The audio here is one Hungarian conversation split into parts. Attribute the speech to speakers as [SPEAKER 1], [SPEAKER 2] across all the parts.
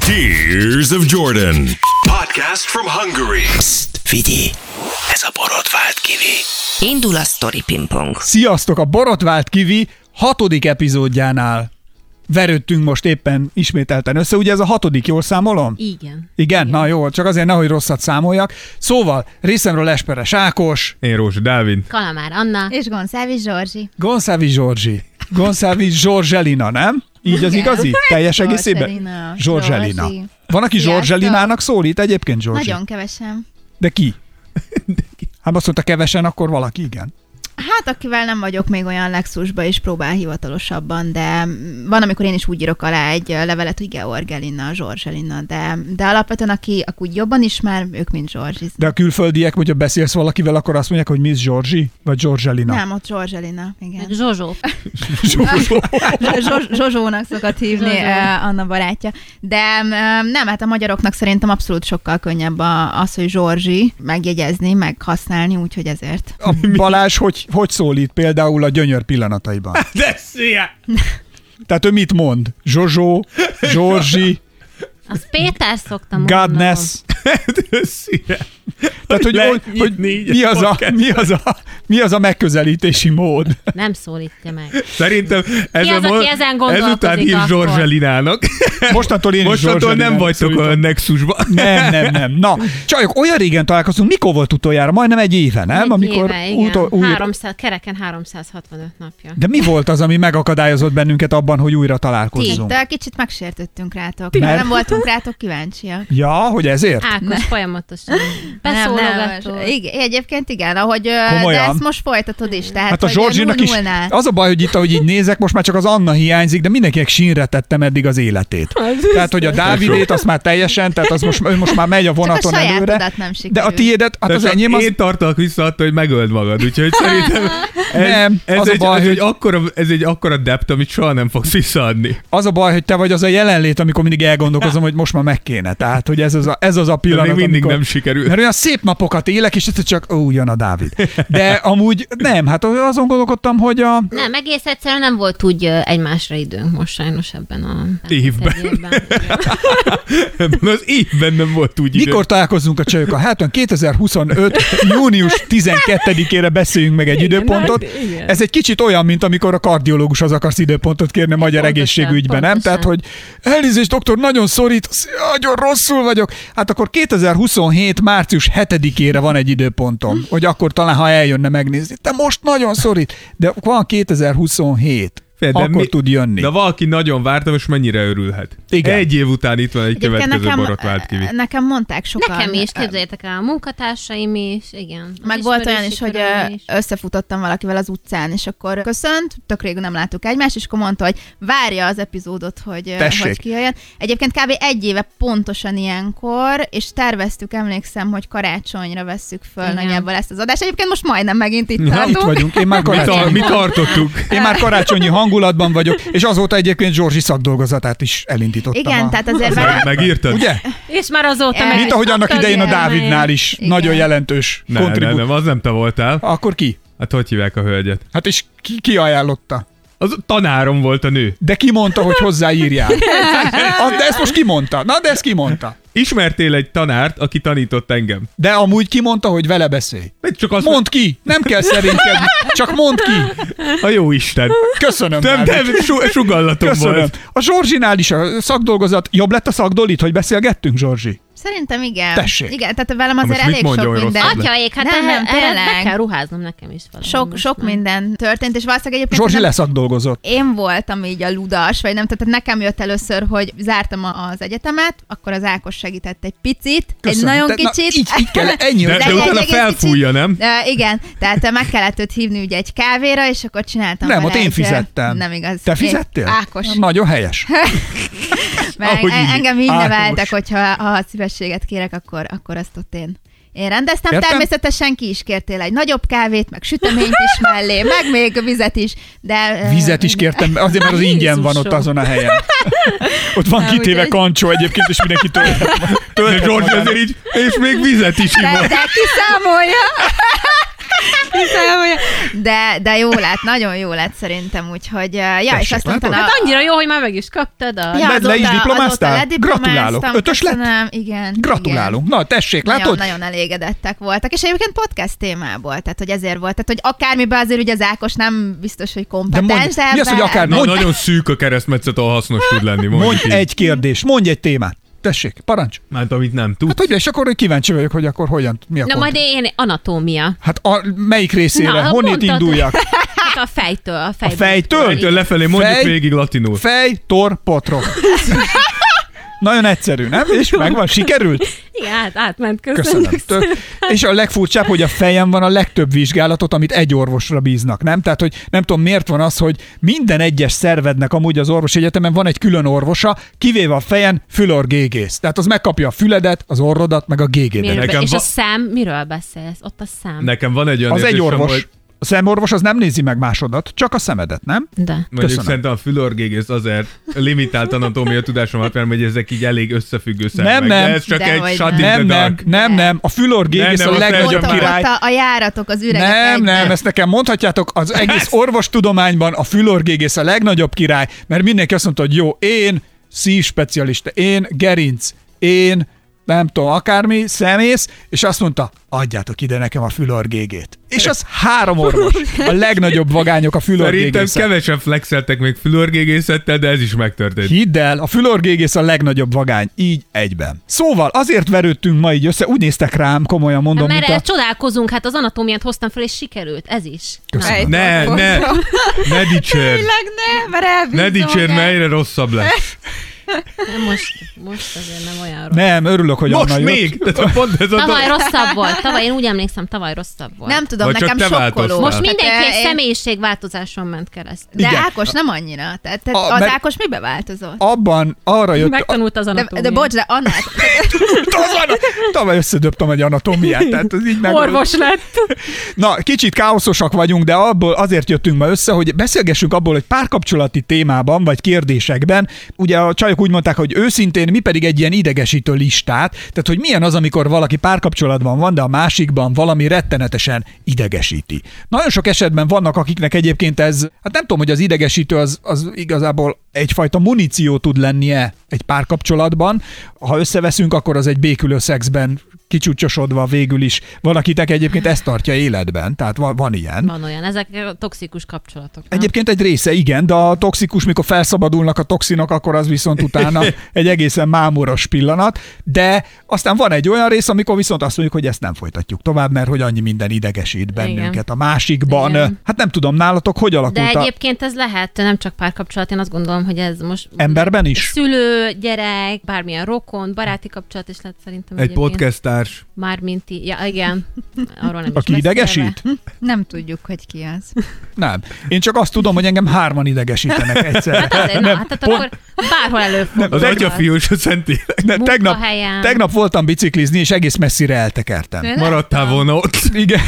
[SPEAKER 1] Tears of Jordan.
[SPEAKER 2] Podcast from Hungary.
[SPEAKER 3] Figyelj, ez a borotvált kivi.
[SPEAKER 4] Indul a Story Pingpong.
[SPEAKER 5] Sziasztok, a Borotvált Kivi hatodik epizódjánál verődtünk most éppen ismételten össze. Ugye ez a hatodik, jól számolom?
[SPEAKER 6] Igen.
[SPEAKER 5] Igen, na jó, csak azért nehogy rosszat sámoljak. Szóval, részemről Esperes Ákos,
[SPEAKER 7] Én Rózsi Dávid.
[SPEAKER 6] Kalamár Anna.
[SPEAKER 8] És Gonszávi Zsorzsi.
[SPEAKER 5] Gonszávi Zsorzsi, Gonszávi Zsorzselina, nem? Így az igazi? Teljes egészében?
[SPEAKER 8] Zsorzselina.
[SPEAKER 5] Zsorzselina.
[SPEAKER 8] Zsorzsi.
[SPEAKER 5] Van, aki
[SPEAKER 8] Sziasztok.
[SPEAKER 5] Zsorzselinának szólít egyébként, Zsorzsi?
[SPEAKER 8] Nagyon kevesen.
[SPEAKER 5] De ki? Hát azt mondta kevesen, akkor valaki igen.
[SPEAKER 8] Hát, akivel nem vagyok még olyan lexusba, és próbál hivatalosabban, de mm, van, amikor én is úgy írok alá egy ö, levelet, hogy Georgelina, Zsorzselina, de, de alapvetően aki, aki úgy jobban ismer, ők mind Zsorzsi.
[SPEAKER 5] De a külföldiek, hogyha beszélsz valakivel, akkor azt mondják, hogy Miss Zsorzsi, vagy Zsorzselina.
[SPEAKER 8] Nem, ott Zsorzselina, igen.
[SPEAKER 6] Zsozsó.
[SPEAKER 8] Zsozs- Zsozsónak szokott hívni
[SPEAKER 6] Zsozsó.
[SPEAKER 8] eh, Anna barátja. De mm, nem, hát a magyaroknak szerintem abszolút sokkal könnyebb a- az, hogy Zsorzsi megjegyezni, meg használni, úgyhogy ezért.
[SPEAKER 5] A Balázs hogy, hogy szólít például a gyönyör pillanataiban?
[SPEAKER 7] De szia!
[SPEAKER 5] Tehát ő mit mond? Zsozsó, Zsorzsi,
[SPEAKER 6] Az Péter szoktam
[SPEAKER 5] Godness.
[SPEAKER 7] De szia!
[SPEAKER 5] Tehát, hogy,
[SPEAKER 7] lehet
[SPEAKER 5] hogy, hogy
[SPEAKER 7] nyitni így
[SPEAKER 5] mi, az a,
[SPEAKER 7] podcastet.
[SPEAKER 5] mi, az a, mi az a megközelítési mód?
[SPEAKER 6] Nem szólítja meg.
[SPEAKER 7] Szerintem ez
[SPEAKER 6] Ki az,
[SPEAKER 7] a mo-
[SPEAKER 6] aki ezen
[SPEAKER 7] ezután
[SPEAKER 6] gondolkodik
[SPEAKER 7] hív
[SPEAKER 6] akkor?
[SPEAKER 7] Zsorzselinának.
[SPEAKER 5] Mostantól én is
[SPEAKER 7] Mostantól
[SPEAKER 5] Zsorzsalinának
[SPEAKER 7] nem vagytok
[SPEAKER 5] szólítom.
[SPEAKER 7] olyan nexusban.
[SPEAKER 5] Nem, nem, nem. Na, csajok, olyan régen találkoztunk, mikor volt utoljára? Majdnem egy éve, nem?
[SPEAKER 6] Egy
[SPEAKER 5] Amikor
[SPEAKER 6] éve, igen.
[SPEAKER 5] utol- újra-
[SPEAKER 6] 300, kereken 365 napja.
[SPEAKER 5] De mi volt az, ami megakadályozott bennünket abban, hogy újra találkozzunk?
[SPEAKER 8] Itt kicsit megsértődtünk rátok, mert
[SPEAKER 5] Mert-
[SPEAKER 8] nem voltunk rátok kíváncsiak.
[SPEAKER 5] Ja, hogy ezért?
[SPEAKER 8] Hát,
[SPEAKER 6] Ákos folyamatosan beszólogató.
[SPEAKER 8] igen, egyébként igen, ahogy ö, de
[SPEAKER 5] Komolyan?
[SPEAKER 8] ezt most folytatod is, tehát
[SPEAKER 5] Hát a
[SPEAKER 8] hogy ö,
[SPEAKER 5] Zsorzsinak is.
[SPEAKER 8] nullnál.
[SPEAKER 5] Az a baj, hogy itt, ahogy így nézek, most már csak az Anna hiányzik, de mindenkinek sínre tettem eddig az életét.
[SPEAKER 7] Hát,
[SPEAKER 5] Tehát, hogy a Dávidét, azt már teljesen, tehát az most, ő most már megy a vonaton
[SPEAKER 8] Csak a
[SPEAKER 5] előre.
[SPEAKER 8] sajátodat nem sikerült.
[SPEAKER 5] De a tiédet, hát
[SPEAKER 7] De
[SPEAKER 5] az
[SPEAKER 7] csak
[SPEAKER 5] enyém az...
[SPEAKER 7] Én tartalak vissza attól, hogy megöld magad, úgyhogy szerintem ez,
[SPEAKER 5] Nem,
[SPEAKER 7] ez,
[SPEAKER 5] az a
[SPEAKER 7] egy,
[SPEAKER 5] baj,
[SPEAKER 7] ez,
[SPEAKER 5] hogy-
[SPEAKER 7] egy akkora, ez egy akkora dept, amit soha nem fogsz visszaadni.
[SPEAKER 5] Az a baj, hogy te vagy az a jelenlét, amikor mindig elgondolkozom, hogy most már meg kéne. Tehát, hogy ez az a, ez az a pillanat,
[SPEAKER 7] még mindig
[SPEAKER 5] amikor...
[SPEAKER 7] nem sikerül.
[SPEAKER 5] Mert olyan szép napokat élek, és egyszer csak, ó, jön a Dávid. De amúgy nem, hát azon gondolkodtam, hogy a...
[SPEAKER 6] Nem, egész egyszerűen nem volt úgy ö, egymásra időnk most sajnos ebben a
[SPEAKER 7] Évben.
[SPEAKER 6] egy évben.
[SPEAKER 7] Ebben Hát az évben nem volt úgy idő.
[SPEAKER 5] Mikor találkozunk a csajok? A háton 2025. június 12-ére beszéljünk meg egy időpontot.
[SPEAKER 6] hát igen.
[SPEAKER 5] Ez egy kicsit olyan, mint amikor a kardiológushoz akarsz időpontot kérni a magyar
[SPEAKER 6] Pontosan,
[SPEAKER 5] egészségügyben, nem?
[SPEAKER 6] pontosan.
[SPEAKER 5] Tehát, hogy elnézést, doktor, nagyon szorít, sz- nagyon rosszul vagyok. Hát akkor 2027. március 7-ére van egy időpontom, hogy akkor talán, ha eljönne megnézni. De most nagyon szorít, de van 2027.
[SPEAKER 7] Fél, de
[SPEAKER 5] akkor
[SPEAKER 7] mi-
[SPEAKER 5] tud jönni.
[SPEAKER 7] De valaki nagyon várta, most mennyire örülhet.
[SPEAKER 5] Igen.
[SPEAKER 7] Egy év után itt van egy
[SPEAKER 8] Egyébként
[SPEAKER 7] következő
[SPEAKER 8] nekem, eh,
[SPEAKER 7] borotvált kivi.
[SPEAKER 8] nekem mondták sokan.
[SPEAKER 6] Nekem is, képzeljétek el, a munkatársaim is, igen. Az
[SPEAKER 8] Meg volt olyan
[SPEAKER 6] ismerősi
[SPEAKER 8] is, hogy ö,
[SPEAKER 6] köröm is.
[SPEAKER 8] összefutottam valakivel az utcán, és akkor köszönt, tök rég nem láttuk egymást, és akkor mondta, hogy várja az epizódot, hogy, ö,
[SPEAKER 5] Tessék.
[SPEAKER 8] hogy kijöjjön. Egyébként kb. egy éve pontosan ilyenkor, és terveztük, emlékszem, hogy karácsonyra vesszük föl
[SPEAKER 6] Igen.
[SPEAKER 8] nagyjából ezt az adást. Egyébként most majdnem megint itt
[SPEAKER 5] Na, itt
[SPEAKER 8] tartunk.
[SPEAKER 5] vagyunk. Én már
[SPEAKER 7] Mi,
[SPEAKER 5] karácsony-
[SPEAKER 7] tar- mi tartottuk.
[SPEAKER 5] Én már karácsonyi hangulatban vagyok, és azóta egyébként Zsorzsi szakdolgozatát is elindítottam.
[SPEAKER 8] Igen,
[SPEAKER 5] a...
[SPEAKER 8] tehát azért
[SPEAKER 7] Meg,
[SPEAKER 8] már
[SPEAKER 7] megírtad?
[SPEAKER 5] Ugye?
[SPEAKER 6] És már azóta
[SPEAKER 8] Mint
[SPEAKER 6] meg...
[SPEAKER 5] Mint ahogy annak idején a Dávidnál is
[SPEAKER 8] Igen.
[SPEAKER 5] nagyon jelentős
[SPEAKER 7] Nem, nem,
[SPEAKER 5] kontribút.
[SPEAKER 7] nem, az nem te voltál.
[SPEAKER 5] Akkor ki?
[SPEAKER 7] Hát hogy hívják a hölgyet?
[SPEAKER 5] Hát és ki, ki ajánlotta?
[SPEAKER 7] Az a tanárom volt a nő.
[SPEAKER 5] De ki mondta, hogy hozzáírjál? A, de ezt most ki mondta? Na, de ezt ki mondta?
[SPEAKER 7] Ismertél egy tanárt, aki tanított engem.
[SPEAKER 5] De amúgy ki mondta, hogy vele beszélj?
[SPEAKER 7] Vagy Csak azt
[SPEAKER 5] Mondd ki! Nem kell szerénykedni. Csak mondd ki!
[SPEAKER 7] a jó Isten.
[SPEAKER 5] Köszönöm.
[SPEAKER 7] Nem,
[SPEAKER 5] Dávid.
[SPEAKER 7] nem, su- sugallatom
[SPEAKER 5] Köszönöm.
[SPEAKER 7] volt.
[SPEAKER 5] A Zsorzsinál is a szakdolgozat. Jobb lett a szakdolit, hogy beszélgettünk, Zsorzsi?
[SPEAKER 8] Szerintem igen.
[SPEAKER 5] Tessék.
[SPEAKER 8] Igen, tehát velem azért
[SPEAKER 7] most mit
[SPEAKER 8] elég
[SPEAKER 7] mondja,
[SPEAKER 8] sok
[SPEAKER 7] hogy
[SPEAKER 8] minden.
[SPEAKER 7] rosszabb lett?
[SPEAKER 6] Atyaék, hát
[SPEAKER 8] Nem, nem,
[SPEAKER 6] erre- erre be
[SPEAKER 8] tényleg.
[SPEAKER 6] kell ruháznom nekem is valami.
[SPEAKER 8] Sok,
[SPEAKER 6] most
[SPEAKER 8] sok
[SPEAKER 6] már.
[SPEAKER 8] minden történt, és valószínűleg egyébként
[SPEAKER 5] Zsorzsi
[SPEAKER 8] nem-
[SPEAKER 5] leszakdolgozott.
[SPEAKER 8] én voltam így a ludas, vagy nem, tehát nekem jött először, hogy zártam a- az egyetemet, akkor az Ákos segített egy picit,
[SPEAKER 5] Köszönöm.
[SPEAKER 8] egy nagyon
[SPEAKER 5] Te- na,
[SPEAKER 8] kicsit.
[SPEAKER 5] így- így kell, ennyi,
[SPEAKER 7] De,
[SPEAKER 5] hogy
[SPEAKER 7] de
[SPEAKER 8] egy-
[SPEAKER 7] utána
[SPEAKER 8] egy egész
[SPEAKER 7] felfújja, nem?
[SPEAKER 8] kicsit- Ö, igen, tehát ö, meg kellett őt hívni ugye egy kávéra, és akkor csináltam
[SPEAKER 5] Nem,
[SPEAKER 8] vele
[SPEAKER 5] ott én
[SPEAKER 8] egy, ö,
[SPEAKER 5] fizettem.
[SPEAKER 8] Nem igaz.
[SPEAKER 5] Te
[SPEAKER 8] Én-
[SPEAKER 5] fizettél?
[SPEAKER 8] Ákos.
[SPEAKER 5] Nagyon helyes.
[SPEAKER 8] Meg,
[SPEAKER 7] Ahogy így.
[SPEAKER 8] engem így
[SPEAKER 5] Ákos.
[SPEAKER 8] neveltek, hogyha ha szívességet kérek, akkor, akkor azt ott én. Én rendeztem,
[SPEAKER 5] Értem?
[SPEAKER 8] Értem? természetesen ki is kértél egy nagyobb kávét, meg süteményt is mellé, meg még vizet is, de... ö,
[SPEAKER 5] Vizet is
[SPEAKER 8] minden-
[SPEAKER 5] kértem, azért mert az ingyen van ott azon a helyen. Ott van
[SPEAKER 8] Na,
[SPEAKER 5] kitéve
[SPEAKER 8] úgyhogy-
[SPEAKER 5] kancsó egyébként, és mindenki tölthet.
[SPEAKER 7] De George
[SPEAKER 5] magát.
[SPEAKER 7] azért így, és még vizet is
[SPEAKER 8] De,
[SPEAKER 7] ivott.
[SPEAKER 8] de kiszámolja. Hiszem, hogy- de, de jó lett, nagyon jó lett szerintem, úgyhogy ö, ja, és
[SPEAKER 5] Tessék,
[SPEAKER 8] aztán
[SPEAKER 5] látod?
[SPEAKER 8] utána...
[SPEAKER 6] Hát annyira jó, hogy már meg is kaptad a...
[SPEAKER 8] Ja,
[SPEAKER 5] Le- le is
[SPEAKER 8] azóta-
[SPEAKER 5] diplomáztál?
[SPEAKER 8] azóta lediplomáztam,
[SPEAKER 5] Gratulálok. Ötös lett?
[SPEAKER 8] köszönöm, Igen.
[SPEAKER 5] Gratulálunk. Na, tessék,
[SPEAKER 8] Igen.
[SPEAKER 5] látod?
[SPEAKER 8] Nagyon, nagyon elégedettek voltak, és egyébként podcast témából, tehát hogy ezért volt, tehát hogy akármiben azért ugye az Ákos nem biztos, hogy
[SPEAKER 5] De
[SPEAKER 8] kompetens
[SPEAKER 5] mondj, mi az, hogy
[SPEAKER 8] ebben.
[SPEAKER 5] akár
[SPEAKER 7] Na,
[SPEAKER 5] mondj,
[SPEAKER 7] nagyon szűk a keresztmetszet, ahol hasznos tud lenni. Mondjuk
[SPEAKER 5] mondj
[SPEAKER 7] így.
[SPEAKER 5] egy kérdés, mondj egy témát. Tessék, parancs.
[SPEAKER 7] Mert amit nem tud.
[SPEAKER 5] Hát hogy és akkor kíváncsi vagyok, hogy akkor hogyan, mi a
[SPEAKER 6] Na
[SPEAKER 5] pont.
[SPEAKER 6] majd én anatómia.
[SPEAKER 5] Hát a, melyik részére?
[SPEAKER 6] Na,
[SPEAKER 5] Honnét
[SPEAKER 6] mondtad.
[SPEAKER 5] induljak?
[SPEAKER 6] Hát a fejtől. A, fejből.
[SPEAKER 5] fejtől?
[SPEAKER 7] Töltön lefelé, mondjuk
[SPEAKER 5] Hát, Fej-
[SPEAKER 7] végig latinul.
[SPEAKER 5] Fej, tor, potrom. Nagyon egyszerű, nem? És megvan, sikerült?
[SPEAKER 6] Igen, hát átment. Köszönöm.
[SPEAKER 5] Köszönöm. Tök. És a legfurcsább, hogy a fejem van a legtöbb vizsgálatot, amit egy orvosra bíznak, nem? Tehát, hogy nem tudom, miért van az, hogy minden egyes szervednek amúgy az orvos egyetemen van egy külön orvosa, kivéve a fejen fülorgégész. Tehát az megkapja a füledet, az orrodat, meg a gégédet.
[SPEAKER 6] Miről
[SPEAKER 7] nekem
[SPEAKER 6] be- és
[SPEAKER 7] va-
[SPEAKER 6] a szám, miről beszélsz? Ott a szám.
[SPEAKER 7] Nekem van egy olyan
[SPEAKER 5] Az egy
[SPEAKER 7] érzésem,
[SPEAKER 5] orvos.
[SPEAKER 7] hogy
[SPEAKER 5] A szemorvos az nem nézi meg másodat, csak a szemedet, nem?
[SPEAKER 6] De.
[SPEAKER 7] Mondjuk
[SPEAKER 5] Köszönöm.
[SPEAKER 7] szerintem a fülorgégész azért limitált anatómia tudásom alapján, hogy ezek így elég összefüggő
[SPEAKER 5] Nem,
[SPEAKER 7] szemek.
[SPEAKER 5] nem.
[SPEAKER 7] De ez csak
[SPEAKER 8] De
[SPEAKER 7] egy
[SPEAKER 8] hogy
[SPEAKER 7] shot in the
[SPEAKER 5] Nem, nem,
[SPEAKER 7] dark.
[SPEAKER 5] nem, nem. A fülorgégész
[SPEAKER 7] Nem, nem,
[SPEAKER 5] a
[SPEAKER 7] a
[SPEAKER 5] legnagyobb
[SPEAKER 8] Ott,
[SPEAKER 7] Nagyon
[SPEAKER 8] a-
[SPEAKER 5] király.
[SPEAKER 8] ott a, a járatok, az üregek
[SPEAKER 5] Nem,
[SPEAKER 8] egyben.
[SPEAKER 5] nem, ezt nekem mondhatjátok, az egész orvostudományban a fülorgégész a legnagyobb király, mert mindenki azt mondta, hogy jó, én szívspecialista, én gerinc, én nem tudom, akármi, szemész, és azt mondta, adjátok ide nekem a fülorgégét. És az három orvos, a legnagyobb vagányok a
[SPEAKER 7] Szerintem
[SPEAKER 5] fülorgégészek.
[SPEAKER 7] kevesen flexeltek még fülorgégészettel, de ez is megtörtént.
[SPEAKER 5] Hidd el, a fülorgégész a legnagyobb vagány, így egyben. Szóval azért verődtünk ma így össze, úgy néztek rám, komolyan mondom,
[SPEAKER 6] Hát, mert
[SPEAKER 5] mint a...
[SPEAKER 6] erre csodálkozunk, hát az anatómiát hoztam fel, és sikerült, ez is.
[SPEAKER 5] Köszönöm.
[SPEAKER 6] Na,
[SPEAKER 7] Ne, ne, ne dicsérd.
[SPEAKER 8] Tényleg nem, mert elbízom.
[SPEAKER 7] Ne dicsérd, mert egyre rosszabb lesz.
[SPEAKER 6] nem, most, most azért nem olyan rossz.
[SPEAKER 5] Nem, örülök, hogy
[SPEAKER 7] Most
[SPEAKER 5] Anna jött.
[SPEAKER 7] még? Tehát pont ez a
[SPEAKER 6] Tavaly rosszabb volt, tavaly, én úgy emlékszem, tavaly rosszabb volt.
[SPEAKER 8] Nem tudom,
[SPEAKER 7] Vagy csak
[SPEAKER 8] nekem
[SPEAKER 7] te
[SPEAKER 8] sokkoló.
[SPEAKER 7] változtál.
[SPEAKER 6] most mindenki
[SPEAKER 8] Tehát,
[SPEAKER 6] egy
[SPEAKER 8] eh,
[SPEAKER 6] személyiségváltozáson ment keresztül.
[SPEAKER 8] De
[SPEAKER 5] Igen.
[SPEAKER 8] Ákos nem annyira. Tehát,
[SPEAKER 5] A-
[SPEAKER 8] tehát az
[SPEAKER 5] mert-
[SPEAKER 8] Ákos mibe változott?
[SPEAKER 5] Abban arra jött,
[SPEAKER 6] Megtanult az
[SPEAKER 8] De,
[SPEAKER 6] anatómiát.
[SPEAKER 8] de bocs, de Annát,
[SPEAKER 5] Tavaly- Tavaly összedöbtem egy anatómiát, tehát ez Hát így meg...
[SPEAKER 6] Orvos lett.
[SPEAKER 5] Na, kicsit káoszosak vagyunk, de abból azért jöttünk ma össze, hogy beszélgessünk abból, hogy párkapcsolati témában, vagy kérdésekben, ugye a csajok úgy mondták, hogy őszintén, mi pedig egy ilyen idegesítő listát, tehát hogy milyen az, amikor valaki párkapcsolatban van, de a másikban valami rettenetesen idegesíti. Nagyon sok esetben vannak, akiknek egyébként ez, hát nem tudom, hogy az idegesítő az, az igazából egyfajta muníció tud lennie egy párkapcsolatban. Ha összeveszünk, akkor az egy békülő szexben kicsúcsosodva végül is. Van, akitek egyébként ezt tartja életben, tehát van, van ilyen.
[SPEAKER 6] Van olyan, ezek a toxikus kapcsolatok. nem?
[SPEAKER 5] Egyébként egy része, igen, de a toxikus, mikor felszabadulnak a toxinok, akkor az viszont utána egy egészen mámoros pillanat, de aztán van egy olyan rész, amikor viszont azt mondjuk, hogy ezt nem folytatjuk tovább, mert hogy annyi minden idegesít bennünket igen.
[SPEAKER 6] Igen.
[SPEAKER 5] a másikban. Igen.
[SPEAKER 6] Igen.
[SPEAKER 5] Hát nem tudom, nálatok hogy alakult
[SPEAKER 6] De
[SPEAKER 5] a
[SPEAKER 6] egyébként ez lehet, nem csak párkapcsolat, én azt gondolom, hogy ez most
[SPEAKER 5] emberben is?
[SPEAKER 6] szülő, gyerek, bármilyen rokon, baráti kapcsolat is lehet szerintem.
[SPEAKER 7] Egy
[SPEAKER 6] egyébként.
[SPEAKER 7] podcast társ.
[SPEAKER 6] Mármint, í- ja igen, arról nem is
[SPEAKER 5] Aki
[SPEAKER 6] beszélve.
[SPEAKER 5] idegesít? Hm?
[SPEAKER 8] nem tudjuk, hogy ki az.
[SPEAKER 5] Nem. Én csak azt tudom, hogy engem hárman idegesítenek egyszerre.
[SPEAKER 6] Hát azért, na, hát
[SPEAKER 5] Pont-
[SPEAKER 6] akkor bárhol előfordul.
[SPEAKER 7] Az atyafiú és a szentlélek.
[SPEAKER 5] Ne, tegnap,
[SPEAKER 6] munkahelyen.
[SPEAKER 5] tegnap voltam biciklizni, és egész messzire eltekertem.
[SPEAKER 7] Maradtál volna ott.
[SPEAKER 5] Igen.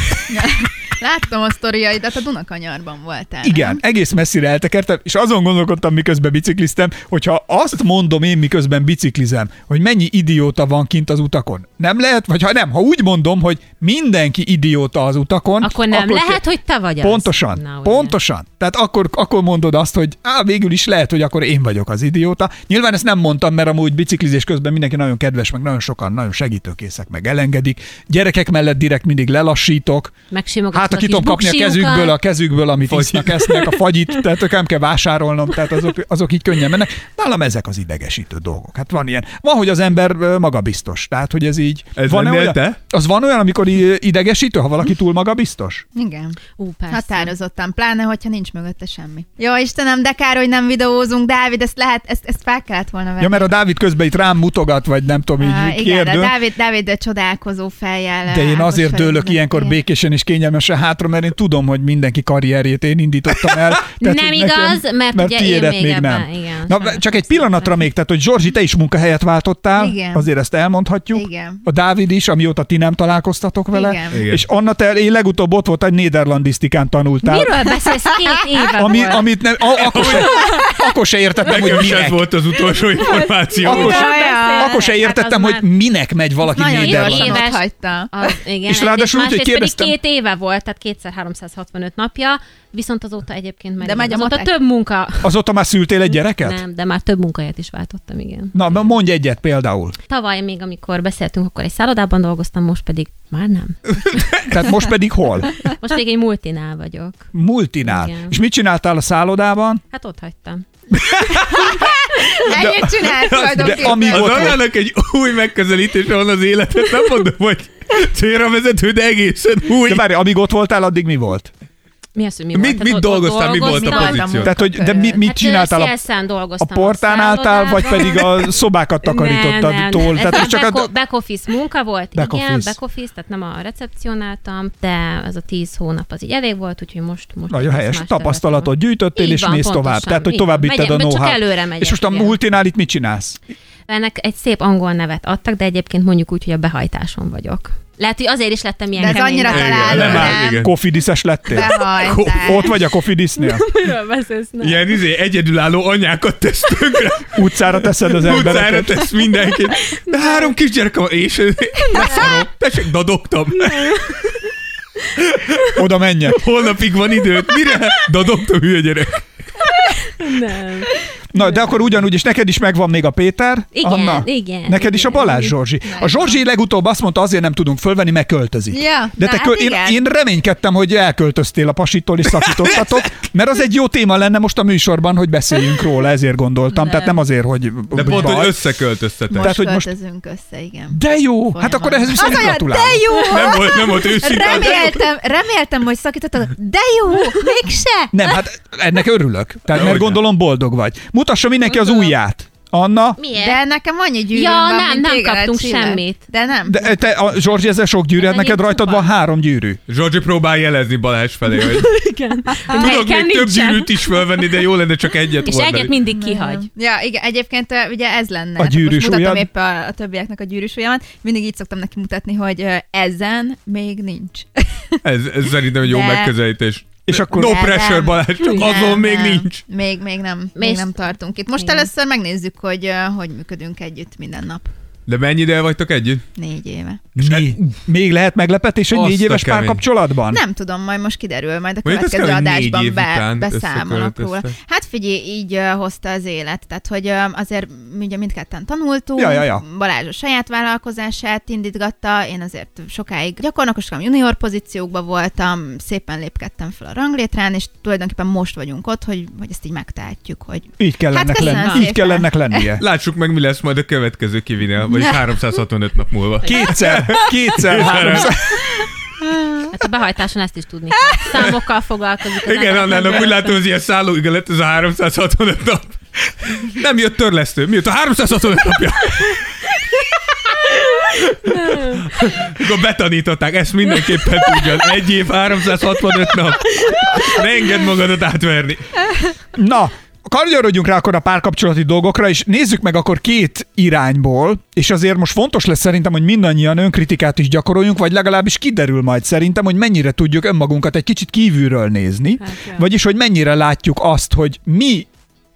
[SPEAKER 8] Láttam a sztoriaidat, a Dunakanyarban voltál. nem?
[SPEAKER 5] Igen, egész messzire eltekertem, és azon gondolkodtam, miközben bicikliztem, hogyha azt mondom én, miközben biciklizem, hogy mennyi idióta van kint az utakon. Nem lehet, vagy ha nem, ha úgy mondom, hogy mindenki idióta az utakon,
[SPEAKER 6] Akkor nem
[SPEAKER 5] se-
[SPEAKER 6] lehet, hogy te vagy az.
[SPEAKER 5] Pontosan,
[SPEAKER 6] Na, ugye.
[SPEAKER 5] pontosan. Tehát akkor, akkor mondod azt, hogy á, végül is lehet, hogy akkor én vagyok az idióta. Nyilván ezt nem mondtam, mert amúgy biciklizés közben mindenki nagyon kedves, meg nagyon sokan, nagyon segítőkészek, meg elengedik. Gyerekek mellett direkt mindig lelassítok.
[SPEAKER 6] Megsimogatod
[SPEAKER 5] Hát,
[SPEAKER 6] a
[SPEAKER 5] ha ki
[SPEAKER 6] kis
[SPEAKER 5] tudom kapni a
[SPEAKER 6] buksiukat.
[SPEAKER 5] kezükből, a kezükből, amit isznak, esznek, a fagyit, tehát tök nem kell vásárolnom, tehát azok, azok így könnyen mennek. Nálam ezek az idegesítő dolgok. Hát van ilyen. Van, hogy az ember ö, magabiztos, tehát hogy ez így.
[SPEAKER 7] Ez
[SPEAKER 5] van
[SPEAKER 7] lennél
[SPEAKER 5] olyan,
[SPEAKER 7] te?
[SPEAKER 5] Az van olyan, amikor i- idegesítő, ha valaki túl magabiztos?
[SPEAKER 8] Igen.
[SPEAKER 6] Ú, persze.
[SPEAKER 5] Hát,
[SPEAKER 8] Határozottan, pláne, hogyha nincs mögötte semmi. Jó, Istenem, de kár, hogy nem videózunk, Dávid, ezt lehet, ezt, ezt fel kellett volna venni.
[SPEAKER 5] Ja, mert a Dávid közben itt rám mutogat, vagy nem tudom, így
[SPEAKER 8] Á,
[SPEAKER 5] ah,
[SPEAKER 8] igen, de
[SPEAKER 5] kérdő.
[SPEAKER 8] Dávid, Dávid csodálkozó fejjel.
[SPEAKER 5] De én
[SPEAKER 8] Ákos
[SPEAKER 5] azért
[SPEAKER 8] felé
[SPEAKER 5] dőlök
[SPEAKER 8] nézett.
[SPEAKER 5] ilyenkor
[SPEAKER 8] Igen.
[SPEAKER 5] békésen és kényelmesen hátra, mert én tudom, hogy mindenki karrierjét én indítottam el.
[SPEAKER 6] Nem
[SPEAKER 5] hogy
[SPEAKER 6] igaz, mert ugye én
[SPEAKER 5] tiédet
[SPEAKER 6] még ebben- igen,
[SPEAKER 5] Na,
[SPEAKER 6] sajnos szóval
[SPEAKER 5] csak egy
[SPEAKER 6] nem
[SPEAKER 5] pillanatra még, tehát hogy Zsorzsi, te is munkahelyet váltottál,
[SPEAKER 8] Igen.
[SPEAKER 5] azért ezt elmondhatjuk.
[SPEAKER 8] Igen.
[SPEAKER 5] A Dávid is, amióta ti nem találkoztatok vele.
[SPEAKER 8] Igen.
[SPEAKER 7] Igen.
[SPEAKER 5] És Anna, te én legutóbb ott volt, egy néderlandisztikán tanultál.
[SPEAKER 6] Miről beszélsz két éve
[SPEAKER 5] Ami,
[SPEAKER 6] volt?
[SPEAKER 5] amit nem, a, akkor, se, akkor se értettem, hogy
[SPEAKER 7] Nekem is ez
[SPEAKER 5] minek.
[SPEAKER 7] volt az utolsó információ.
[SPEAKER 5] Akkor se,
[SPEAKER 8] Jaj,
[SPEAKER 5] akkor se
[SPEAKER 6] hát az
[SPEAKER 5] értettem,
[SPEAKER 6] már-
[SPEAKER 5] hogy minek megy valaki
[SPEAKER 8] Nagyon
[SPEAKER 5] Néderland.
[SPEAKER 8] gyorsan
[SPEAKER 6] Éves.
[SPEAKER 8] ott hagyta.
[SPEAKER 6] Az, igen,
[SPEAKER 5] És ráadásul úgy, hogy
[SPEAKER 6] egyrészt, másrészt
[SPEAKER 5] kérdeztem-
[SPEAKER 6] pedig két éve volt, tehát kétszer 365 napja, viszont azóta egyébként meg
[SPEAKER 8] De megy a
[SPEAKER 6] azóta
[SPEAKER 8] matek.
[SPEAKER 6] több munka...
[SPEAKER 5] Azóta már szültél egy gyereket?
[SPEAKER 6] Nem, de már több munkahelyet is váltottam, igen.
[SPEAKER 5] Na, na, mondj egyet például.
[SPEAKER 6] Tavaly még, amikor beszéltünk, akkor egy szállodában dolgoztam, most pedig már nem.
[SPEAKER 5] Tehát most pedig hol?
[SPEAKER 6] Most még egy multinál vagyok.
[SPEAKER 5] Multinál. Igen.
[SPEAKER 6] Igen.
[SPEAKER 5] És mit csináltál a szállodában?
[SPEAKER 6] Hát ott hagytam.
[SPEAKER 8] Ennyit csinált tulajdonképpen.
[SPEAKER 5] amíg
[SPEAKER 7] Az
[SPEAKER 5] volt.
[SPEAKER 7] Annának egy új megközelítése van az életet, nem mondom, hogy célra vezető, de egészen új.
[SPEAKER 5] De várj, amíg ott voltál, addig mi volt?
[SPEAKER 6] Mi az, hogy mi
[SPEAKER 7] Mit-
[SPEAKER 6] volt?
[SPEAKER 7] mit
[SPEAKER 6] ott- ott
[SPEAKER 7] dolgoztál, mi volt a
[SPEAKER 6] dolgoztam.
[SPEAKER 7] pozíció?
[SPEAKER 8] Voltam
[SPEAKER 5] Tehát, hogy de mi,
[SPEAKER 8] munkakörön.
[SPEAKER 5] mit
[SPEAKER 6] Hát, ö,
[SPEAKER 5] csináltál? A,
[SPEAKER 6] szélszen
[SPEAKER 5] a
[SPEAKER 6] dolgoztam
[SPEAKER 5] portán álltál, vagy
[SPEAKER 6] szállodában.
[SPEAKER 5] pedig a szobákat takarítottad
[SPEAKER 6] nem,
[SPEAKER 5] tól?
[SPEAKER 6] Nem, nem.
[SPEAKER 5] Tehát
[SPEAKER 6] Ez
[SPEAKER 5] csak
[SPEAKER 6] back,
[SPEAKER 5] a,
[SPEAKER 6] o- back office munka volt,
[SPEAKER 5] Back
[SPEAKER 6] back igen,
[SPEAKER 5] office.
[SPEAKER 6] office. back office, tehát nem a recepcionáltam, de az a tíz hónap az így elég volt, úgyhogy most... most
[SPEAKER 5] Nagyon
[SPEAKER 6] egy
[SPEAKER 5] helyes.
[SPEAKER 6] más
[SPEAKER 5] Tapasztalatot
[SPEAKER 6] területen
[SPEAKER 5] gyűjtöttél,
[SPEAKER 6] Így
[SPEAKER 5] és
[SPEAKER 6] van,
[SPEAKER 5] mész
[SPEAKER 6] pontosan,
[SPEAKER 5] tovább. Tehát, hogy
[SPEAKER 6] így van.
[SPEAKER 5] tovább vitted a
[SPEAKER 6] Megyek,
[SPEAKER 5] know
[SPEAKER 6] Csak előre megyek.
[SPEAKER 5] És most a
[SPEAKER 6] igen.
[SPEAKER 5] multinál itt mit csinálsz?
[SPEAKER 6] Ennek egy szép angol nevet adtak, de egyébként mondjuk úgy, hogy a behajtáson vagyok. Lehet, hogy azért is lettem ilyen
[SPEAKER 8] De ez
[SPEAKER 6] kemény.
[SPEAKER 8] annyira
[SPEAKER 7] Igen,
[SPEAKER 8] találó,
[SPEAKER 7] nem áll,
[SPEAKER 8] nem?
[SPEAKER 7] igen.
[SPEAKER 5] Kofidiszes lettél?
[SPEAKER 8] Behajtál.
[SPEAKER 5] Ott vagy a kofidisznél?
[SPEAKER 6] Miről beszélsz? Nem.
[SPEAKER 7] Ilyen izé, egyedülálló anyákat tesz tönkre,
[SPEAKER 5] Utcára teszed az
[SPEAKER 7] utcára
[SPEAKER 5] embereket?
[SPEAKER 7] tesz mindenkit. De hát három kisgyerekem van, és leszarom, tessék, dadogtam.
[SPEAKER 5] Oda menjek.
[SPEAKER 7] Holnapig van időt, mire? Dadogtam, hülye gyerek.
[SPEAKER 6] nem.
[SPEAKER 5] Na, de akkor ugyanúgy, és neked is megvan még a Péter,
[SPEAKER 6] Igen,
[SPEAKER 5] Anna,
[SPEAKER 6] igen,
[SPEAKER 5] neked is a
[SPEAKER 6] igen.
[SPEAKER 5] Balázs Zsorzsi. A Zsorzsi legutóbb azt mondta, azért nem tudunk fölvenni, mert költözik.
[SPEAKER 8] Ja,
[SPEAKER 5] de
[SPEAKER 8] na
[SPEAKER 5] te
[SPEAKER 8] hát
[SPEAKER 5] köl, én,
[SPEAKER 8] igen.
[SPEAKER 5] én reménykedtem, hogy elköltöztél a pasitól és szakítottatok, mert az egy jó téma lenne most a műsorban, hogy beszéljünk róla, ezért gondoltam. Nem. Tehát nem azért, hogy
[SPEAKER 7] De pont,
[SPEAKER 5] baj.
[SPEAKER 7] hogy összeköltöztetek.
[SPEAKER 5] Tehát,
[SPEAKER 8] Most
[SPEAKER 5] hogy most-
[SPEAKER 8] költözünk össze, igen.
[SPEAKER 5] De jó, hát
[SPEAKER 8] Folyamán.
[SPEAKER 5] akkor ehhez viszont
[SPEAKER 8] Az olyan,
[SPEAKER 5] gratulálok.
[SPEAKER 8] de jó!
[SPEAKER 7] Nem volt, nem volt őszinte. az-
[SPEAKER 8] Reméltem, reméltem, hogy szakítottad, de jó, mégse.
[SPEAKER 5] Nem, hát ennek örülök. Tehát,
[SPEAKER 7] Hogyne.
[SPEAKER 5] mert gondolom boldog vagy. Mutassa mindenki az ujját. Anna,
[SPEAKER 6] Miért?
[SPEAKER 8] De nekem annyi gyűrűm
[SPEAKER 6] Ja,
[SPEAKER 8] van,
[SPEAKER 6] nem,
[SPEAKER 8] mint
[SPEAKER 6] nem
[SPEAKER 8] téged,
[SPEAKER 6] kaptunk
[SPEAKER 8] Csillag.
[SPEAKER 6] semmit.
[SPEAKER 8] De nem.
[SPEAKER 5] de te, a Zsorzsi, ezzel sok gyűrűd,
[SPEAKER 6] Ez
[SPEAKER 5] neked
[SPEAKER 6] egy
[SPEAKER 5] rajtad van
[SPEAKER 6] csupa.
[SPEAKER 5] három gyűrű.
[SPEAKER 7] Zsorzsi próbál jelezni Balázs felé, hogy tudok
[SPEAKER 6] Nekem
[SPEAKER 7] még több
[SPEAKER 6] nincsen.
[SPEAKER 7] gyűrűt is fölvenni, de jó lenne csak egyet
[SPEAKER 6] És
[SPEAKER 7] hordani.
[SPEAKER 6] egyet mindig kihagy.
[SPEAKER 8] Ja, igen, egyébként ö, ugye ez lenne.
[SPEAKER 5] A gyűrűs
[SPEAKER 8] Most mutatom
[SPEAKER 5] ujjad?
[SPEAKER 8] épp a, a többieknek a gyűrűs ujjamat. Mindig így szoktam neki mutatni, hogy ö, ezen még nincs.
[SPEAKER 7] Ez, ez szerintem egy jó
[SPEAKER 8] De-
[SPEAKER 7] megközelítés.
[SPEAKER 5] És akkor-
[SPEAKER 7] No
[SPEAKER 8] De
[SPEAKER 7] pressure,
[SPEAKER 8] nem.
[SPEAKER 7] Balázs, csak
[SPEAKER 8] Nem,
[SPEAKER 7] azon még
[SPEAKER 8] nem.
[SPEAKER 7] nincs.
[SPEAKER 8] Még, még nem, még
[SPEAKER 6] És-
[SPEAKER 8] nem tartunk itt. Most
[SPEAKER 6] Igen.
[SPEAKER 8] először megnézzük, hogy ö, hogy működünk együtt minden nap.
[SPEAKER 7] De mennyi ideje vagytok együtt? hát-
[SPEAKER 8] Négy éve.
[SPEAKER 5] Mi? Hát, Még lehet meglepetés egy
[SPEAKER 7] Azt
[SPEAKER 5] négy
[SPEAKER 7] a
[SPEAKER 5] éves
[SPEAKER 7] kemény.
[SPEAKER 5] párkapcsolatban?
[SPEAKER 8] Nem tudom, majd most kiderül, majd a
[SPEAKER 7] Mondjuk ez
[SPEAKER 8] következő
[SPEAKER 7] kell, hogy négy év
[SPEAKER 8] adásban be,
[SPEAKER 7] után
[SPEAKER 8] beszámolok
[SPEAKER 7] összeköltöztek.
[SPEAKER 8] róla. Hát figyelj, így ö, hozta az élet. Tehát, hogy ö, azért mi ugye mindketten tanultunk,
[SPEAKER 5] Ja, ja, ja.
[SPEAKER 8] Balázs a saját vállalkozását indítgatta, én azért sokáig gyakornokoskodtam, junior pozíciókban voltam, szépen lépkedtem fel a ranglétrán, és tulajdonképpen most vagyunk ott, hogy, hogy ezt így megtehetjük, hogy
[SPEAKER 5] Így kell
[SPEAKER 8] Hát
[SPEAKER 5] ennek
[SPEAKER 8] köszönöm
[SPEAKER 5] lenni.
[SPEAKER 8] szépen.
[SPEAKER 5] Így kell ennek lennie.
[SPEAKER 7] Lássuk meg, mi lesz majd a következő kivinél, vagy 365 nap múlva.
[SPEAKER 5] Kétszer, kétszer, háromszor.
[SPEAKER 6] Hát a behajtáson ezt is tudni kell. Számokkal foglalkozik. az
[SPEAKER 7] Igen,
[SPEAKER 6] ember.
[SPEAKER 7] Annának úgy látom, hogy ilyen szállóiga lett ez a 365 nap. Nem jött törlesztő, mi jött a 365 napja? Akkor betanították, ezt mindenképpen tudja. Egy év, 365 nap. Ne engedd magadat átverni.
[SPEAKER 5] Na, kanyarodjunk rá akkor a párkapcsolati dolgokra, és nézzük meg akkor két irányból, és azért most fontos lesz szerintem, hogy mindannyian önkritikát is gyakoroljunk, vagy legalábbis kiderül majd szerintem, hogy mennyire tudjuk önmagunkat egy kicsit kívülről nézni, hát, vagyis hogy mennyire látjuk azt, hogy mi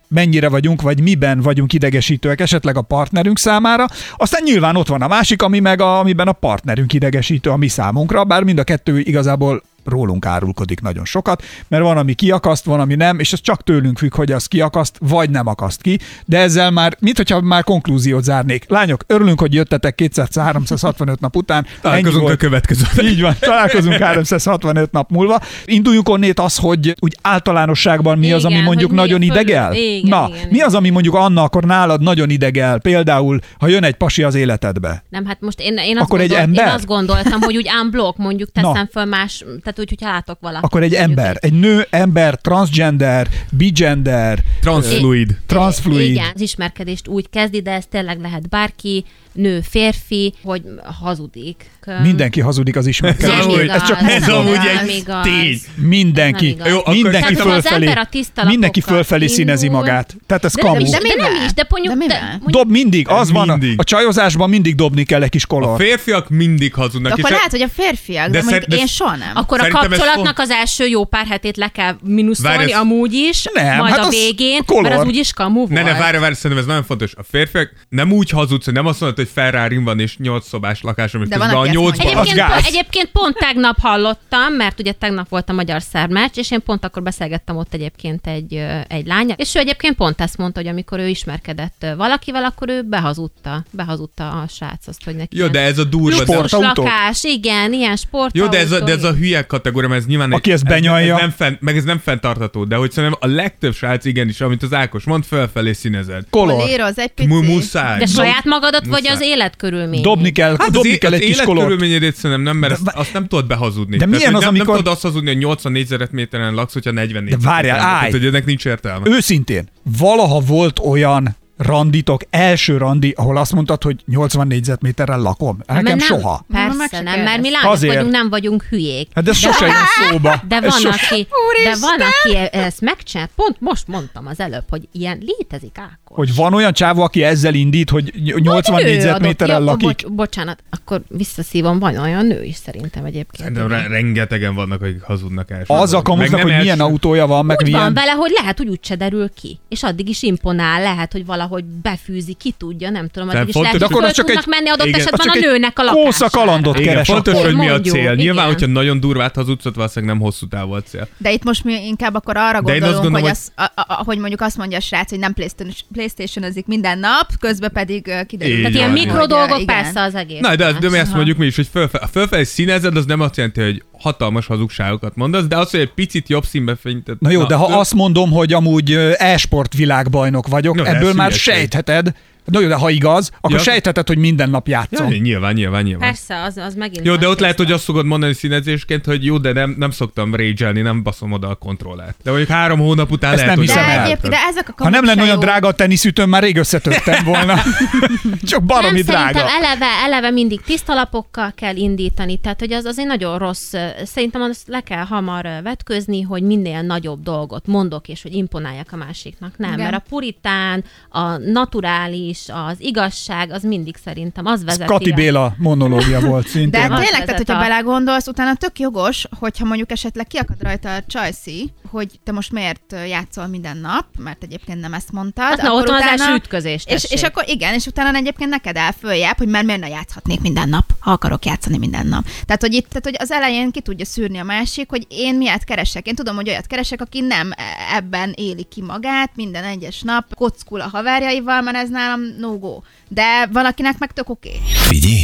[SPEAKER 5] mennyire vagyunk, vagy miben vagyunk idegesítőek esetleg a partnerünk számára. Aztán nyilván ott van a másik, ami meg a, amiben a partnerünk idegesítő a mi számunkra, bár mind a kettő igazából rólunk árulkodik nagyon sokat, mert van, ami kiakaszt, van, ami nem, és ez csak tőlünk függ, hogy az kiakaszt, vagy nem akaszt ki, de ezzel már, mint hogyha már konklúziót zárnék. Lányok, örülünk, hogy jöttetek 200-365 nap után. Ennyi
[SPEAKER 7] Találkozunk
[SPEAKER 5] volt.
[SPEAKER 7] a következő.
[SPEAKER 5] Így van, találkozunk 365 nap múlva. Induljunk onnét az, hogy úgy általánosságban mi az, ami
[SPEAKER 6] Igen,
[SPEAKER 5] mondjuk
[SPEAKER 6] hogy mi
[SPEAKER 5] nagyon
[SPEAKER 6] fölül-
[SPEAKER 5] idegel?
[SPEAKER 6] igen,
[SPEAKER 5] Na,
[SPEAKER 6] igen,
[SPEAKER 5] mi
[SPEAKER 6] igen.
[SPEAKER 5] az, ami mondjuk Anna akkor nálad nagyon idegel? Például, ha jön egy pasi az életedbe.
[SPEAKER 6] Nem, hát most én, én, azt
[SPEAKER 5] Akkor egy
[SPEAKER 6] gondolt,
[SPEAKER 5] ember?
[SPEAKER 6] én azt gondoltam, hogy úgy unblock mondjuk
[SPEAKER 5] Na.
[SPEAKER 6] teszem föl más, tehát tehát úgy, hogyha látok valakit.
[SPEAKER 5] Akkor egy
[SPEAKER 6] mondjuk
[SPEAKER 5] ember, egy nő, ember, transgender, bigender,
[SPEAKER 7] Transfluid.
[SPEAKER 5] transfluid.
[SPEAKER 6] Igen, az ismerkedést úgy kezdi, de ez tényleg lehet bárki, nő, férfi, hogy hazudik. Öm,
[SPEAKER 5] Mindenki hazudik az
[SPEAKER 7] Ez
[SPEAKER 6] Nem
[SPEAKER 5] ismerkedés.
[SPEAKER 7] amúgy,
[SPEAKER 6] igaz,
[SPEAKER 7] ez csak ez
[SPEAKER 6] nem
[SPEAKER 7] amúgy
[SPEAKER 6] igaz,
[SPEAKER 7] egy
[SPEAKER 6] igaz.
[SPEAKER 7] tény.
[SPEAKER 6] Nem
[SPEAKER 5] Mindenki.
[SPEAKER 6] igaz. Jó,
[SPEAKER 7] akkor
[SPEAKER 5] mindenki
[SPEAKER 7] Tehát,
[SPEAKER 6] ha az
[SPEAKER 5] fölfelé.
[SPEAKER 6] ember a tiszta
[SPEAKER 5] Mindenki
[SPEAKER 6] lapokkal
[SPEAKER 5] fölfelé
[SPEAKER 6] indul.
[SPEAKER 5] színezi magát. Tehát ez
[SPEAKER 6] De nem,
[SPEAKER 5] kamu.
[SPEAKER 6] is, de,
[SPEAKER 8] De
[SPEAKER 6] nem
[SPEAKER 8] mivel?
[SPEAKER 6] is, de mondjuk,
[SPEAKER 8] De
[SPEAKER 6] de
[SPEAKER 8] mivel?
[SPEAKER 6] mondjuk
[SPEAKER 5] Dob mindig, az van, a,
[SPEAKER 7] Mindig.
[SPEAKER 5] a csajozásban mindig dobni kell egy kis
[SPEAKER 7] A
[SPEAKER 5] kolor.
[SPEAKER 7] férfiak mindig hazudnak.
[SPEAKER 8] Akkor
[SPEAKER 7] és-
[SPEAKER 8] lehet, hogy a férfiak, de,
[SPEAKER 7] De
[SPEAKER 8] de mondjuk
[SPEAKER 7] szer- de-
[SPEAKER 8] én soha nem.
[SPEAKER 6] akkor a
[SPEAKER 7] Szerintem ez
[SPEAKER 6] kapcsolatnak
[SPEAKER 7] font-
[SPEAKER 6] az első jó pár hetét le kell minuszolni
[SPEAKER 7] Várj, ez-
[SPEAKER 6] amúgy is,
[SPEAKER 5] Nem,
[SPEAKER 6] majd
[SPEAKER 5] hát
[SPEAKER 6] a
[SPEAKER 5] az
[SPEAKER 6] végén,
[SPEAKER 5] kolor.
[SPEAKER 6] mert az úgyis kamu volt.
[SPEAKER 7] Ne, ne, várj, várj, szerintem ez nagyon fontos. A férfiak nem úgy hazudsz, hogy nem azt mondod, hogy Ferrari van és 8 szobás lakásom, és
[SPEAKER 8] De
[SPEAKER 7] közben
[SPEAKER 8] van,
[SPEAKER 7] a
[SPEAKER 8] aki ezt
[SPEAKER 7] 8
[SPEAKER 8] mondja.
[SPEAKER 5] Az
[SPEAKER 6] Egyébként,
[SPEAKER 5] gáz.
[SPEAKER 6] pont, egyébként pont tegnap hallottam, mert ugye tegnap volt a magyar szermács, és én pont akkor beszélgettem ott egyébként egy, ö, egy lánya, és ő egyébként pont ezt mondta, hogy amikor ő ismerkedett ö, valakivel, akkor ő behazudta, behazudta a srác azt, hogy neki
[SPEAKER 7] Jó, de ez a durva. de-
[SPEAKER 5] Sport.
[SPEAKER 6] Luxus
[SPEAKER 5] Sportautót?
[SPEAKER 6] lakás, igen, ilyen sport.
[SPEAKER 7] Jó, de ez a, de ez a hülye kategória, mert ez nyilván...
[SPEAKER 5] Aki
[SPEAKER 7] egy-
[SPEAKER 5] ezt benyalja.
[SPEAKER 7] Ez, ez nem fent, meg ez nem fenntartható, de hogy szerintem a legtöbb srác igenis, amit az Ákos mond, felfelé színezed.
[SPEAKER 5] Kolor.
[SPEAKER 8] Léra az egy pici.
[SPEAKER 7] Mu- muszáj.
[SPEAKER 6] De saját magadat, vagy
[SPEAKER 7] Muszáj.
[SPEAKER 6] az életkörülmény?
[SPEAKER 5] Dobni kell,
[SPEAKER 7] Hát
[SPEAKER 5] dobni
[SPEAKER 7] az,
[SPEAKER 5] kell
[SPEAKER 7] az
[SPEAKER 5] egy kis kolort.
[SPEAKER 7] életkörülményedét szerintem nem, mert ezt, azt nem tudod behazudni.
[SPEAKER 5] de milyen
[SPEAKER 7] hogy
[SPEAKER 5] az,
[SPEAKER 7] nem,
[SPEAKER 5] amikor-
[SPEAKER 7] Nem tudod azt hazudni, hogy 80 négyzetméteren laksz, hogyha 44
[SPEAKER 5] De várjál,
[SPEAKER 7] négyzetméteren.
[SPEAKER 5] állj!
[SPEAKER 7] Tehát, hogy ennek nincs értelme.
[SPEAKER 5] Őszintén, valaha volt olyan randitok, első randi, ahol azt mondtad, hogy 80 négyzetméterrel lakom?
[SPEAKER 6] Hát,
[SPEAKER 5] Nekem
[SPEAKER 6] mert nem,
[SPEAKER 5] soha.
[SPEAKER 8] Na, meg
[SPEAKER 6] Persze
[SPEAKER 8] se
[SPEAKER 6] nem, mert mi
[SPEAKER 8] kérdez.
[SPEAKER 6] lányok
[SPEAKER 5] Azért.
[SPEAKER 6] vagyunk, nem vagyunk hülyék.
[SPEAKER 5] Hát de ez sose jön szóba.
[SPEAKER 6] De
[SPEAKER 5] Ez
[SPEAKER 6] van,
[SPEAKER 5] sose-
[SPEAKER 6] aki, de van, aki e- ezt megcsinált. Pont most mondtam az előbb, hogy ilyen létezik Ákos.
[SPEAKER 5] Hogy van olyan csávó, aki ezzel indít, hogy ny- 80
[SPEAKER 6] Vagy nő
[SPEAKER 5] négyzetméterrel
[SPEAKER 6] adott. Jó,
[SPEAKER 5] lakik.
[SPEAKER 6] Bocs, bocsánat, akkor visszaszívom, van olyan nő is szerintem egyébként.
[SPEAKER 7] Szerintem re- rengetegen vannak, akik hazudnak el.
[SPEAKER 5] Az kamuznak, hogy milyen autója van, meg
[SPEAKER 6] Úgy van
[SPEAKER 5] milyen...
[SPEAKER 6] vele, hogy lehet, hogy úgyse derül ki. És addig is imponál, lehet, hogy valahogy befűzi, ki tudja, nem tudom,
[SPEAKER 7] Tehát
[SPEAKER 6] addig is
[SPEAKER 7] fontos,
[SPEAKER 6] lehet,
[SPEAKER 7] de
[SPEAKER 6] hogy
[SPEAKER 5] akkor
[SPEAKER 6] föl
[SPEAKER 5] az csak
[SPEAKER 6] tudnak
[SPEAKER 5] egy-
[SPEAKER 6] menni adott
[SPEAKER 7] igen, az
[SPEAKER 6] esetben
[SPEAKER 5] csak
[SPEAKER 6] a
[SPEAKER 5] egy
[SPEAKER 6] nőnek a lakására.
[SPEAKER 5] kósza kalandot kell.
[SPEAKER 7] Igen,
[SPEAKER 5] keres
[SPEAKER 7] fontos,
[SPEAKER 5] akkor.
[SPEAKER 7] hogy mi a
[SPEAKER 6] Mondjuk,
[SPEAKER 7] cél. Nyilván,
[SPEAKER 6] igen.
[SPEAKER 7] hogyha nagyon durvát hazudsz, valószínűleg nem hosszú távú a cél.
[SPEAKER 8] De itt most mi inkább akkor arra
[SPEAKER 7] De én azt
[SPEAKER 8] gondolunk,
[SPEAKER 7] gondolom,
[SPEAKER 8] hogy,
[SPEAKER 7] hogy-
[SPEAKER 8] az, a, a, a, hogy mondjuk azt mondja a srác, hogy nem Playstation- PlayStation-ezik minden nap, közben pedig ö, kiderül.
[SPEAKER 7] Így
[SPEAKER 6] Tehát
[SPEAKER 8] hogy-
[SPEAKER 6] ilyen
[SPEAKER 7] van, így van.
[SPEAKER 8] hogy, ö,
[SPEAKER 6] mikrodolgok
[SPEAKER 8] igen.
[SPEAKER 6] persze az egész.
[SPEAKER 7] Na, de,
[SPEAKER 5] Hát,
[SPEAKER 7] de mi ezt
[SPEAKER 6] Aha.
[SPEAKER 7] mondjuk mi is, hogy fölfe, a fölfelé színezed, az nem azt jelenti, hogy hatalmas hazugságokat mondasz, de az, hogy egy picit jobb színbe fényted.
[SPEAKER 5] Na jó, de ha azt mondom, hogy amúgy ö, e-sport világbajnok vagyok,
[SPEAKER 7] Jó, de
[SPEAKER 5] ebből
[SPEAKER 7] ez
[SPEAKER 5] már
[SPEAKER 7] hülyeség.
[SPEAKER 5] sejtheted. Na jó, de ha igaz, akkor
[SPEAKER 7] Ja.
[SPEAKER 5] sejtheted, hogy minden nap
[SPEAKER 7] Ja,
[SPEAKER 5] játszom.
[SPEAKER 7] nyilván, nyilván, nyilván.
[SPEAKER 6] Persze, az, az megint.
[SPEAKER 7] Jó,
[SPEAKER 6] más
[SPEAKER 7] de ott lehet,
[SPEAKER 6] tészta.
[SPEAKER 7] hogy azt szokod mondani színezésként, hogy jó, de nem, nem szoktam rage nem baszom oda a kontrollát. De mondjuk három hónap után
[SPEAKER 5] Ezt
[SPEAKER 7] lehet,
[SPEAKER 5] nem hiszem
[SPEAKER 7] hogy
[SPEAKER 5] el.
[SPEAKER 8] De
[SPEAKER 7] rá-
[SPEAKER 8] egyébként, de ezek a
[SPEAKER 5] Ha nem
[SPEAKER 8] kamuk
[SPEAKER 5] lenne
[SPEAKER 8] se
[SPEAKER 5] olyan
[SPEAKER 8] jók.
[SPEAKER 5] drága a teniszütőm, már rég összetörtem volna. Csak baromi
[SPEAKER 6] nem,
[SPEAKER 5] drága.
[SPEAKER 6] Szerintem eleve, eleve mindig tiszta lapokkal kell indítani, tehát hogy az azért nagyon rossz. ö, Szerintem azt le kell hamar ö, vetközni, hogy minél nagyobb dolgot mondok, és hogy imponáljak a másiknak. Nem,
[SPEAKER 8] Igen.
[SPEAKER 6] mert a puritán, a naturális, az igazság, az mindig szerintem az vezeti.
[SPEAKER 5] Kati
[SPEAKER 6] a-
[SPEAKER 5] Béla monológia volt
[SPEAKER 8] De
[SPEAKER 5] szintén.
[SPEAKER 8] hát
[SPEAKER 6] Tényleg.
[SPEAKER 8] tényleg, tehát,
[SPEAKER 6] Vezet a-
[SPEAKER 8] hogyha belegondolsz, utána tök jogos, hogyha mondjuk esetleg kiakad rajta a Chelsea, hogy te most miért ö, játszol minden nap, mert egyébként nem ezt mondtad.
[SPEAKER 6] Hát na,
[SPEAKER 8] akkor
[SPEAKER 6] ott van az első ütközés,
[SPEAKER 8] És, és
[SPEAKER 6] tessék.
[SPEAKER 8] akkor igen, és utána egyébként neked áll följebb, hogy már miért ne játszhatnék minden nap, ha akarok játszani minden nap. Tehát, hogy itt tehát, hogy az elején ki tudja szűrni a másik, hogy én miért keresek. Én tudom, hogy olyat keresek, aki nem e, ebben éli ki magát minden egyes nap, kockul a haverjaival, mert ez nálam no go. De van, akinek meg tök oké.
[SPEAKER 3] Figyelj!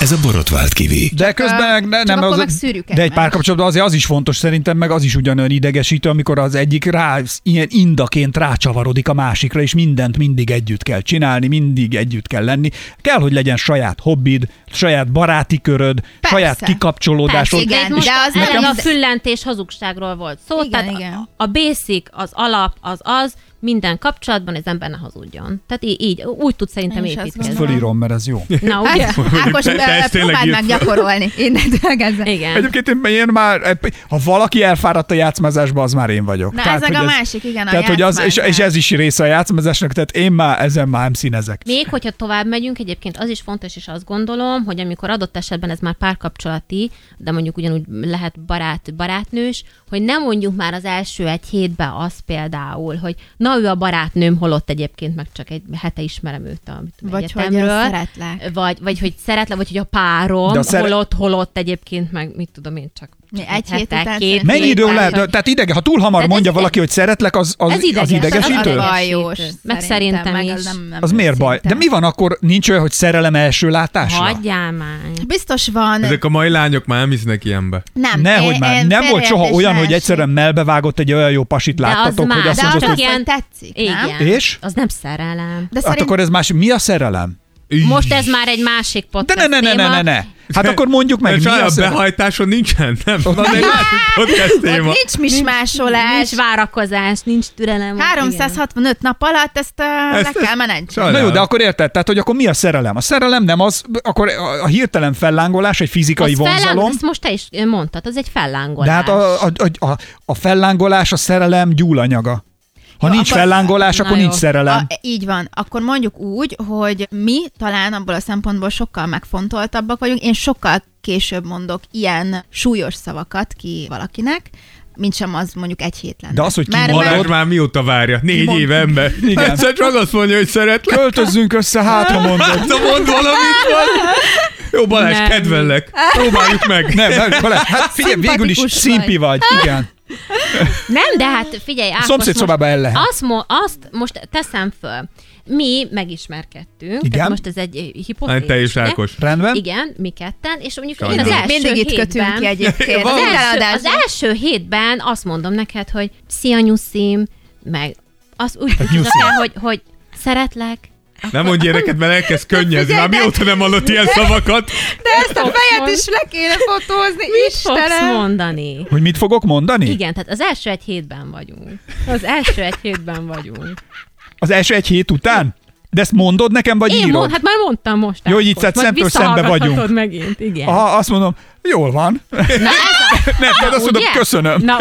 [SPEAKER 3] Ez a borotvált kivi.
[SPEAKER 5] De közben
[SPEAKER 8] Ö,
[SPEAKER 5] meg ne,
[SPEAKER 8] csak
[SPEAKER 5] nem
[SPEAKER 8] akkor
[SPEAKER 5] az,
[SPEAKER 8] meg szűrjük
[SPEAKER 5] De egy
[SPEAKER 8] egymást.
[SPEAKER 5] párkapcsolatban azért az is fontos szerintem, meg az is ugyanolyan idegesítő, amikor az egyik rá, ilyen indaként rácsavarodik a másikra, és mindent mindig együtt kell csinálni, mindig együtt kell lenni. Kell, hogy legyen saját hobbid, saját baráti köröd,
[SPEAKER 8] Persze.
[SPEAKER 5] saját kikapcsolódásod.
[SPEAKER 8] Persze, igen.
[SPEAKER 6] de most
[SPEAKER 8] de az
[SPEAKER 6] az elég
[SPEAKER 8] nekem-
[SPEAKER 6] a füllentés hazugságról volt szó,
[SPEAKER 8] Igen,
[SPEAKER 6] igen, tehát
[SPEAKER 8] igen.
[SPEAKER 6] igen. A, a basic, az alap, az az, minden kapcsolatban az ember ne hazudjon. Tehát í- így, úgy tud szerintem
[SPEAKER 8] Én is azt
[SPEAKER 6] építkezni.
[SPEAKER 8] gondolom. Hát,
[SPEAKER 5] Fölírom, mert ez jó.
[SPEAKER 6] Na, ugye?
[SPEAKER 8] Á- Ákos,
[SPEAKER 7] Te- te
[SPEAKER 8] be-
[SPEAKER 7] ezt tényleg
[SPEAKER 8] próbáld
[SPEAKER 7] írd
[SPEAKER 8] meg
[SPEAKER 7] fel.
[SPEAKER 8] gyakorolni. Innentől kezdve.
[SPEAKER 6] Igen.
[SPEAKER 5] Egyébként én, én már, ha valaki elfáradt a játszmázásba, az már én vagyok.
[SPEAKER 8] Na, ez meg a másik, igen, a
[SPEAKER 5] tehát, hogy az, és,
[SPEAKER 8] játszmázás.
[SPEAKER 5] és, ez is része a játszmázásnak, tehát én már ezen már nem színezek.
[SPEAKER 6] Még hogyha tovább megyünk, egyébként az is fontos, és azt gondolom, hogy amikor adott esetben ez már párkapcsolati, de mondjuk ugyanúgy lehet barát, barátnős, hogy nem mondjuk már az első egy hétben az például, hogy na ő a barátnőm, holott egyébként meg csak egy hete ismerem őt a mit tudom,
[SPEAKER 8] Vagy hogy
[SPEAKER 6] egyetemről.
[SPEAKER 8] én szeretlek.
[SPEAKER 6] Vagy, vagy hogy szeretlek, vagy hogy a párom,
[SPEAKER 5] De a
[SPEAKER 6] a
[SPEAKER 5] szere-
[SPEAKER 6] szere... holott, holott egyébként meg mit tudom én csak
[SPEAKER 8] Mi,
[SPEAKER 6] csak
[SPEAKER 8] egy hét
[SPEAKER 6] hete,
[SPEAKER 8] után
[SPEAKER 6] két
[SPEAKER 8] szeretlek?
[SPEAKER 5] Mennyi
[SPEAKER 6] hét
[SPEAKER 5] idő
[SPEAKER 6] után,
[SPEAKER 5] lehet?
[SPEAKER 6] csak-
[SPEAKER 5] Tehát ideg, ha túl hamar
[SPEAKER 6] Tehát
[SPEAKER 5] mondja
[SPEAKER 6] ez-
[SPEAKER 5] valaki, hogy szeretlek, az, az,
[SPEAKER 6] Ez ideges,
[SPEAKER 5] az idegesítő?
[SPEAKER 6] az-
[SPEAKER 8] Bajós,
[SPEAKER 6] Meg
[SPEAKER 8] szerintem,
[SPEAKER 6] szerintem
[SPEAKER 8] meg
[SPEAKER 6] is.
[SPEAKER 8] nem- nem
[SPEAKER 5] Az miért baj? De
[SPEAKER 8] szerintem.
[SPEAKER 5] mi van akkor, nincs olyan, hogy szerelem első látásra?
[SPEAKER 6] Hagyjál már.
[SPEAKER 8] Biztos van.
[SPEAKER 7] Ezek a mai lányok már nem hisznek ilyenbe.
[SPEAKER 8] Nem,
[SPEAKER 5] Nehogy
[SPEAKER 8] e-
[SPEAKER 5] már. Nem volt soha olyan, hogy egyszerűen melbevágott egy olyan jó pasit
[SPEAKER 6] az
[SPEAKER 5] láttatok,
[SPEAKER 6] már- hát
[SPEAKER 5] hogy azt
[SPEAKER 8] De az
[SPEAKER 5] mondod, hogy
[SPEAKER 6] mondod,
[SPEAKER 8] csak
[SPEAKER 6] hogy-
[SPEAKER 8] ilyen tetszik, nem?
[SPEAKER 6] Igen.
[SPEAKER 5] És?
[SPEAKER 6] Az nem szerelem.
[SPEAKER 8] De
[SPEAKER 5] hát
[SPEAKER 8] szerintem
[SPEAKER 5] akkor ez más. Mi a szerelem?
[SPEAKER 6] Most ez már egy másik podcast
[SPEAKER 5] De ne, ne, ne, ne,
[SPEAKER 6] téma.
[SPEAKER 5] ne, ne. Hát akkor mondjuk meg, mi
[SPEAKER 7] mi a
[SPEAKER 5] az
[SPEAKER 7] behajtáson nincsen, nem?
[SPEAKER 5] Ott
[SPEAKER 7] Na, de
[SPEAKER 5] nincs.
[SPEAKER 7] másik podcast
[SPEAKER 8] Ott
[SPEAKER 7] téma.
[SPEAKER 8] nincs mismásolás.
[SPEAKER 6] Nincs várakozás, nincs türelem. igen.
[SPEAKER 8] 365 nap alatt ezt, uh,
[SPEAKER 7] Ezt-
[SPEAKER 8] le kell
[SPEAKER 7] ezt-
[SPEAKER 8] menedzselni.
[SPEAKER 7] Sajnálom.
[SPEAKER 5] Na jó, de akkor érted, tehát hogy akkor mi a szerelem? A szerelem nem az, akkor a, a hirtelen fellángolás egy fizikai
[SPEAKER 6] Az
[SPEAKER 5] vonzalom.
[SPEAKER 6] fellángol- Ezt most te is ö, mondtad, az egy fellángolás.
[SPEAKER 5] De hát a, a, a, a, a fellángolás a szerelem gyúlanyaga. Ha
[SPEAKER 8] Jó,
[SPEAKER 5] nincs
[SPEAKER 8] akkor-
[SPEAKER 5] fellángolás,
[SPEAKER 6] na
[SPEAKER 5] akkor
[SPEAKER 6] jó.
[SPEAKER 5] nincs szerelem.
[SPEAKER 8] A, így van. Akkor mondjuk úgy, hogy mi talán abból a szempontból sokkal megfontoltabbak vagyunk. Én sokkal később mondok ilyen súlyos szavakat ki valakinek, mint sem az mondjuk egy hét lenne.
[SPEAKER 5] De az, hogy ki
[SPEAKER 8] Mert-
[SPEAKER 5] mondod-
[SPEAKER 7] Balázs
[SPEAKER 8] mert-
[SPEAKER 7] már mióta várja? Négy
[SPEAKER 5] Mond-
[SPEAKER 7] éve ember.
[SPEAKER 5] Igen.
[SPEAKER 7] Egyszer csak azt mondja, hogy szeretlek.
[SPEAKER 5] Költözzünk össze, hát ha mondod.
[SPEAKER 7] Hát, na mond valamit, vagy? Jó, Balázs,
[SPEAKER 6] Nem.
[SPEAKER 7] kedvellek. Próbáljuk meg.
[SPEAKER 5] Nem, nem, Balázs, hát figyelj, végül is
[SPEAKER 6] Szimpatikus Hát
[SPEAKER 5] szimpi vagy. Igen.
[SPEAKER 6] Nem, de hát figyelj, Ákos,
[SPEAKER 5] szomszéd szobába el lehet.
[SPEAKER 6] Azt, mo- azt most teszem föl. Mi megismerkedtünk,
[SPEAKER 5] Igen.
[SPEAKER 6] tehát most ez egy ö, hipotézis.
[SPEAKER 7] Hát te is,
[SPEAKER 6] ugye?
[SPEAKER 7] Ákos.
[SPEAKER 5] Rendben?
[SPEAKER 6] Igen, mi ketten, és mondjuk én
[SPEAKER 7] Sajnálom.
[SPEAKER 6] az első
[SPEAKER 8] mindig itt
[SPEAKER 6] hétben,
[SPEAKER 8] kötünk ki egyébként.
[SPEAKER 7] Van.
[SPEAKER 8] Az
[SPEAKER 6] Az első,
[SPEAKER 8] eladás-
[SPEAKER 6] az első hétben azt mondom neked, hogy szia nyuszim, meg azt úgy
[SPEAKER 5] Hát nyuszi.
[SPEAKER 6] el, hogy, hogy szeretlek.
[SPEAKER 7] Nem mondj ilyeneket, mert elkezd könnyezni. Már
[SPEAKER 8] Figyelj, de-
[SPEAKER 7] mióta nem hallott ilyen szavakat?
[SPEAKER 8] De ezt a fejet is le kéne fotózni,
[SPEAKER 6] Mit fogsz
[SPEAKER 8] Istenem!
[SPEAKER 6] mondani?
[SPEAKER 5] Hogy mit fogok mondani?
[SPEAKER 6] Igen, tehát az első egy hétben vagyunk. Az első egy hétben vagyunk.
[SPEAKER 5] Az első egy hét után? De ezt mondod nekem, vagy
[SPEAKER 6] Én
[SPEAKER 5] írod?
[SPEAKER 6] mond, hát már mondtam most.
[SPEAKER 5] Jó, hogy
[SPEAKER 6] Ákos,
[SPEAKER 5] itt tehát
[SPEAKER 6] majd
[SPEAKER 5] szemtől szembe vagyunk.
[SPEAKER 6] visszahallgathatod megint, igen.
[SPEAKER 5] Aha, azt mondom, jól van.
[SPEAKER 6] Na, ez a...
[SPEAKER 5] Nem, tehát azt mondom,
[SPEAKER 6] Ugye?
[SPEAKER 5] köszönöm.
[SPEAKER 6] Na,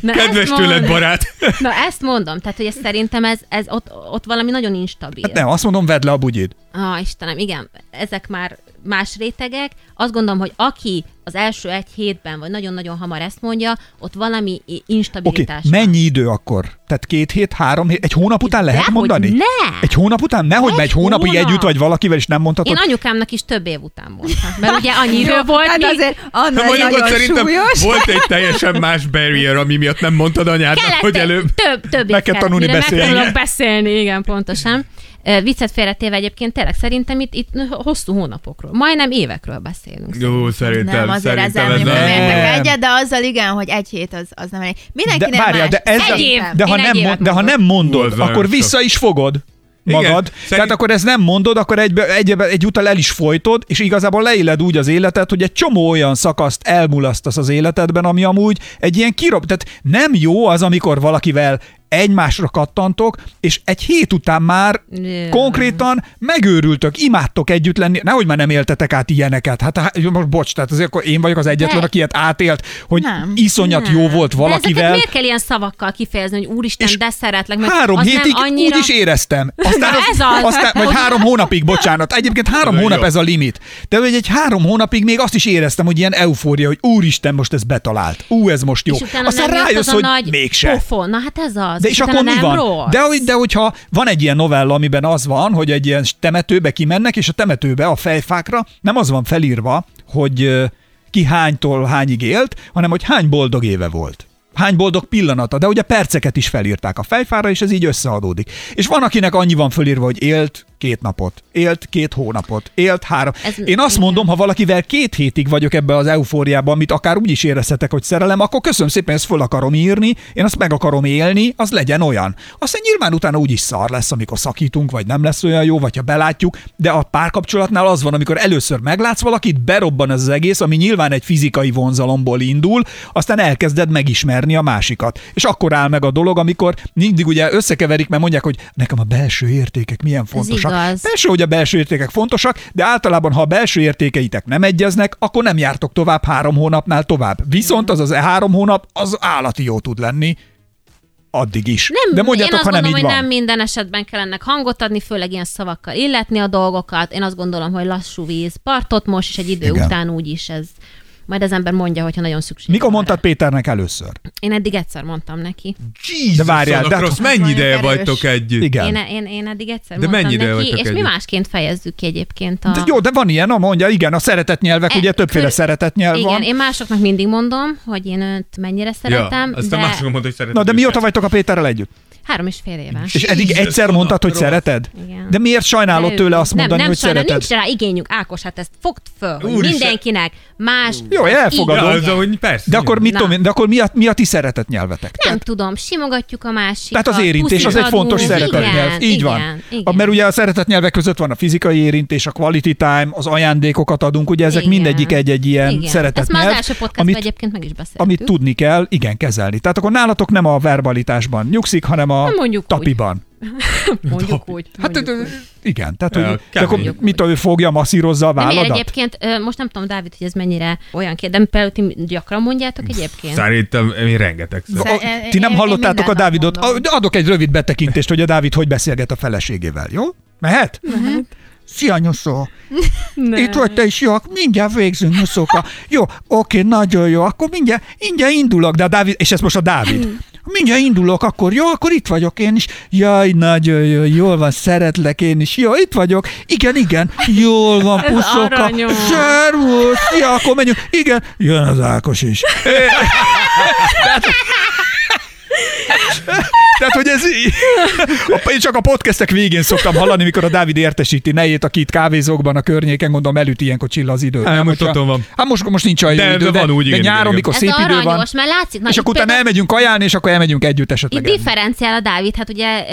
[SPEAKER 6] na,
[SPEAKER 7] Kedves
[SPEAKER 6] ezt
[SPEAKER 7] tőled,
[SPEAKER 6] mondom.
[SPEAKER 7] barát.
[SPEAKER 6] Na ezt mondom, tehát hogy ez szerintem ez, ez ott, ott valami nagyon instabil.
[SPEAKER 5] Hát nem, azt mondom, vedd le a bugyid.
[SPEAKER 6] Ah, Istenem, igen, ezek már más rétegek. Azt gondolom, hogy aki az első egy hétben, vagy nagyon-nagyon hamar ezt mondja, ott valami i-
[SPEAKER 5] Oké,
[SPEAKER 6] instabilitás van.
[SPEAKER 5] mennyi idő akkor? Tehát két hét, három hét, egy hónap után
[SPEAKER 6] De
[SPEAKER 5] lehet
[SPEAKER 6] hogy
[SPEAKER 5] mondani?
[SPEAKER 6] ne!
[SPEAKER 5] Egy hónap után? Nehogy
[SPEAKER 6] Egy
[SPEAKER 5] már egy hónapig
[SPEAKER 6] hónap.
[SPEAKER 5] együtt vagy valakivel, és nem
[SPEAKER 6] Én
[SPEAKER 5] mondhatod.
[SPEAKER 6] anyukámnak is több év után mondtam, mert ugye annyi idő volt,
[SPEAKER 8] Hát
[SPEAKER 6] míg
[SPEAKER 8] azért Anna
[SPEAKER 7] Na, mondjuk ott
[SPEAKER 8] nagyon
[SPEAKER 7] szerintem
[SPEAKER 8] súlyos.
[SPEAKER 7] volt egy teljesen más barrier, ami miatt nem mondtad anyádnak,
[SPEAKER 6] kellett
[SPEAKER 7] hogy
[SPEAKER 6] egy-
[SPEAKER 7] előbb.
[SPEAKER 6] Több, több
[SPEAKER 5] Meg
[SPEAKER 6] év
[SPEAKER 5] kell
[SPEAKER 6] kellett,
[SPEAKER 5] tanulni
[SPEAKER 6] mire
[SPEAKER 5] beszélni.
[SPEAKER 6] Meg tanulok beszélni, igen, pontosan. Ö, Viccet félretéve egyébként tényleg szerintem itt, itt hosszú hónapokról, majdnem évekről beszélünk.
[SPEAKER 7] Jó, szerintem,
[SPEAKER 8] Nem, azért ezzel
[SPEAKER 7] szerintem
[SPEAKER 8] mondjuk nem
[SPEAKER 5] nem.
[SPEAKER 8] értek egyet, de azzal igen, hogy egy hét az, az nem elég.
[SPEAKER 5] De,
[SPEAKER 8] Mindenkinek
[SPEAKER 5] várja,
[SPEAKER 8] más.
[SPEAKER 5] de, ez
[SPEAKER 6] Egy év.
[SPEAKER 5] a, de, ha
[SPEAKER 6] Én egy
[SPEAKER 5] nem
[SPEAKER 6] évet
[SPEAKER 5] mond, de ha
[SPEAKER 6] mondok.
[SPEAKER 5] nem mondod,
[SPEAKER 7] Hozzá
[SPEAKER 5] akkor
[SPEAKER 7] sok.
[SPEAKER 5] vissza is fogod
[SPEAKER 7] Igen,
[SPEAKER 5] magad. Tehát
[SPEAKER 7] szerint-
[SPEAKER 5] akkor ezt nem mondod, akkor egy, egy, egy utal el is folytod, és igazából leéled úgy az életet, hogy egy csomó olyan szakaszt elmulasztasz az életedben, ami amúgy egy ilyen kirob. Tehát nem jó az, amikor valakivel egymásra kattantok, és egy hét után már
[SPEAKER 6] Ja.
[SPEAKER 5] konkrétan megőrültök, imádtok együtt lenni, nehogy már nem éltetek át ilyeneket. Hát, hát most bocs, tehát azért akkor én vagyok az egyetlen,
[SPEAKER 6] De-
[SPEAKER 5] aki ilyet átélt, hogy
[SPEAKER 8] Nem.
[SPEAKER 5] iszonyat jó volt
[SPEAKER 6] De ezeket
[SPEAKER 5] valakivel,
[SPEAKER 6] miért kell ilyen szavakkal kifejezni, hogy úristen,
[SPEAKER 5] És
[SPEAKER 6] de szeretlek, mert
[SPEAKER 5] Három
[SPEAKER 6] az
[SPEAKER 5] hétig
[SPEAKER 6] nem annyira...
[SPEAKER 5] úgy is éreztem. Aztán,
[SPEAKER 6] Na, ez az.
[SPEAKER 5] aztán vagy három hónapig, bocsánat. Egyébként három
[SPEAKER 7] Ez
[SPEAKER 5] hónap
[SPEAKER 7] jó.
[SPEAKER 5] ez a limit. De hogy egy három hónapig még azt is éreztem, hogy ilyen eufória, hogy úristen, most ez betalált. Ú, ez most jó.
[SPEAKER 6] És utána
[SPEAKER 5] Aztán
[SPEAKER 6] nem jött
[SPEAKER 5] rájössz,
[SPEAKER 6] az a
[SPEAKER 5] hogy
[SPEAKER 6] nagy
[SPEAKER 5] mégse.
[SPEAKER 6] Pofon. Na hát ez az.
[SPEAKER 5] De és
[SPEAKER 6] utána
[SPEAKER 5] akkor mi
[SPEAKER 6] nem
[SPEAKER 5] van?
[SPEAKER 6] Rossz.
[SPEAKER 5] De, hogy- de hogyha van egy ilyen novella, amiben az van, hogy egy ilyen temetőbe kimennek, és a temetőbe a fejfákra nem az van felírva, hogy ö, ki hánytól hányig élt, hanem hogy hány boldog éve volt. Hány boldog pillanata, de ugye perceket is felírták a fejfára, és ez így összeadódik. És van, akinek annyi van fölírva, hogy élt két napot, élt két hónapot, élt három.
[SPEAKER 6] Ez-
[SPEAKER 5] Én azt
[SPEAKER 6] igen.
[SPEAKER 5] mondom, ha valakivel két hétig vagyok ebbe az eufóriában, amit akár úgy is érezhetek, hogy szerelem, akkor köszönöm szépen, ezt föl akarom írni, én azt meg akarom élni, az legyen olyan. Aztán nyilván utána úgy is szar lesz, amikor szakítunk, vagy nem lesz olyan jó, vagy ha belátjuk, de a párkapcsolatnál az van, amikor először meglátsz valakit, berobban ez az egész, ami nyilván egy fizikai vonzalomból indul, aztán elkezded megismerni a másikat. És akkor áll meg a dolog, amikor mindig ugye összekeverik, mert mondják, hogy nekem a belső értékek milyen fontosak.
[SPEAKER 6] igaz.
[SPEAKER 5] Persze, hogy a belső értékek fontosak, de általában, ha a belső értékeitek nem egyeznek, akkor nem jártok tovább három hónapnál tovább. Viszont az az e három hónap az állati jó tud lenni. Addig is.
[SPEAKER 6] Nem,
[SPEAKER 5] de mondjátok,
[SPEAKER 6] én azt
[SPEAKER 5] ha nem
[SPEAKER 6] gondolom,
[SPEAKER 5] így
[SPEAKER 6] hogy
[SPEAKER 5] van.
[SPEAKER 6] nem minden esetben kell ennek hangot adni, főleg ilyen szavakkal illetni a dolgokat. Én azt gondolom, hogy lassú víz, partot most, és egy idő
[SPEAKER 5] Igen.
[SPEAKER 6] Igen. után úgy is ez. Majd az ember mondja, hogyha nagyon szükség
[SPEAKER 5] Mikor
[SPEAKER 6] van
[SPEAKER 5] mondtad
[SPEAKER 6] rá.
[SPEAKER 5] Péternek először?
[SPEAKER 6] Én eddig egyszer mondtam neki.
[SPEAKER 7] Jesus,
[SPEAKER 5] De várjál,
[SPEAKER 7] annak
[SPEAKER 5] de- hát-
[SPEAKER 7] rossz, mennyi
[SPEAKER 8] Nagyon
[SPEAKER 7] ideje
[SPEAKER 8] erős.
[SPEAKER 7] vagytok együtt?
[SPEAKER 5] Igen.
[SPEAKER 6] Én, e- én, én eddig egyszer
[SPEAKER 7] De
[SPEAKER 6] mondtam
[SPEAKER 7] mennyi ideje
[SPEAKER 6] neki,
[SPEAKER 7] vagytok
[SPEAKER 6] és mi
[SPEAKER 7] együtt?
[SPEAKER 6] másként fejezzük ki egyébként a...
[SPEAKER 5] De jó, de van ilyen, a mondja, igen, a szeretetnyelvek,
[SPEAKER 6] E-
[SPEAKER 5] ugye többféle
[SPEAKER 6] kör-
[SPEAKER 5] szeretetnyelv
[SPEAKER 6] Igen,
[SPEAKER 5] van.
[SPEAKER 6] én másoknak mindig mondom, hogy én önt mennyire
[SPEAKER 7] Ja,
[SPEAKER 6] szeretem,
[SPEAKER 7] aztán
[SPEAKER 6] de...
[SPEAKER 7] másokon mondta, hogy szeretem.
[SPEAKER 5] Na, de mióta vagytok a Péterrel együtt?
[SPEAKER 6] Három és fél éve.
[SPEAKER 5] És eddig egyszer mondtad, hogy szereted?
[SPEAKER 6] Igen.
[SPEAKER 5] De miért sajnálod
[SPEAKER 6] Nem,
[SPEAKER 5] tőle azt
[SPEAKER 6] nem,
[SPEAKER 5] mondani,
[SPEAKER 6] nem
[SPEAKER 5] hogy
[SPEAKER 6] sajnálom,
[SPEAKER 5] szereted?
[SPEAKER 6] Nincs rá igényünk, Ákos, hát ezt fogd föl, hogy
[SPEAKER 7] Úristen.
[SPEAKER 6] mindenkinek más.
[SPEAKER 5] Jó, elfogadom.
[SPEAKER 7] Ja,
[SPEAKER 6] igénye.
[SPEAKER 7] az, hogy persze.
[SPEAKER 5] De akkor mit
[SPEAKER 6] Na.
[SPEAKER 5] tudom én, de akkor mi a, mi a ti szeretet nyelvetek?
[SPEAKER 6] Nem tudom, simogatjuk a másikat.
[SPEAKER 5] Tehát az érintés, az
[SPEAKER 6] puszit
[SPEAKER 5] egy fontos
[SPEAKER 6] adunk.
[SPEAKER 5] szeretetnyelv.
[SPEAKER 6] Igen,
[SPEAKER 5] Így
[SPEAKER 6] igen,
[SPEAKER 5] van.
[SPEAKER 6] Igen.
[SPEAKER 5] A, mert ugye a szeretetnyelvek között van a fizikai érintés, a quality time, az ajándékokat adunk, ugye ezek
[SPEAKER 6] Igen.
[SPEAKER 5] mindegyik egy-egy ilyen
[SPEAKER 6] igen. Ezt már az
[SPEAKER 5] szeretetnyelv,
[SPEAKER 6] első podcastban
[SPEAKER 5] amit,
[SPEAKER 6] egyébként meg is beszéltük.
[SPEAKER 5] amit tudni kell, igen, kezelni. Tehát akkor nálatok nem a verbalitásban nyugszik, hanem a
[SPEAKER 6] Nem mondjuk úgy.
[SPEAKER 5] tapiban.
[SPEAKER 6] mondjuk úgy.
[SPEAKER 5] Hát
[SPEAKER 6] mondjuk
[SPEAKER 5] ö,
[SPEAKER 6] úgy.
[SPEAKER 5] igen, tehát
[SPEAKER 7] Ja,
[SPEAKER 5] hogy de
[SPEAKER 7] kemény.
[SPEAKER 5] akkor mit tudom, ő fogja, masszírozza a
[SPEAKER 6] De miért
[SPEAKER 5] válladat?
[SPEAKER 6] egyébként, ö, most nem tudom, Dávid, hogy ez mennyire olyan kérdés, de például ti gyakran mondjátok egyébként.
[SPEAKER 7] Szerintem én rengeteg
[SPEAKER 5] Szóval A-
[SPEAKER 7] szem.
[SPEAKER 8] Szer- Szóval én-
[SPEAKER 5] Ti nem
[SPEAKER 8] én- én
[SPEAKER 5] hallottátok
[SPEAKER 8] minden
[SPEAKER 5] a
[SPEAKER 8] nap
[SPEAKER 5] Dávidot?
[SPEAKER 8] mondom.
[SPEAKER 5] A- Adok egy rövid betekintést, hogy a Dávid hogy beszélget a feleségével, jó? Mehet? Szia, nyuszó! Itt vagy te is, jó, akkor mindjárt végzünk, nyuszóka. Jó, oké, nagyon jó, akkor mindjárt, mindjárt indulok, de a Dávid, és ez most a Dávid. Mindjárt indulok, akkor jó, akkor itt vagyok én is. Jaj, nagyon jó, jól van, szeretlek én is. Jó, itt vagyok. Igen, igen, jól van, puszoka.
[SPEAKER 6] aranyos.
[SPEAKER 5] Szervusz, ja, akkor menjünk. Igen, jön az Ákos is. Tehát, hogy ez... A- Én csak a podcastek végén szoktam hallani, mikor a Dávid értesíti nejét, aki itt kávézókban a környéken, gondolom elüt ilyenkor csilla az idő.
[SPEAKER 7] Hát,
[SPEAKER 5] Nem,
[SPEAKER 7] most
[SPEAKER 5] hogyha-
[SPEAKER 7] otthon van.
[SPEAKER 5] Hát most, most nincs olyan
[SPEAKER 7] De-
[SPEAKER 5] jó idő,
[SPEAKER 7] de van úgy,
[SPEAKER 5] de
[SPEAKER 7] igen,
[SPEAKER 5] nyáron,
[SPEAKER 7] igen,
[SPEAKER 5] mikor
[SPEAKER 6] ez
[SPEAKER 5] szép idő
[SPEAKER 6] aranyos,
[SPEAKER 5] van,
[SPEAKER 6] mert látszik. Na,
[SPEAKER 5] és
[SPEAKER 6] itt
[SPEAKER 5] akkor utána
[SPEAKER 6] például-
[SPEAKER 5] elmegyünk ajánlni, és akkor elmegyünk együtt
[SPEAKER 6] Itt
[SPEAKER 5] esetleg. enni.
[SPEAKER 6] differenciál a Dávid, hát ugye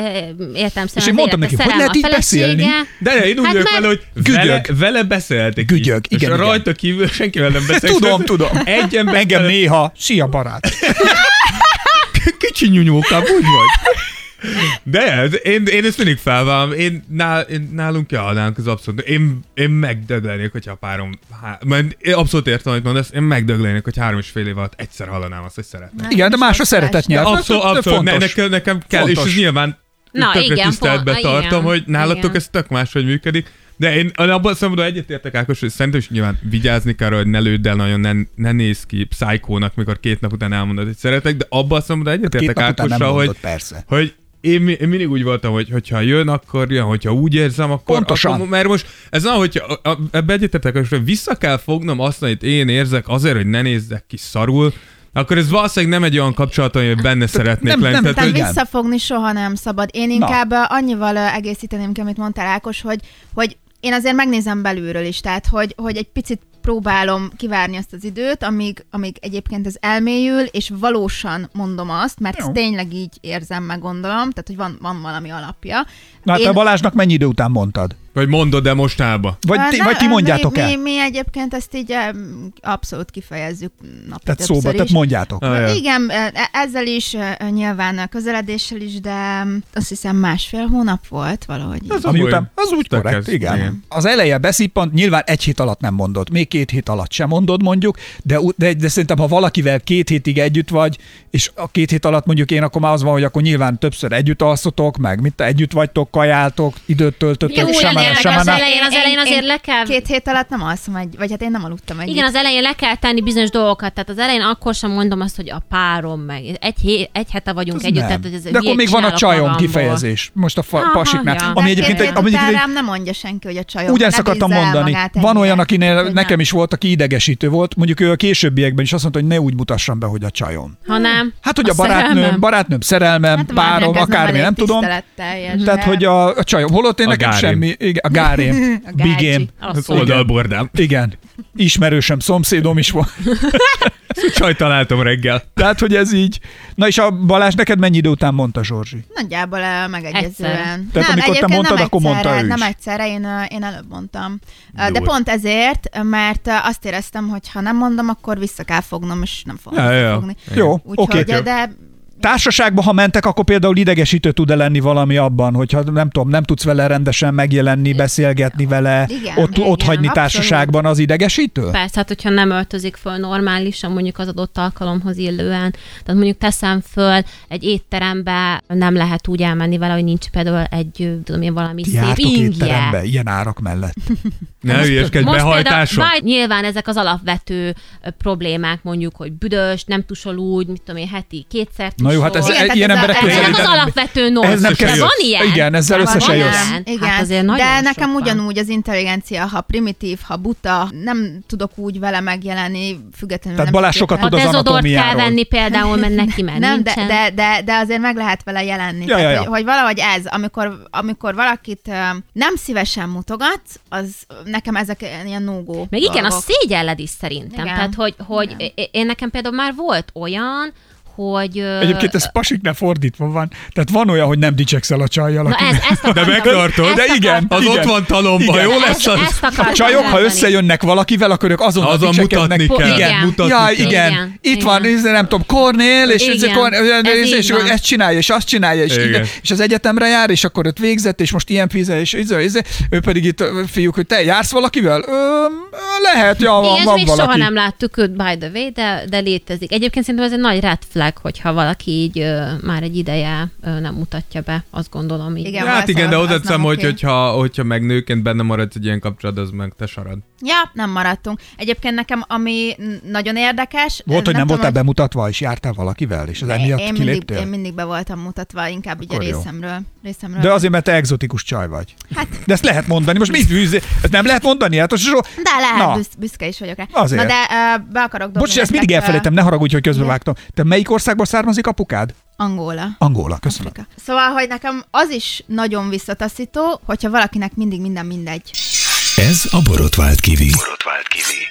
[SPEAKER 6] értem szóval
[SPEAKER 5] És én mondtam neki, hogy lehet így beszélni?
[SPEAKER 7] De én úgy
[SPEAKER 6] Hát
[SPEAKER 7] vagyok
[SPEAKER 6] mert-
[SPEAKER 7] vele, hogy
[SPEAKER 5] Gügyök.
[SPEAKER 7] vele, vele beszéltek. így.
[SPEAKER 5] Gügyök, igen,
[SPEAKER 7] És
[SPEAKER 5] igen.
[SPEAKER 7] rajta kívül senkivel nem beszélek.
[SPEAKER 5] Tudom, tudom.
[SPEAKER 7] Egy ember
[SPEAKER 5] Engem néha, szia barát.
[SPEAKER 8] Hát,
[SPEAKER 7] kicsi nyúnyókám, úgy vagy. De ez- én, én ezt mindig felvállam. Én, nál, én nálunk, ja, nálunk az abszolút. Én, én megdöglenék, hogyha a párom... Há, mert én abszolút értem, amit mondasz, én megdöglenék, hogy három és fél év alatt egyszer hallanám azt, hogy szeretném.
[SPEAKER 5] Igen, de más a
[SPEAKER 8] más.
[SPEAKER 5] szeretet nyelv.
[SPEAKER 7] Abszolút,
[SPEAKER 5] Tök
[SPEAKER 7] abszolút. Ne,
[SPEAKER 5] fontos.
[SPEAKER 7] nekem, nekem kell, és
[SPEAKER 5] Fontos.
[SPEAKER 7] ez nyilván
[SPEAKER 6] Na,
[SPEAKER 7] Na, tökre
[SPEAKER 6] igen,
[SPEAKER 7] igen, tiszteletbe
[SPEAKER 6] pont-
[SPEAKER 7] tartom,
[SPEAKER 6] igen,
[SPEAKER 7] hogy nálatok
[SPEAKER 6] igen.
[SPEAKER 7] ez tök máshogy működik. De én abban a szemben egyetértek Ákos, hogy szerintem is nyilván vigyázni kell, arra, hogy ne lődd el nagyon, ne, ne néz ki pszichónak, mikor két nap után elmondod, hogy szeretek, de abban a szemben
[SPEAKER 5] Két
[SPEAKER 7] egyetértek
[SPEAKER 5] nap után nem
[SPEAKER 7] Ákossal,
[SPEAKER 5] mondod,
[SPEAKER 7] hogy,
[SPEAKER 5] persze.
[SPEAKER 7] hogy én, mi- én mindig úgy voltam, hogy hogyha jön, akkor jön, hogyha úgy érzem, akkor...
[SPEAKER 5] Pontosan.
[SPEAKER 7] Akkor, mert most ez olyan, hogyha a- a- ebbe egyetértek, Ákos, hogy vissza kell fognom azt, amit én érzek azért, hogy ne nézzek ki szarul, akkor ez valószínűleg nem egy olyan kapcsolat, hogy benne szeretnék
[SPEAKER 5] nem-
[SPEAKER 7] lenni.
[SPEAKER 5] nem-
[SPEAKER 7] Tehát,
[SPEAKER 5] nem-
[SPEAKER 7] hogy-
[SPEAKER 5] Hát Igen.
[SPEAKER 8] Szerintem visszafogni soha nem szabad. Én inkább Na. annyival ö, egészíteném ki, amit mondtál Ákos, hogy, hogy én azért megnézem belülről is, tehát hogy, hogy egy picit próbálom kivárni azt az időt, amíg, amíg egyébként ez elmélyül, és valósan mondom azt, mert
[SPEAKER 5] Jó.
[SPEAKER 8] ezt tényleg így érzem, meg gondolom, tehát hogy van, van valami alapja.
[SPEAKER 5] Na hát
[SPEAKER 8] Én-
[SPEAKER 5] te Balázsnak mennyi idő után mondtad?
[SPEAKER 7] Vagy mondod-e mostába?
[SPEAKER 5] Vagy,
[SPEAKER 8] Hát
[SPEAKER 5] ti,
[SPEAKER 8] nem,
[SPEAKER 5] vagy ti
[SPEAKER 8] mi-
[SPEAKER 5] mondjátok
[SPEAKER 8] mi,
[SPEAKER 5] el?
[SPEAKER 8] Mi, mi egyébként ezt így em, abszolút kifejezzük napi
[SPEAKER 5] Tehát
[SPEAKER 8] többször
[SPEAKER 5] szóba,
[SPEAKER 8] is.
[SPEAKER 5] tehát mondjátok.
[SPEAKER 7] Ah, ja.
[SPEAKER 8] Igen, e- ezzel is, e, nyilván a közeledéssel is, de mm, azt hiszem másfél hónap volt valahogy. így.
[SPEAKER 7] Az
[SPEAKER 5] Ami
[SPEAKER 7] amúgy-
[SPEAKER 5] után, az úgy
[SPEAKER 7] tök
[SPEAKER 5] korrekt,
[SPEAKER 7] ez,
[SPEAKER 5] igen. igen.
[SPEAKER 7] igen.
[SPEAKER 5] Az eleje beszippant, nyilván egy hét alatt nem mondod, még két hét alatt sem mondod mondjuk, de, u- de, de szerintem ha valakivel két hétig együtt vagy, és a két hét alatt mondjuk én, akkor már az van, hogy akkor nyilván többször együtt alszotok, meg mit együtt vagytok, kajáltok, időt
[SPEAKER 6] Jó,
[SPEAKER 5] töltöttök,
[SPEAKER 6] igen,
[SPEAKER 5] semana,
[SPEAKER 6] igen, az
[SPEAKER 5] semana.
[SPEAKER 6] elején- azért le kell-
[SPEAKER 8] Két hét alatt nem alszom egy, vagy hát én nem aludtam egy.
[SPEAKER 6] Igen, az elején le kell tenni bizonyos dolgokat, tehát az elején akkor sem mondom azt, hogy a párom meg. Egy, hé- egy hete vagyunk
[SPEAKER 5] Az
[SPEAKER 6] együtt,
[SPEAKER 5] nem.
[SPEAKER 6] tehát hogy ez
[SPEAKER 5] De akkor
[SPEAKER 6] ilyet
[SPEAKER 5] még van a
[SPEAKER 6] csinálok
[SPEAKER 5] csajom
[SPEAKER 6] magamból.
[SPEAKER 5] kifejezés, most a fa-
[SPEAKER 6] Aha,
[SPEAKER 5] pasiknál.
[SPEAKER 6] ja.
[SPEAKER 5] Ami egyébként, egy, ami egyébként egy,
[SPEAKER 8] rám nem mondja senki, hogy a csajom.
[SPEAKER 5] Úgy
[SPEAKER 8] ne
[SPEAKER 5] ezt akartam
[SPEAKER 8] bízza el
[SPEAKER 5] mondani.
[SPEAKER 8] magát
[SPEAKER 5] Van
[SPEAKER 8] ennyire.
[SPEAKER 5] olyan, akinél
[SPEAKER 8] Hogy
[SPEAKER 5] nekem is volt, aki idegesítő volt. Mondjuk ő a későbbiekben is azt mondta, hogy ne úgy mutassam be, hogy a csajom.
[SPEAKER 6] Hanem
[SPEAKER 5] Hát, hogy a, barátnőm,
[SPEAKER 6] szerelmem.
[SPEAKER 5] barátnőm, szerelmem, hát,
[SPEAKER 8] Hát van,
[SPEAKER 5] párom,
[SPEAKER 8] akinek ez
[SPEAKER 5] akármi,
[SPEAKER 8] elég
[SPEAKER 5] nem tudom.
[SPEAKER 8] tiszteletteljes,
[SPEAKER 5] Tehát,
[SPEAKER 8] de-
[SPEAKER 5] hogy a, a csajom. Holott én
[SPEAKER 7] A
[SPEAKER 5] nekem
[SPEAKER 7] gárém.
[SPEAKER 5] semmi. Igen, a gárém.
[SPEAKER 8] A gácsi.
[SPEAKER 5] Bigém.
[SPEAKER 7] Az
[SPEAKER 6] Abszolút.
[SPEAKER 7] oldalbordám.
[SPEAKER 5] Igen. Ismerősöm, szomszédom is volt.
[SPEAKER 7] Csaj találtam reggel.
[SPEAKER 5] Tehát, hogy ez így. Na és a Balázs, neked mennyi idő után mondta Zsorzsi?
[SPEAKER 8] Nagyjából ö, megegyezően.
[SPEAKER 6] Egyszerre.
[SPEAKER 5] Tehát amikor te
[SPEAKER 8] egyébként
[SPEAKER 5] mondtad,
[SPEAKER 8] nem
[SPEAKER 5] akkor mondta
[SPEAKER 8] egyszerre,
[SPEAKER 5] ő is.
[SPEAKER 8] Nem egyszerre, én, ö, én előbb mondtam. Ö, De
[SPEAKER 7] Jó.
[SPEAKER 8] pont ezért, ö, mert ö, azt éreztem, hogy ha nem mondom, akkor vissza kell fognom, és nem fogom
[SPEAKER 7] Ja, ja, ja.
[SPEAKER 8] visszafogni.
[SPEAKER 5] Jó,
[SPEAKER 8] Úgyhogy,
[SPEAKER 5] oké.
[SPEAKER 8] ö, de
[SPEAKER 5] Társaságba, ha mentek, akkor például idegesítő tud -e lenni valami abban, hogyha nem tudom, nem tudsz vele rendesen megjelenni, beszélgetni vele,
[SPEAKER 8] Igen,
[SPEAKER 5] ott, ott
[SPEAKER 8] igen,
[SPEAKER 5] hagyni
[SPEAKER 8] abszolút.
[SPEAKER 5] társaságban, az idegesítő?
[SPEAKER 6] Persze, hát hogyha nem öltözik föl normálisan, mondjuk az adott alkalomhoz illően, tehát mondjuk teszem föl egy étterembe, nem lehet úgy elmenni vele, hogy nincs például egy, tudom én, valami
[SPEAKER 5] Ti
[SPEAKER 6] szép
[SPEAKER 5] jártok
[SPEAKER 6] ingje.
[SPEAKER 5] étterembe, ilyen árak mellett.
[SPEAKER 7] Ne hülyeskedj, behajtásom.
[SPEAKER 6] bár nyilván ezek az alapvető ö, problémák, mondjuk, hogy büdös, nem tusolódj, mit tudom én, heti kétszer
[SPEAKER 5] Na
[SPEAKER 6] tusolódj,
[SPEAKER 5] jó, hát ez,
[SPEAKER 8] Igen,
[SPEAKER 5] Igen,
[SPEAKER 8] tehát
[SPEAKER 5] ilyen
[SPEAKER 8] ez a-
[SPEAKER 5] emberekkel
[SPEAKER 8] ez
[SPEAKER 6] Ez
[SPEAKER 8] Közelíteni-
[SPEAKER 6] az alapvető norm.
[SPEAKER 5] ehhez nem
[SPEAKER 6] De
[SPEAKER 5] kell-
[SPEAKER 6] van ilyen?
[SPEAKER 5] Igen, ezzel
[SPEAKER 6] Van
[SPEAKER 5] összesen
[SPEAKER 6] ilyen?
[SPEAKER 5] jössz.
[SPEAKER 6] Igen. Hát azért nagyon
[SPEAKER 8] de
[SPEAKER 6] sok
[SPEAKER 8] nekem
[SPEAKER 6] van.
[SPEAKER 8] ugyanúgy az intelligencia, ha primitív, ha buta, nem tudok úgy vele megjelenni, függetlenül
[SPEAKER 5] Tehát
[SPEAKER 8] nem
[SPEAKER 5] Balázs sokat
[SPEAKER 6] Ha
[SPEAKER 5] tud az
[SPEAKER 6] Hát dezodort kell
[SPEAKER 5] anatomiáról.
[SPEAKER 6] venni például, mert neki már
[SPEAKER 8] nem, de,
[SPEAKER 6] nincsen.
[SPEAKER 8] de, de, de azért meg lehet vele jelenni.
[SPEAKER 5] Ja,
[SPEAKER 8] Tehát,
[SPEAKER 5] ja, ja.
[SPEAKER 8] Hogy, hogy valahogy ez, amikor, amikor valakit ö, nem szívesen mutogat, az nekem ezek ilyen nógó
[SPEAKER 6] Meg igen, a
[SPEAKER 8] dolgok.
[SPEAKER 6] szégyelled is szerintem.
[SPEAKER 8] Igen.
[SPEAKER 6] Tehát, hogy, hogy é- én nekem például már volt olyan, hogy... ö,
[SPEAKER 5] Egyébként ez pasiknál fordítva van. Tehát van olyan, hogy nem dicsekszel a csajjal.
[SPEAKER 6] Na
[SPEAKER 5] aki-
[SPEAKER 6] ez, ezt
[SPEAKER 7] De
[SPEAKER 6] akartam-
[SPEAKER 7] megtartod?
[SPEAKER 6] ezt
[SPEAKER 5] De igen.
[SPEAKER 7] Az
[SPEAKER 5] Igen.
[SPEAKER 7] ott van talomba,
[SPEAKER 5] Igen.
[SPEAKER 7] jó
[SPEAKER 6] akartam-
[SPEAKER 7] lesz
[SPEAKER 6] ezt-
[SPEAKER 7] az?
[SPEAKER 6] ezt akartam
[SPEAKER 5] Csajok, ha
[SPEAKER 6] mondani.
[SPEAKER 5] összejönnek valakivel, akkor ők azon,
[SPEAKER 7] Azon mutatni
[SPEAKER 6] kell. Igen.
[SPEAKER 5] Mutatni
[SPEAKER 7] Mutatni
[SPEAKER 5] ja,
[SPEAKER 7] kell.
[SPEAKER 5] igen. igen.
[SPEAKER 6] Igen.
[SPEAKER 5] Itt
[SPEAKER 6] Igen.
[SPEAKER 5] van, nézd, nem tudom, Kornél, és,
[SPEAKER 6] Igen.
[SPEAKER 5] ez a Kornél,
[SPEAKER 6] Ez
[SPEAKER 5] és,
[SPEAKER 6] így
[SPEAKER 5] és
[SPEAKER 6] van.
[SPEAKER 5] ezt csinálja, és azt csinálja, és,
[SPEAKER 7] Igen.
[SPEAKER 5] ide, és az egyetemre jár, és akkor ott végzett, és most ilyen píze, és izé, izé. ő pedig itt ö, fiúk, hogy te jársz valakivel? Ö, lehet, ja, van,
[SPEAKER 6] Igen,
[SPEAKER 5] van
[SPEAKER 6] ezt még soha
[SPEAKER 5] valaki.
[SPEAKER 6] nem láttuk őt, by the way, de, de létezik. Egyébként szerintem ez egy nagy red flag, hogyha valaki így ö, már egy ideje ö, nem mutatja be, azt gondolom. Így.
[SPEAKER 8] Igen.
[SPEAKER 7] Hát
[SPEAKER 8] az-
[SPEAKER 7] igen, de
[SPEAKER 8] az- az
[SPEAKER 7] hozzáteszem,
[SPEAKER 8] nem
[SPEAKER 7] hogy,
[SPEAKER 8] oké.
[SPEAKER 7] hogyha, hogyha meg nőként benne maradsz egy ilyen kapcsolatban, az meg te sarad.
[SPEAKER 8] Ja, nem maradtunk. Egyébként nekem, ami n- nagyon érdekes...
[SPEAKER 5] Volt, hogy nem
[SPEAKER 8] tudom,
[SPEAKER 5] voltál bemutatva, és jártál valakivel, és az emiatt
[SPEAKER 8] én mindig,
[SPEAKER 5] kiléptél?
[SPEAKER 8] én mindig be voltam mutatva, inkább így
[SPEAKER 5] Akkor
[SPEAKER 8] a
[SPEAKER 5] jó.
[SPEAKER 8] részemről. részemről.
[SPEAKER 5] De azért, mert te exotikus csaj vagy.
[SPEAKER 8] Hát-
[SPEAKER 5] De ezt lehet mondani. Most mit bűzé? Ezt nem lehet mondani? Hát most so...
[SPEAKER 8] De
[SPEAKER 5] Na.
[SPEAKER 8] lehet, büsz, büszke is vagyok rá.
[SPEAKER 5] Azért.
[SPEAKER 8] Na de uh, be akarok dobni.
[SPEAKER 5] Bocs, ezt
[SPEAKER 8] nektek,
[SPEAKER 5] mindig
[SPEAKER 8] ö,
[SPEAKER 5] elfelejtem, ne haragudj, hogy közbevágtam. Te melyik országból származik apukád?
[SPEAKER 8] Angola.
[SPEAKER 5] Angola, köszönöm.
[SPEAKER 8] Afrika. Szóval, hogy nekem az is nagyon visszataszító, hogyha valakinek mindig minden mindegy.
[SPEAKER 3] Ez a borotvált kivi.
[SPEAKER 2] Borotvált Kivi.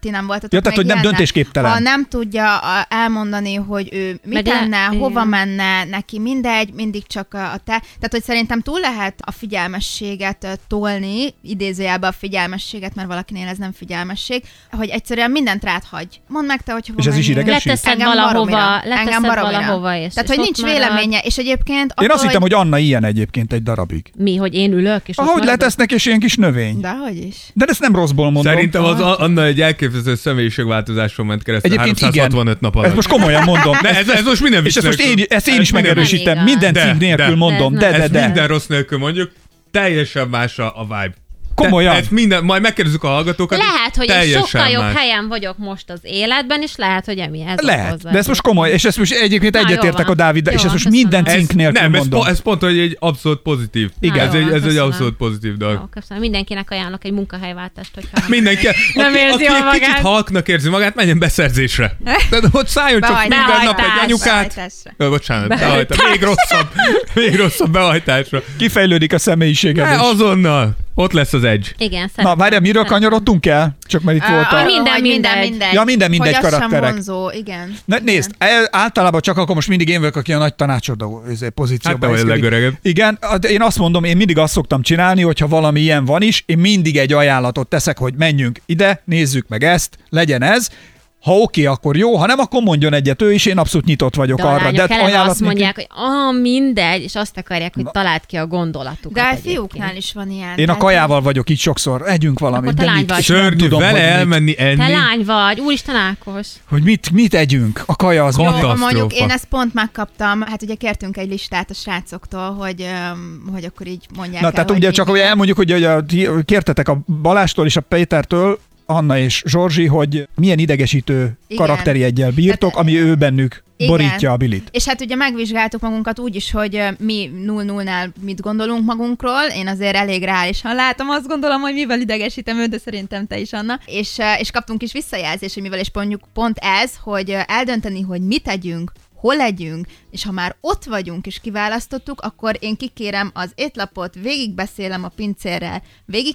[SPEAKER 8] Ti nem voltatok
[SPEAKER 5] Ja, tehát,
[SPEAKER 8] még
[SPEAKER 5] hogy nem
[SPEAKER 8] ilyennel.
[SPEAKER 5] döntésképtelen.
[SPEAKER 8] Ha nem tudja a- elmondani, hogy ő mit
[SPEAKER 6] Meg
[SPEAKER 8] Meg
[SPEAKER 6] le-
[SPEAKER 8] tenne,
[SPEAKER 6] igen.
[SPEAKER 8] hova menne, neki mindegy, mindig csak a a te. Tehát, hogy szerintem túl lehet a figyelmességet ö, tolni, idézőjelbe a figyelmességet, mert valakinél ez nem figyelmesség, hogy egyszerűen mindent rád hagy. Mondd meg te, hogy hova
[SPEAKER 5] És ez is
[SPEAKER 8] menjél.
[SPEAKER 5] idegesít?
[SPEAKER 6] Leteszed
[SPEAKER 8] Engem
[SPEAKER 6] valahova,
[SPEAKER 8] baromira.
[SPEAKER 6] leteszed
[SPEAKER 8] Engem baromira.
[SPEAKER 6] valahova, és-
[SPEAKER 8] Tehát,
[SPEAKER 6] és
[SPEAKER 8] hogy
[SPEAKER 6] ott
[SPEAKER 8] nincs
[SPEAKER 6] marad.
[SPEAKER 8] véleménye, és egyébként...
[SPEAKER 5] Én
[SPEAKER 8] attól,
[SPEAKER 5] azt hittem, hogy Anna ilyen egyébként egy darabig.
[SPEAKER 6] Mi, hogy én ülök, és ott
[SPEAKER 5] Ahogy
[SPEAKER 6] maradok?
[SPEAKER 5] letesznek, és ilyen kis növény.
[SPEAKER 8] Dehogy is.
[SPEAKER 5] De ezt nem rosszból mondom.
[SPEAKER 7] Szerintem az a- Anna egy elképesztő személyiségváltozáson ment keresztül
[SPEAKER 5] Egyébként igen.
[SPEAKER 7] 365 nap alatt.
[SPEAKER 5] Ezt most komolyan mondom.
[SPEAKER 7] Ne, ez, ez most minden
[SPEAKER 5] és ezt most
[SPEAKER 7] vicc
[SPEAKER 5] én,
[SPEAKER 7] nélkül.
[SPEAKER 5] ezt én is
[SPEAKER 7] minden-
[SPEAKER 5] megerősítem.
[SPEAKER 6] igaz.
[SPEAKER 5] Minden
[SPEAKER 7] De,
[SPEAKER 5] cím nélkül
[SPEAKER 7] de.
[SPEAKER 5] mondom.
[SPEAKER 6] De
[SPEAKER 5] De,
[SPEAKER 6] ez
[SPEAKER 5] de,
[SPEAKER 7] Ezt
[SPEAKER 5] de.
[SPEAKER 7] minden rossz nélkül mondjuk, teljesen más a, a vibe.
[SPEAKER 5] Komolyan.
[SPEAKER 7] Te, ez minden, majd megkérdezzük a hallgatókat.
[SPEAKER 6] Lehet, hogy én
[SPEAKER 7] teljesen
[SPEAKER 6] sokkal jobb
[SPEAKER 7] más.
[SPEAKER 6] helyen vagyok most az életben, és lehet, hogy emi ez
[SPEAKER 5] Lehet,
[SPEAKER 6] okozza.
[SPEAKER 5] de ez most komoly, és ezt most egyébként
[SPEAKER 6] Na, jó
[SPEAKER 5] egyetértek a
[SPEAKER 6] van.
[SPEAKER 5] Dáviddal,
[SPEAKER 6] Jó
[SPEAKER 5] és ezt
[SPEAKER 6] van,
[SPEAKER 5] most minden
[SPEAKER 6] köszönöm.
[SPEAKER 5] cink nélkül
[SPEAKER 7] Nem, ez,
[SPEAKER 5] mondom.
[SPEAKER 7] po, ez pont hogy egy abszolút pozitív.
[SPEAKER 5] Igen.
[SPEAKER 7] Ez,
[SPEAKER 6] Jó,
[SPEAKER 7] egy, ez egy
[SPEAKER 6] köszönöm.
[SPEAKER 7] abszolút pozitív dolog.
[SPEAKER 6] Ó, köszönöm. Mindenkinek ajánlok egy munkahelyváltást, hogyha...
[SPEAKER 7] Mindenki,
[SPEAKER 6] Nem
[SPEAKER 7] aki,
[SPEAKER 6] érzi
[SPEAKER 7] aki
[SPEAKER 6] jól
[SPEAKER 7] egy kicsit
[SPEAKER 6] magát.
[SPEAKER 7] halknak érzi magát, menjen beszerzésre. Tehát ott szálljon csak
[SPEAKER 8] Behajtás.
[SPEAKER 7] minden nap egy
[SPEAKER 6] Behajtás.
[SPEAKER 7] anyukát.
[SPEAKER 8] Behajtásra.
[SPEAKER 7] Ö, bocsánat,
[SPEAKER 6] Behajtás.
[SPEAKER 7] behajtás. Még rosszabb, még rosszabb behajtásra.
[SPEAKER 5] Kifejlődik a személyiséged.
[SPEAKER 7] Ne,
[SPEAKER 5] is.
[SPEAKER 7] azonnal, ott lesz az edge.
[SPEAKER 6] Igen,
[SPEAKER 5] Na,
[SPEAKER 6] szeretem.
[SPEAKER 5] várjál, miről kanyarodtunk el? Csak mert itt
[SPEAKER 8] Á,
[SPEAKER 5] volt a...
[SPEAKER 8] arról,
[SPEAKER 6] Minden
[SPEAKER 8] hogy
[SPEAKER 6] mindegy.
[SPEAKER 5] Ja, minden mindegy
[SPEAKER 8] hogy az
[SPEAKER 5] karakterek.
[SPEAKER 8] Sem vonzó, igen.
[SPEAKER 5] Na,
[SPEAKER 8] Igen.
[SPEAKER 5] nézd, el- általában csak akkor most mindig én vagyok, aki a nagy tanácsadó izé, pozícióban.
[SPEAKER 7] Hát te vagy a
[SPEAKER 5] helyezkedik.
[SPEAKER 7] legöregebb.
[SPEAKER 5] Igen, a- de én azt mondom, én mindig azt szoktam csinálni, hogyha valami ilyen van is, én mindig egy ajánlatot teszek, hogy menjünk ide, nézzük meg ezt, legyen ez. Ha oké, akkor jó, ha nem, akkor mondjon egyet ő is, én abszolút nyitott vagyok
[SPEAKER 6] de a
[SPEAKER 5] arra.
[SPEAKER 6] lányok eleve azt
[SPEAKER 5] ajánlat nélkül-
[SPEAKER 6] mondják, hogy ah, mindegy, és azt akarják, hogy találd ki a gondolatukat.
[SPEAKER 8] De a
[SPEAKER 6] egyébként.
[SPEAKER 8] fiúknál is van ilyen.
[SPEAKER 5] Én a
[SPEAKER 8] tehát-
[SPEAKER 5] kajával vagyok így sokszor, együnk valamit,
[SPEAKER 6] Akkor te
[SPEAKER 5] de
[SPEAKER 6] lány
[SPEAKER 5] mit,
[SPEAKER 6] vagy.
[SPEAKER 5] és nem
[SPEAKER 7] Szörnyű
[SPEAKER 5] tudom,
[SPEAKER 7] vele
[SPEAKER 5] hogy mit,
[SPEAKER 7] elmenni enni.
[SPEAKER 6] Te lány vagy, úristen Ákos.
[SPEAKER 5] hogy mit, mit együnk. A kaja az
[SPEAKER 7] Ka-
[SPEAKER 5] mit
[SPEAKER 8] Jó, mondjuk
[SPEAKER 7] Katasztrófa.
[SPEAKER 8] én ezt pont megkaptam, hát ugye kértünk egy listát a srácoktól, hogy, öm, hogy akkor így mondják
[SPEAKER 5] Na,
[SPEAKER 8] el,
[SPEAKER 5] tehát
[SPEAKER 8] hogy
[SPEAKER 5] ugye
[SPEAKER 8] mi-
[SPEAKER 5] csak ugye elmondjuk, hogy ugye a- ti- kértetek a Balástól és a Pétertől, Anna és Zsorzsi, hogy milyen idegesítő
[SPEAKER 8] Igen.
[SPEAKER 5] karakteri egyel bírtok,
[SPEAKER 8] Tehát-
[SPEAKER 5] ami ő bennük
[SPEAKER 8] Igen.
[SPEAKER 5] borítja a bilit.
[SPEAKER 8] És hát ugye megvizsgáltuk magunkat úgy is, hogy ö, mi 0-0-nál mit gondolunk magunkról. Én azért elég reálisan látom, azt gondolom, hogy mivel idegesítem őt, de szerintem te is, Anna. És, ö, és kaptunk is visszajelzést, hogy mivel is mondjuk pont ez, hogy ö, eldönteni, hogy mit tegyünk, hol legyünk, és ha már ott vagyunk és kiválasztottuk, akkor én kikérem az étlapot, végigbeszélem a pincérrel,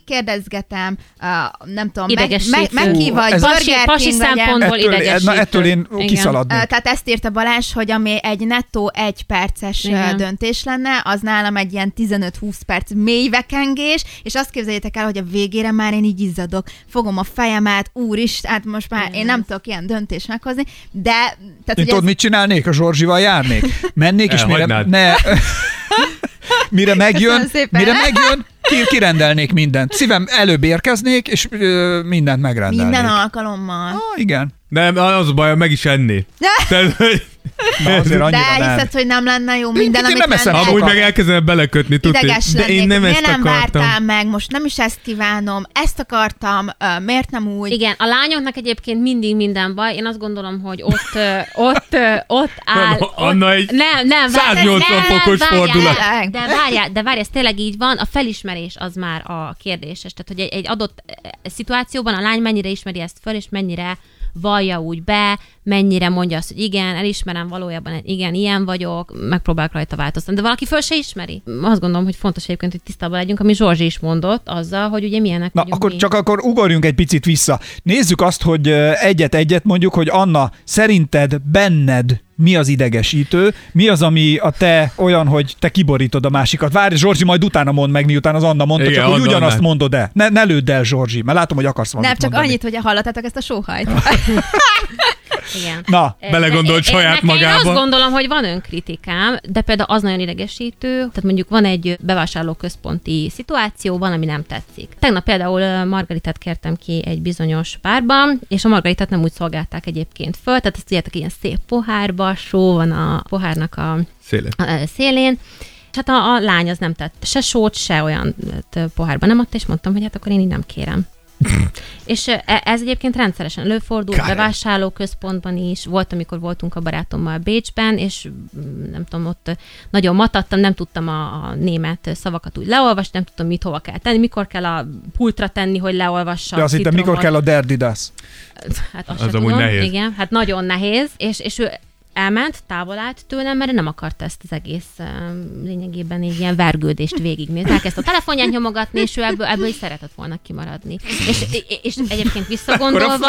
[SPEAKER 8] végigkérdezgetem, uh, nem tudom, meg,
[SPEAKER 6] Idegesítő.
[SPEAKER 8] meg, meg ki
[SPEAKER 5] Ú,
[SPEAKER 8] vagy,
[SPEAKER 5] ez-
[SPEAKER 6] Pasi-
[SPEAKER 8] Burger
[SPEAKER 6] pasi
[SPEAKER 8] King vagy-e?
[SPEAKER 6] szempontból Attól idegesítő.
[SPEAKER 5] na, ettől én
[SPEAKER 6] Igen.
[SPEAKER 5] kiszaladnék.
[SPEAKER 8] Ö, Tehát ezt írta Balázs, hogy ami egy nettó egy perces
[SPEAKER 6] Igen.
[SPEAKER 8] Igen. döntés lenne, az nálam egy ilyen 15-20 perc mély vekengés, és azt képzeljétek el, hogy a végére már én így izzadok, fogom a fejemet, úristen, hát most már én nem tudok ilyen döntést meghozni, de... Tehát,
[SPEAKER 5] Én
[SPEAKER 8] hogy
[SPEAKER 5] tudod,
[SPEAKER 8] ez-
[SPEAKER 5] mit csinálnék? A Zsorzsival járnék? Mennék, és mire,
[SPEAKER 7] Elhagynád.
[SPEAKER 5] ne, mire megjön,
[SPEAKER 8] Köszönöm szépen.
[SPEAKER 5] mire megjön, ki, kirendelnék mindent. Szívem előbb érkeznék, és ö, mindent megrendelnék.
[SPEAKER 8] Minden alkalommal.
[SPEAKER 5] Ah, igen.
[SPEAKER 7] Nem, az a baj, meg is enni. Tehát, hogy-
[SPEAKER 5] Na, azért annyira
[SPEAKER 8] De
[SPEAKER 5] nem.
[SPEAKER 8] elhiszed, hogy nem lenne jó
[SPEAKER 5] Én-
[SPEAKER 8] minden,
[SPEAKER 5] én
[SPEAKER 8] amit
[SPEAKER 5] nem eszem
[SPEAKER 8] lenne.
[SPEAKER 5] sokat.
[SPEAKER 7] amúgy meg elkezdem belekötni, tudni.
[SPEAKER 8] Ideges
[SPEAKER 7] De én nem
[SPEAKER 8] miért
[SPEAKER 7] ezt
[SPEAKER 8] nem
[SPEAKER 7] akartam.
[SPEAKER 8] vártál meg, most nem is ezt kívánom, ezt akartam, ö, miért nem úgy?
[SPEAKER 6] Igen, a lányoknak egyébként mindig minden baj. Én azt gondolom, hogy ott, ö, ott, ö, ott áll...
[SPEAKER 7] Nem, Anna
[SPEAKER 6] ott-
[SPEAKER 7] egy
[SPEAKER 6] nem, nem, várj,
[SPEAKER 7] 180
[SPEAKER 6] nem,
[SPEAKER 7] fokos
[SPEAKER 6] várjál,
[SPEAKER 7] fordulat.
[SPEAKER 6] nem, De várjál, de várjál, ez tényleg így van. A felismerés az már a kérdéses. Tehát, hogy egy, egy adott eh, szituációban a lány mennyire ismeri ezt föl, és mennyire vallja úgy be, mennyire mondja azt, hogy igen, elismerem valójában, igen, ilyen vagyok, megpróbálok rajta változtatni. De valaki föl se ismeri. Azt gondolom, hogy fontos egyébként, hogy tisztában legyünk, ami Zsorzsi is mondott, azzal, hogy ugye milyenek
[SPEAKER 5] Na,
[SPEAKER 6] vagyunk
[SPEAKER 5] akkor
[SPEAKER 6] mi.
[SPEAKER 5] csak akkor ugorjunk egy picit vissza. Nézzük azt, hogy ö, egyet-egyet mondjuk, hogy Anna, szerinted benned mi az idegesítő, mi az, ami a te olyan, hogy te kiborítod a másikat. Várj, Zsorzsi, majd utána mond meg, miután az Anna mondta,
[SPEAKER 7] Igen,
[SPEAKER 5] csak hogy
[SPEAKER 7] Anna,
[SPEAKER 5] ugyanazt
[SPEAKER 7] Anna.
[SPEAKER 5] mondod el. Ne, ne lőd el, Zsorzsi, mert látom, hogy akarsz
[SPEAKER 8] Nem,
[SPEAKER 5] valamit
[SPEAKER 8] csak
[SPEAKER 5] mondani.
[SPEAKER 8] annyit, hogy hallottátok ezt a sóhajt.
[SPEAKER 6] Igen.
[SPEAKER 5] Na,
[SPEAKER 7] Belegondolt
[SPEAKER 6] Én- én-
[SPEAKER 7] saját
[SPEAKER 6] nekem Én azt
[SPEAKER 7] magába.
[SPEAKER 6] gondolom, hogy van önkritikám, de például az nagyon idegesítő, tehát mondjuk van egy bevásárlóközponti szituáció, van, ami nem tetszik. Tegnap például ö, Margaritát kértem ki egy bizonyos párban, és a Margaritát nem úgy szolgálták egyébként föl, tehát ezt tudjátok, ilyen szép pohárba, só van a pohárnak a
[SPEAKER 7] Széle.
[SPEAKER 6] a szélén. És hát a, a lány az nem tett se sót, se olyan ö, pohárba nem adta, és mondtam, hogy hát akkor én így nem kérem. és ö, e- ez egyébként rendszeresen előfordul,
[SPEAKER 7] Kár.
[SPEAKER 6] bevásárlóközpontban is, volt, amikor voltunk a barátommal Bécsben, és mm, nem tudom, ott ö, nagyon matadtam, nem tudtam a, a német ö, szavakat úgy leolvasni, nem tudtam, mit hova kell tenni, mikor kell a pultra tenni, hogy leolvassa.
[SPEAKER 5] de azt hittem, mikor
[SPEAKER 6] citromot.
[SPEAKER 5] kell a derdidas?
[SPEAKER 6] Hát azt
[SPEAKER 7] Az
[SPEAKER 6] sem
[SPEAKER 7] amúgy
[SPEAKER 6] tudom.
[SPEAKER 7] nehéz.
[SPEAKER 6] Igen, hát nagyon nehéz, és, és ő elment, távol állt tőlem, mert ő nem akart ezt az egész um, lényegében így ilyen vergődést végignézni. Elkezdte a telefonját nyomogatni, és ő ebből, ebből is szeretett volna kimaradni. És, és egyébként visszagondolva...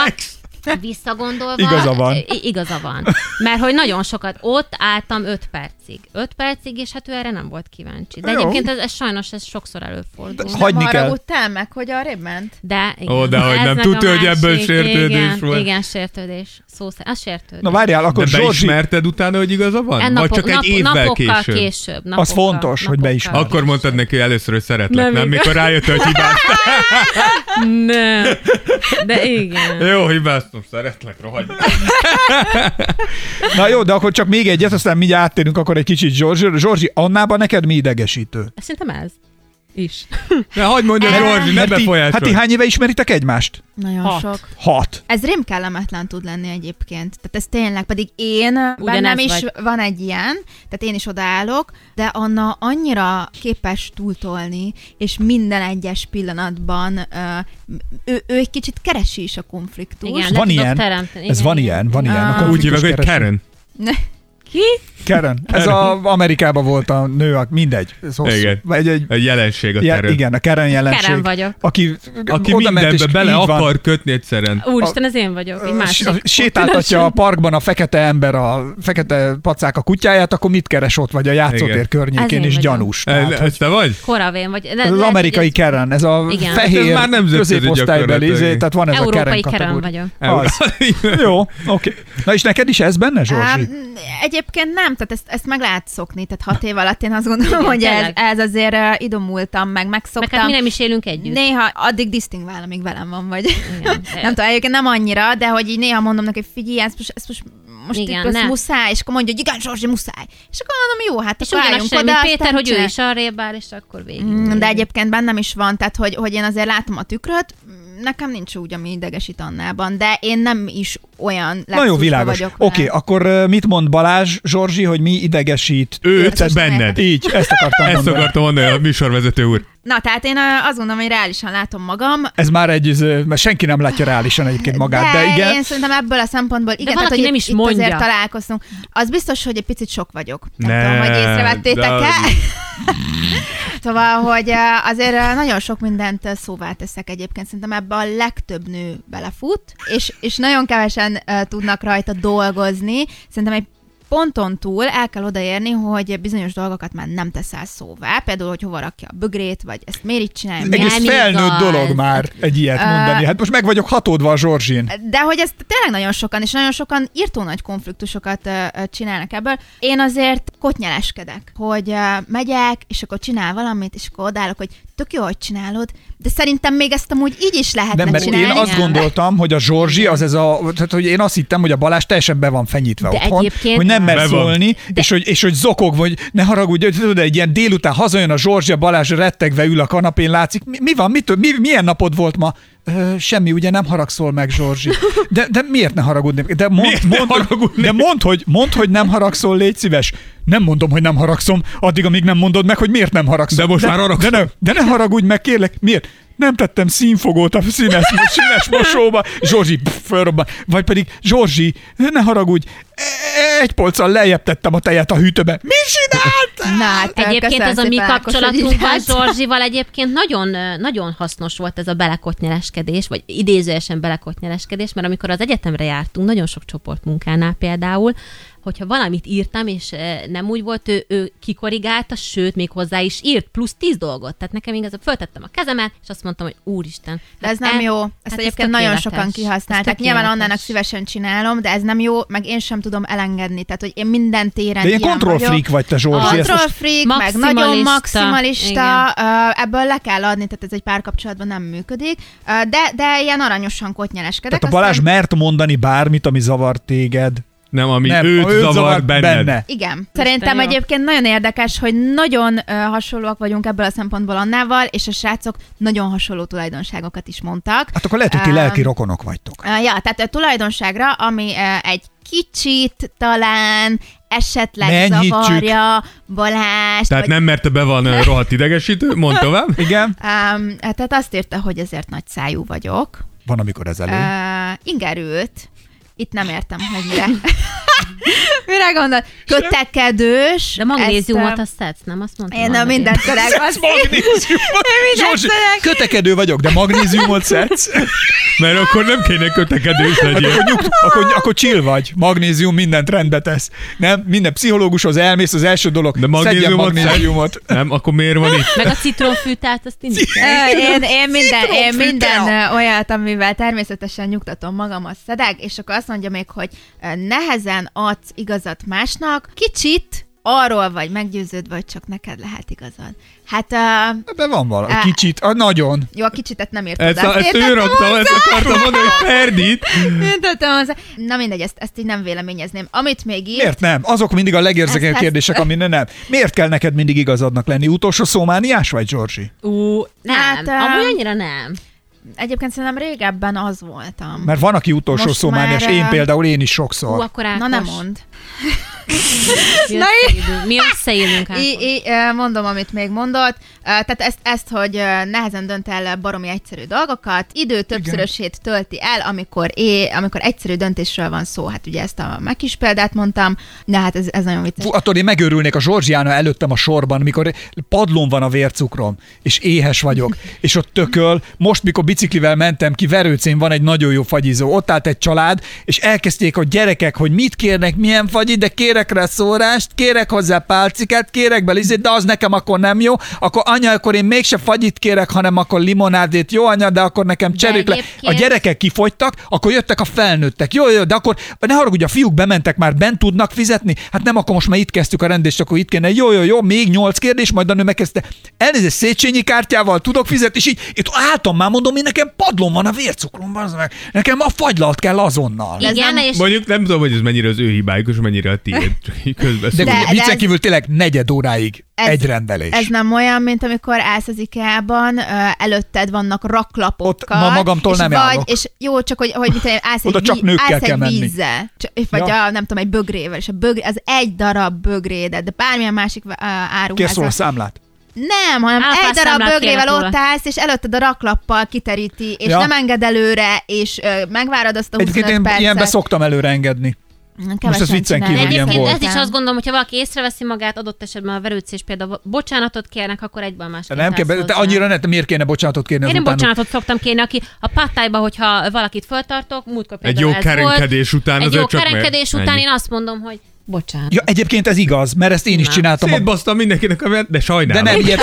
[SPEAKER 6] Visszagondolva...
[SPEAKER 5] Igaza van.
[SPEAKER 6] I- Igaza van. Mert hogy nagyon sokat ott álltam 5 percig. 5 percig, és hát ő erre nem volt kíváncsi. De
[SPEAKER 5] Jó.
[SPEAKER 6] egyébként ez, ez sajnos ez sokszor előfordul.
[SPEAKER 5] Ha- Hagyni
[SPEAKER 8] nem
[SPEAKER 5] kell.
[SPEAKER 8] haragudtál meg, hogy arrébb ment?
[SPEAKER 6] De, igen.
[SPEAKER 7] Ó, dehogy
[SPEAKER 6] Ez
[SPEAKER 7] nem.
[SPEAKER 6] meg a
[SPEAKER 7] Tudja, hogy ebből
[SPEAKER 6] másik.
[SPEAKER 7] sértődés
[SPEAKER 6] igen,
[SPEAKER 7] volt.
[SPEAKER 6] Igen, sértődés. Szó szerint. Az sértődés.
[SPEAKER 5] Na várjál, akkor
[SPEAKER 7] De
[SPEAKER 5] Zsorzsi,
[SPEAKER 7] beismerted utána, hogy igaza van?
[SPEAKER 6] En
[SPEAKER 7] Vagy
[SPEAKER 6] napok-
[SPEAKER 7] csak egy évvel
[SPEAKER 6] napokkal
[SPEAKER 7] később?
[SPEAKER 6] később. napokkal,
[SPEAKER 5] Az fontos, hogy
[SPEAKER 6] napokkal.
[SPEAKER 5] beismered.
[SPEAKER 7] Akkor mondtad neki először, hogy
[SPEAKER 6] Nem
[SPEAKER 7] szeretlek, nem?
[SPEAKER 6] igaz.
[SPEAKER 7] Mikor rájött, hogy hibáztam.
[SPEAKER 6] Nem. De igen.
[SPEAKER 7] Jó, hibáztam, szeretlek, rohagy.
[SPEAKER 5] na jó, de akkor csak még egyet, aztán mindjárt áttérünk akkor egy kicsit Zsorzsi. Zsorzsi, Annában neked mi idegesítő?
[SPEAKER 6] Szerintem ez. Is.
[SPEAKER 7] Ne, hagyd mondja, Zsorzsi, ne
[SPEAKER 5] Mert ti- Hát ti
[SPEAKER 7] befolyásolj.
[SPEAKER 5] hány éve ismeritek egymást?
[SPEAKER 8] Nagyon
[SPEAKER 6] Hat.
[SPEAKER 8] sok.
[SPEAKER 5] Hat.
[SPEAKER 8] Ez rém kellemetlen tud lenni egyébként. Tehát ez tényleg, pedig én bennem is
[SPEAKER 6] vagy.
[SPEAKER 8] van egy ilyen, tehát én is odaállok, de Anna annyira képes túltolni, és minden egyes pillanatban ö, ő, ő egy kicsit keresi is a konfliktust.
[SPEAKER 6] Igen,
[SPEAKER 5] Ez
[SPEAKER 6] le
[SPEAKER 5] van
[SPEAKER 6] tudok
[SPEAKER 5] ilyen?
[SPEAKER 6] teremteni.
[SPEAKER 5] Ez
[SPEAKER 6] Igen,
[SPEAKER 5] van
[SPEAKER 6] igen.
[SPEAKER 5] ilyen, van ilyen. A
[SPEAKER 7] Úgy hívják, hogy
[SPEAKER 5] konfliktus kereső.
[SPEAKER 7] Karen.
[SPEAKER 5] Karen. Ez a, Amerikában volt a nő, a- mindegy. Ez hosszú.
[SPEAKER 7] Igen.
[SPEAKER 5] Egy, egy,
[SPEAKER 7] Egy jelenség a
[SPEAKER 5] ja,
[SPEAKER 7] Karen.
[SPEAKER 5] igen, a Karen jelenség.
[SPEAKER 6] Karen vagyok.
[SPEAKER 5] Aki,
[SPEAKER 7] Aki
[SPEAKER 5] oda ment,
[SPEAKER 7] mindenbe
[SPEAKER 5] és
[SPEAKER 7] bele
[SPEAKER 5] így van.
[SPEAKER 7] akar kötni egyszerűen.
[SPEAKER 6] Úristen, ez én vagyok. Egy másik.
[SPEAKER 5] S- Sétáltatja a parkban a fekete ember, a fekete pacák a kutyáját, akkor mit keres ott, vagy a játszótér
[SPEAKER 7] Igen.
[SPEAKER 6] Ez
[SPEAKER 5] környékén
[SPEAKER 6] én
[SPEAKER 5] is
[SPEAKER 6] vagyok.
[SPEAKER 5] gyanús.
[SPEAKER 7] Ez,
[SPEAKER 5] Tehát,
[SPEAKER 7] ez te vagy?
[SPEAKER 6] Koravén vagy.
[SPEAKER 5] ez az amerikai Karen, ez a
[SPEAKER 6] Igen.
[SPEAKER 5] fehér
[SPEAKER 7] Hát Ez már nemzetközi
[SPEAKER 5] középosztálybeli,
[SPEAKER 7] gyakorlatilag.
[SPEAKER 5] izé, tehát van ez a Karen
[SPEAKER 6] Európai kerem
[SPEAKER 5] kategória.
[SPEAKER 6] vagyok.
[SPEAKER 5] Az. Jó, oké. Na és neked is ez benne,
[SPEAKER 6] Hát,
[SPEAKER 5] Zsorzsi?
[SPEAKER 8] Ám, egyébként nem, tehát ezt, ezt meg lehet szokni, tehát hat év alatt én azt gondolom,
[SPEAKER 6] Igen,
[SPEAKER 8] hogy ez,
[SPEAKER 6] tényleg.
[SPEAKER 8] ez azért ö, idomultam, meg
[SPEAKER 6] Meg hát
[SPEAKER 8] megszoktam.
[SPEAKER 6] mi nem is élünk együtt.
[SPEAKER 8] Néha addig disztingvál, amíg velem van, vagy
[SPEAKER 6] Igen.
[SPEAKER 8] nem tudom, egyébként nem annyira, de hogy így néha mondom neki, hogy figyelj, ezt most, ezt most, most
[SPEAKER 6] Igen,
[SPEAKER 8] igen, itt ezt
[SPEAKER 6] ne.
[SPEAKER 8] muszáj, és akkor mondja, hogy igen, Zsorzsi, muszáj. És akkor mondom, jó, hát
[SPEAKER 6] És
[SPEAKER 8] akkor
[SPEAKER 6] ugyanaz
[SPEAKER 8] álljunk
[SPEAKER 6] semmi
[SPEAKER 8] oda,
[SPEAKER 6] Péter,
[SPEAKER 8] aztán
[SPEAKER 6] hogy ő
[SPEAKER 8] csinálj.
[SPEAKER 6] is arrébb áll, és akkor végig.
[SPEAKER 8] Mm, De egyébként bennem is van, tehát hogy, hogy én azért látom a tükröt, nekem nincs úgy, ami idegesít annában, de én nem is olyan
[SPEAKER 5] Nagyon
[SPEAKER 8] lexusba
[SPEAKER 5] világos. Oké,
[SPEAKER 8] vagyok vele.
[SPEAKER 5] okay, akkor ö, mit mond Balázs, Zsorzsi, hogy mi idegesít?
[SPEAKER 7] Őt,
[SPEAKER 8] Ezt
[SPEAKER 7] benned.
[SPEAKER 5] Így, ezt akartam
[SPEAKER 7] Ezt
[SPEAKER 5] mondani.
[SPEAKER 7] akartam mondani a műsorvezető úr.
[SPEAKER 8] Na, tehát én ö, azt gondolom, hogy reálisan látom magam,
[SPEAKER 5] Ez már egy, ez, ö, mert senki nem látja reálisan egyébként magát, de, igen.
[SPEAKER 8] én szerintem ebből a szempontból igen,
[SPEAKER 6] van,
[SPEAKER 8] tehát,
[SPEAKER 6] aki
[SPEAKER 8] hogy
[SPEAKER 6] nem is
[SPEAKER 8] itt
[SPEAKER 6] mondja.
[SPEAKER 8] azért találkoztunk. Az biztos, hogy egy picit sok vagyok. Nem
[SPEAKER 7] Ne,
[SPEAKER 8] tudom, hogy észrevettétek-e.
[SPEAKER 7] de-
[SPEAKER 8] Szóval, hogy eh, azért eh, nagyon sok mindent eh, szóvá teszek egyébként. Szerintem ebbe a legtöbb nő belefut, és, és nagyon kevesen eh, tudnak rajta dolgozni. Szerintem egy ponton túl el kell odaérni, hogy bizonyos dolgokat már nem teszel szóvá, például, hogy hova rakja a bögrét, vagy ezt miért így csinálja, miért
[SPEAKER 5] Egész
[SPEAKER 6] Nem
[SPEAKER 5] felnőtt
[SPEAKER 6] igaz.
[SPEAKER 5] dolog már egy ilyet mondani. Hát most meg vagyok hatódva a Zsorzsin.
[SPEAKER 8] De hogy ezt tényleg nagyon sokan, és nagyon sokan írtó nagy konfliktusokat ö, ö, csinálnak ebből. Én azért kotnyeleskedek, hogy ö, megyek, és akkor csinál valamit, és akkor odállok, hogy tök jó, hogy csinálod, de szerintem még ezt amúgy így is lehetne
[SPEAKER 5] Nem, mert
[SPEAKER 8] csinálni.
[SPEAKER 5] én azt
[SPEAKER 8] nem?
[SPEAKER 5] gondoltam, hogy a Zsorzsi az ez a, tehát hogy én azt hittem, hogy a Balázs teljesen be van fenyítve
[SPEAKER 6] De
[SPEAKER 5] otthon,
[SPEAKER 6] egyébként-
[SPEAKER 5] hogy nem mer
[SPEAKER 7] Be van.
[SPEAKER 5] szólni, és hogy, és hogy zokog, vagy ne haragudj, hogy tudod, egy ilyen délután hazajön a Zsorzsi, a Balázs rettegve ül a kanapén, látszik, mi, mi van, mitől, mi, milyen napod volt ma? Ö, semmi, ugye nem haragszol meg, Zsorzsi. De, de miért ne haragudnék? De mond,
[SPEAKER 7] Miért ne
[SPEAKER 5] mond,
[SPEAKER 7] haragudnék?
[SPEAKER 5] de mondd, hogy, mondd, hogy nem haragszol, légy szíves. Nem mondom, hogy nem haragszom, addig, amíg nem mondod meg, hogy miért nem haragszol.
[SPEAKER 7] De most
[SPEAKER 5] de,
[SPEAKER 7] már haragszom.
[SPEAKER 5] De de ne, de ne haragudj meg, kérlek, miért? Nem tettem színfogót a színes, színes mosóba. Zsorzsi, pff, fölrobban. Vagy pedig, Zsorzsi, ne haragudj, e- egy polccal lejjebb tettem a tejet a hűtőbe. Mi csináltál?
[SPEAKER 8] Na, hát,
[SPEAKER 6] Egyébként
[SPEAKER 8] köszönöm
[SPEAKER 6] ez a mi
[SPEAKER 8] szépen, Ákos, hogy így
[SPEAKER 6] kapcsolatunkban
[SPEAKER 8] látsz.
[SPEAKER 6] Zsorzsival egyébként nagyon, ö, nagyon hasznos volt ez a belekotnyeleskedés, vagy idézőesen belekotnyeleskedés, mert amikor az egyetemre jártunk, nagyon sok csoportmunkánál például, hogyha valamit írtam, és ö, nem úgy volt, ő, ő kikorrigálta, sőt, még hozzá is írt, plusz tíz dolgot. Tehát nekem igaz, föltettem a kezemet, és azt mondtam, hogy úristen.
[SPEAKER 8] De ez
[SPEAKER 6] hát
[SPEAKER 8] nem
[SPEAKER 6] e-
[SPEAKER 8] jó. Ezt
[SPEAKER 6] hát
[SPEAKER 8] egyébként nagyon
[SPEAKER 6] tökéletes.
[SPEAKER 8] sokan
[SPEAKER 6] Ez
[SPEAKER 8] kihasználták. Nyilván
[SPEAKER 6] tökéletes.
[SPEAKER 8] annának szívesen csinálom, de ez nem jó, meg én sem tudom elengedni. Tehát, hogy én minden téren
[SPEAKER 5] De ilyen
[SPEAKER 8] ilyen
[SPEAKER 5] control
[SPEAKER 8] vagyok.
[SPEAKER 5] freak vagy te, Zsorzsi. ezt
[SPEAKER 8] Control
[SPEAKER 5] most-
[SPEAKER 8] freak, meg
[SPEAKER 6] Maximalista.
[SPEAKER 8] nagyon maximalista, ö, ebből le kell adni, tehát ez egy párkapcsolatban nem működik, Ö, de, de ilyen aranyosan kotnyeleskedek.
[SPEAKER 5] Tehát a Balázs
[SPEAKER 8] aztán-
[SPEAKER 5] mert mondani bármit, ami zavart téged.
[SPEAKER 7] Nem, ami nem, őt,
[SPEAKER 5] ha
[SPEAKER 7] zavar, benned. benne.
[SPEAKER 8] Igen. Szerintem
[SPEAKER 6] jó.
[SPEAKER 8] egyébként nagyon érdekes, hogy nagyon ö, hasonlóak vagyunk ebből a szempontból Annával, és a srácok nagyon hasonló tulajdonságokat is mondtak.
[SPEAKER 5] Hát akkor lehet, hogy ti
[SPEAKER 8] Ö,
[SPEAKER 5] lelki rokonok vagytok.
[SPEAKER 8] Ö, Ja, tehát a tulajdonságra, ami ö, egy kicsit talán esetleg
[SPEAKER 5] Ne enyhítsük.
[SPEAKER 8] zavarja Balást.
[SPEAKER 7] Tehát
[SPEAKER 8] vagy,
[SPEAKER 7] nem, mert te be van ö, rohadt idegesítő, mondd tovább.
[SPEAKER 5] Igen?
[SPEAKER 8] Öm, tehát hát, azt írta, hogy ezért nagy szájú vagyok.
[SPEAKER 5] Van, amikor ez elő.
[SPEAKER 8] Ö,
[SPEAKER 7] Hm.
[SPEAKER 8] ingerült. Itt nem értem, hogy mire. mire gondol? Kötekedős.
[SPEAKER 6] De magnéziumot
[SPEAKER 8] Ezt, ö,
[SPEAKER 6] azt szedsz, nem azt mondtam?
[SPEAKER 8] Én nem
[SPEAKER 6] annak
[SPEAKER 8] mindent szerek.
[SPEAKER 5] Zsorzsi,
[SPEAKER 8] szeretek.
[SPEAKER 5] kötekedő vagyok, de magnéziumot szedsz?
[SPEAKER 7] Mert akkor nem kéne kötekedős
[SPEAKER 5] Hát
[SPEAKER 7] legyél.
[SPEAKER 5] akkor, nyugt, akkor, akkor chill vagy. Magnézium mindent rendbe tesz. Nem? Minden pszichológushoz elmész, az első dolog,
[SPEAKER 7] De
[SPEAKER 5] szedjen
[SPEAKER 7] magnéziumot,
[SPEAKER 5] magnéziumot.
[SPEAKER 7] Nem, akkor miért van itt?
[SPEAKER 6] Meg a citromfűtát, azt mindig.
[SPEAKER 8] Ö, Én, én minden, én minden ö, olyat, amivel természetesen nyugtatom magam, azt szedek, és akkor azt mondja még, hogy ö, nehezen adsz igazat másnak, kicsit arról vagy meggyőződve, hogy csak neked lehet igazad. Hát, ö,
[SPEAKER 5] Ebben van valami.
[SPEAKER 8] Á.
[SPEAKER 5] Kicsit, a, nagyon.
[SPEAKER 8] jó, a kicsitet nem érted.
[SPEAKER 7] Ezt, a, ezt ő rakta, ezt akartam mondani, hogy Ferdit.
[SPEAKER 8] Értettem hozzá. Na mindegy, ezt, ezt így nem véleményezném. Amit még írt,
[SPEAKER 5] Miért nem? Azok mindig a legérzékenyebb
[SPEAKER 8] Ezt- ezt-
[SPEAKER 5] kérdések, amin nem. Miért kell neked mindig igazadnak lenni? Utolsó szómániás vagy, Zsorsi?
[SPEAKER 6] Ú, nem,
[SPEAKER 8] Hát,
[SPEAKER 6] hát,
[SPEAKER 8] em,
[SPEAKER 6] amúgy annyira nem.
[SPEAKER 8] egyébként szerintem régebben az voltam.
[SPEAKER 5] Mert van, aki utolsó
[SPEAKER 8] Most
[SPEAKER 5] szómániás.
[SPEAKER 8] már,
[SPEAKER 5] Én
[SPEAKER 8] eh,
[SPEAKER 5] például, én is
[SPEAKER 6] Ú,
[SPEAKER 5] sokszor.
[SPEAKER 6] akkor Ákos,
[SPEAKER 8] Na nem mond.
[SPEAKER 6] Mi
[SPEAKER 8] Na,
[SPEAKER 6] összeélünk, mi összeélünk Ákos.
[SPEAKER 8] I, I, ö, mondom, amit még mondott. Ö, Tehát ezt, ezt hogy ö, nehezen dönt el baromi egyszerű dolgokat, idő többszörösét tölti el, amikor, é, amikor egyszerű döntésről van szó. Hát ugye ezt a meg is példát mondtam, de hát ez, ez nagyon vicces.
[SPEAKER 5] Fú, attól én megőrülnék a Zsorzsiána előttem a sorban, mikor padlón van a vércukrom, és éhes vagyok, és ott tököl. Most, mikor biciklivel mentem ki, Verőcén van egy nagyon jó fagyizó. Ott állt egy család, és elkezdték a gyerekek, hogy mit kérnek, milyen fagyit, de kérek rá szórást, kérek hozzá pálcikát, kérek belizét, de az nekem akkor nem jó. Akkor anya, akkor én mégse fagyit kérek, hanem akkor limonádét. Jó anya, de akkor nekem cserék le. A
[SPEAKER 6] egyébként-
[SPEAKER 5] gyerek gyerekek kifogytak, akkor jöttek a felnőttek. Jó, jó, de akkor ne haragudj, a fiúk bementek már, bent tudnak fizetni? Hát nem, akkor most már itt kezdtük a rendést, akkor itt kéne. Jó, jó, jó, még nyolc kérdés, majd a nő megkezdte. Elnézést, Széchenyi kártyával tudok fizetni, és így itt álltam már, mondom, én nekem padlom van a vércukrom, bazd meg. nekem a fagylalt kell azonnal.
[SPEAKER 8] ez
[SPEAKER 6] Igen,
[SPEAKER 8] nem-
[SPEAKER 6] és
[SPEAKER 7] Mondjuk nem tudom, hogy ez mennyire az ő hibájuk, és mennyire a tiéd. Csak így közben
[SPEAKER 5] De,
[SPEAKER 7] szól.
[SPEAKER 5] de
[SPEAKER 8] de
[SPEAKER 5] viccen
[SPEAKER 8] ez-
[SPEAKER 5] kívül tényleg negyed óráig
[SPEAKER 8] Ez-
[SPEAKER 5] egy rendelés.
[SPEAKER 8] Ez nem olyan, mint amikor állsz az IKEA-ban, ö, előtted vannak raklapokkal.
[SPEAKER 5] Ott ma magamtól
[SPEAKER 8] és
[SPEAKER 5] nem
[SPEAKER 8] vagy,
[SPEAKER 5] járok.
[SPEAKER 8] És jó, csak hogy, hogy mit tudom én, állsz
[SPEAKER 5] Oda
[SPEAKER 8] egy,
[SPEAKER 5] csak
[SPEAKER 8] víz-
[SPEAKER 5] nőkkel
[SPEAKER 8] állsz
[SPEAKER 5] kell
[SPEAKER 8] egy
[SPEAKER 5] menni.
[SPEAKER 8] vízzel, csak- vagy
[SPEAKER 5] Ja.
[SPEAKER 8] a, nem tudom, egy bögrével, és a bögré, az egy darab bögrédet, de bármilyen másik ö,
[SPEAKER 5] Kérsz róla
[SPEAKER 8] áruházban.
[SPEAKER 5] számlát.
[SPEAKER 8] Nem, hanem
[SPEAKER 6] Áfa
[SPEAKER 8] egy darab
[SPEAKER 6] számlát
[SPEAKER 8] bögrével
[SPEAKER 6] kérek róla.
[SPEAKER 8] ott állsz, és előtted a raklappal kiteríti, és
[SPEAKER 5] Ja.
[SPEAKER 8] ja. nem enged előre, és ö, megvárod azt a 25
[SPEAKER 5] Egyébként én
[SPEAKER 8] percet.
[SPEAKER 5] ilyenbe szoktam előre engedni.
[SPEAKER 8] Kevesen
[SPEAKER 5] ezt viccen
[SPEAKER 8] csinálják.
[SPEAKER 5] kívül ilyen
[SPEAKER 6] Egyébként
[SPEAKER 5] volt.
[SPEAKER 6] ez is azt gondolom, hogyha valaki észreveszi magát, adott esetben a verőcés például bocsánatot kérnek, akkor egyből más.
[SPEAKER 5] Nem kell, be- te annyira ne, te miért kéne bocsánatot kérni
[SPEAKER 6] Én
[SPEAKER 5] az
[SPEAKER 6] nem
[SPEAKER 5] utánuk?
[SPEAKER 6] bocsánatot szoktam kérni, aki a pattájba, hogyha valakit föltartok, múltkor például
[SPEAKER 7] jó
[SPEAKER 6] ez
[SPEAKER 7] kerenkedés
[SPEAKER 6] volt,
[SPEAKER 7] után
[SPEAKER 6] egy
[SPEAKER 7] azért
[SPEAKER 6] jó
[SPEAKER 7] csak meg-
[SPEAKER 6] kerenkedés után
[SPEAKER 7] ennyi.
[SPEAKER 6] én azt mondom, hogy Bocsánat.
[SPEAKER 5] Ja, egyébként ez igaz, mert ezt én is
[SPEAKER 6] Na.
[SPEAKER 5] csináltam. a-
[SPEAKER 7] Szétbasztam mindenkinek a ver- de
[SPEAKER 5] De
[SPEAKER 7] sajnálom.
[SPEAKER 5] nem ilyet,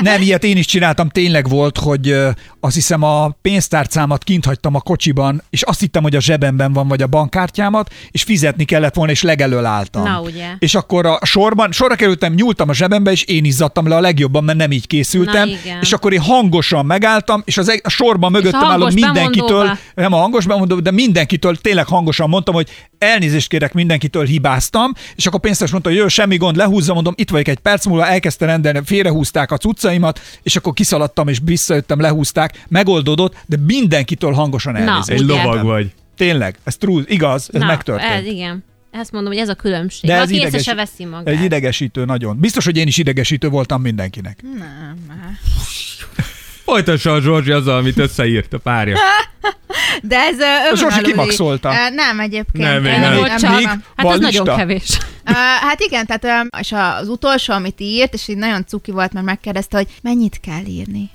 [SPEAKER 5] nem ilyet én is csináltam, tényleg volt, hogy ö, azt hiszem a pénztárcámat kint hagytam a kocsiban, és azt hittem, hogy a zsebemben van, vagy a bankkártyámat, és fizetni kellett volna, és legelől álltam.
[SPEAKER 6] Na, ugye.
[SPEAKER 5] És akkor a sorban, sorra kerültem, nyúltam a zsebembe, és én izzadtam le a legjobban, mert nem így készültem,
[SPEAKER 6] Na, igen.
[SPEAKER 5] és akkor én hangosan megálltam, és az egy, a sorban mögöttem álló
[SPEAKER 6] hangos
[SPEAKER 5] mindenkitől,
[SPEAKER 6] bemondóba.
[SPEAKER 5] nem a hangos bemondó, de mindenkitől tényleg hangosan mondtam, hogy elnézést kérek, mindenkitől hibáztam, és akkor pénztes mondta, hogy jö, semmi gond, lehúzza, mondom, itt vagyok egy perc múlva, elkezdte rendelni, félrehúzták a cuccaimat, és akkor kiszaladtam, és visszajöttem, lehúzták, megoldódott, de mindenkitől hangosan elnézést.
[SPEAKER 7] Egy
[SPEAKER 6] Ugye.
[SPEAKER 7] lovag vagy.
[SPEAKER 5] Tényleg, ez true, igaz, ez
[SPEAKER 6] Na,
[SPEAKER 5] megtörtént.
[SPEAKER 6] Ez, igen. Ezt mondom, hogy ez a különbség.
[SPEAKER 5] De
[SPEAKER 6] De
[SPEAKER 5] ez
[SPEAKER 6] Aki észre
[SPEAKER 5] ideges-
[SPEAKER 6] se veszi magát.
[SPEAKER 5] Egy idegesítő nagyon. Biztos, hogy én is idegesítő voltam mindenkinek.
[SPEAKER 7] Folytassa a Zsorzsi azzal, amit összeírt a párja.
[SPEAKER 8] De ez ö, öröm
[SPEAKER 5] Zsorsi
[SPEAKER 8] aluli.
[SPEAKER 5] kimaxolta.
[SPEAKER 8] Ö, Nem, egyébként.
[SPEAKER 7] Nem, én
[SPEAKER 8] Ö,
[SPEAKER 7] nem.
[SPEAKER 6] Volt csak-
[SPEAKER 5] Még
[SPEAKER 8] nem.
[SPEAKER 6] Hát
[SPEAKER 5] van
[SPEAKER 6] ez nagyon
[SPEAKER 5] lista?
[SPEAKER 6] kevés.
[SPEAKER 8] Ö, Hát igen, tehát ö, és az utolsó, amit írt, és így nagyon cuki volt, mert megkérdezte, hogy mennyit kell írni.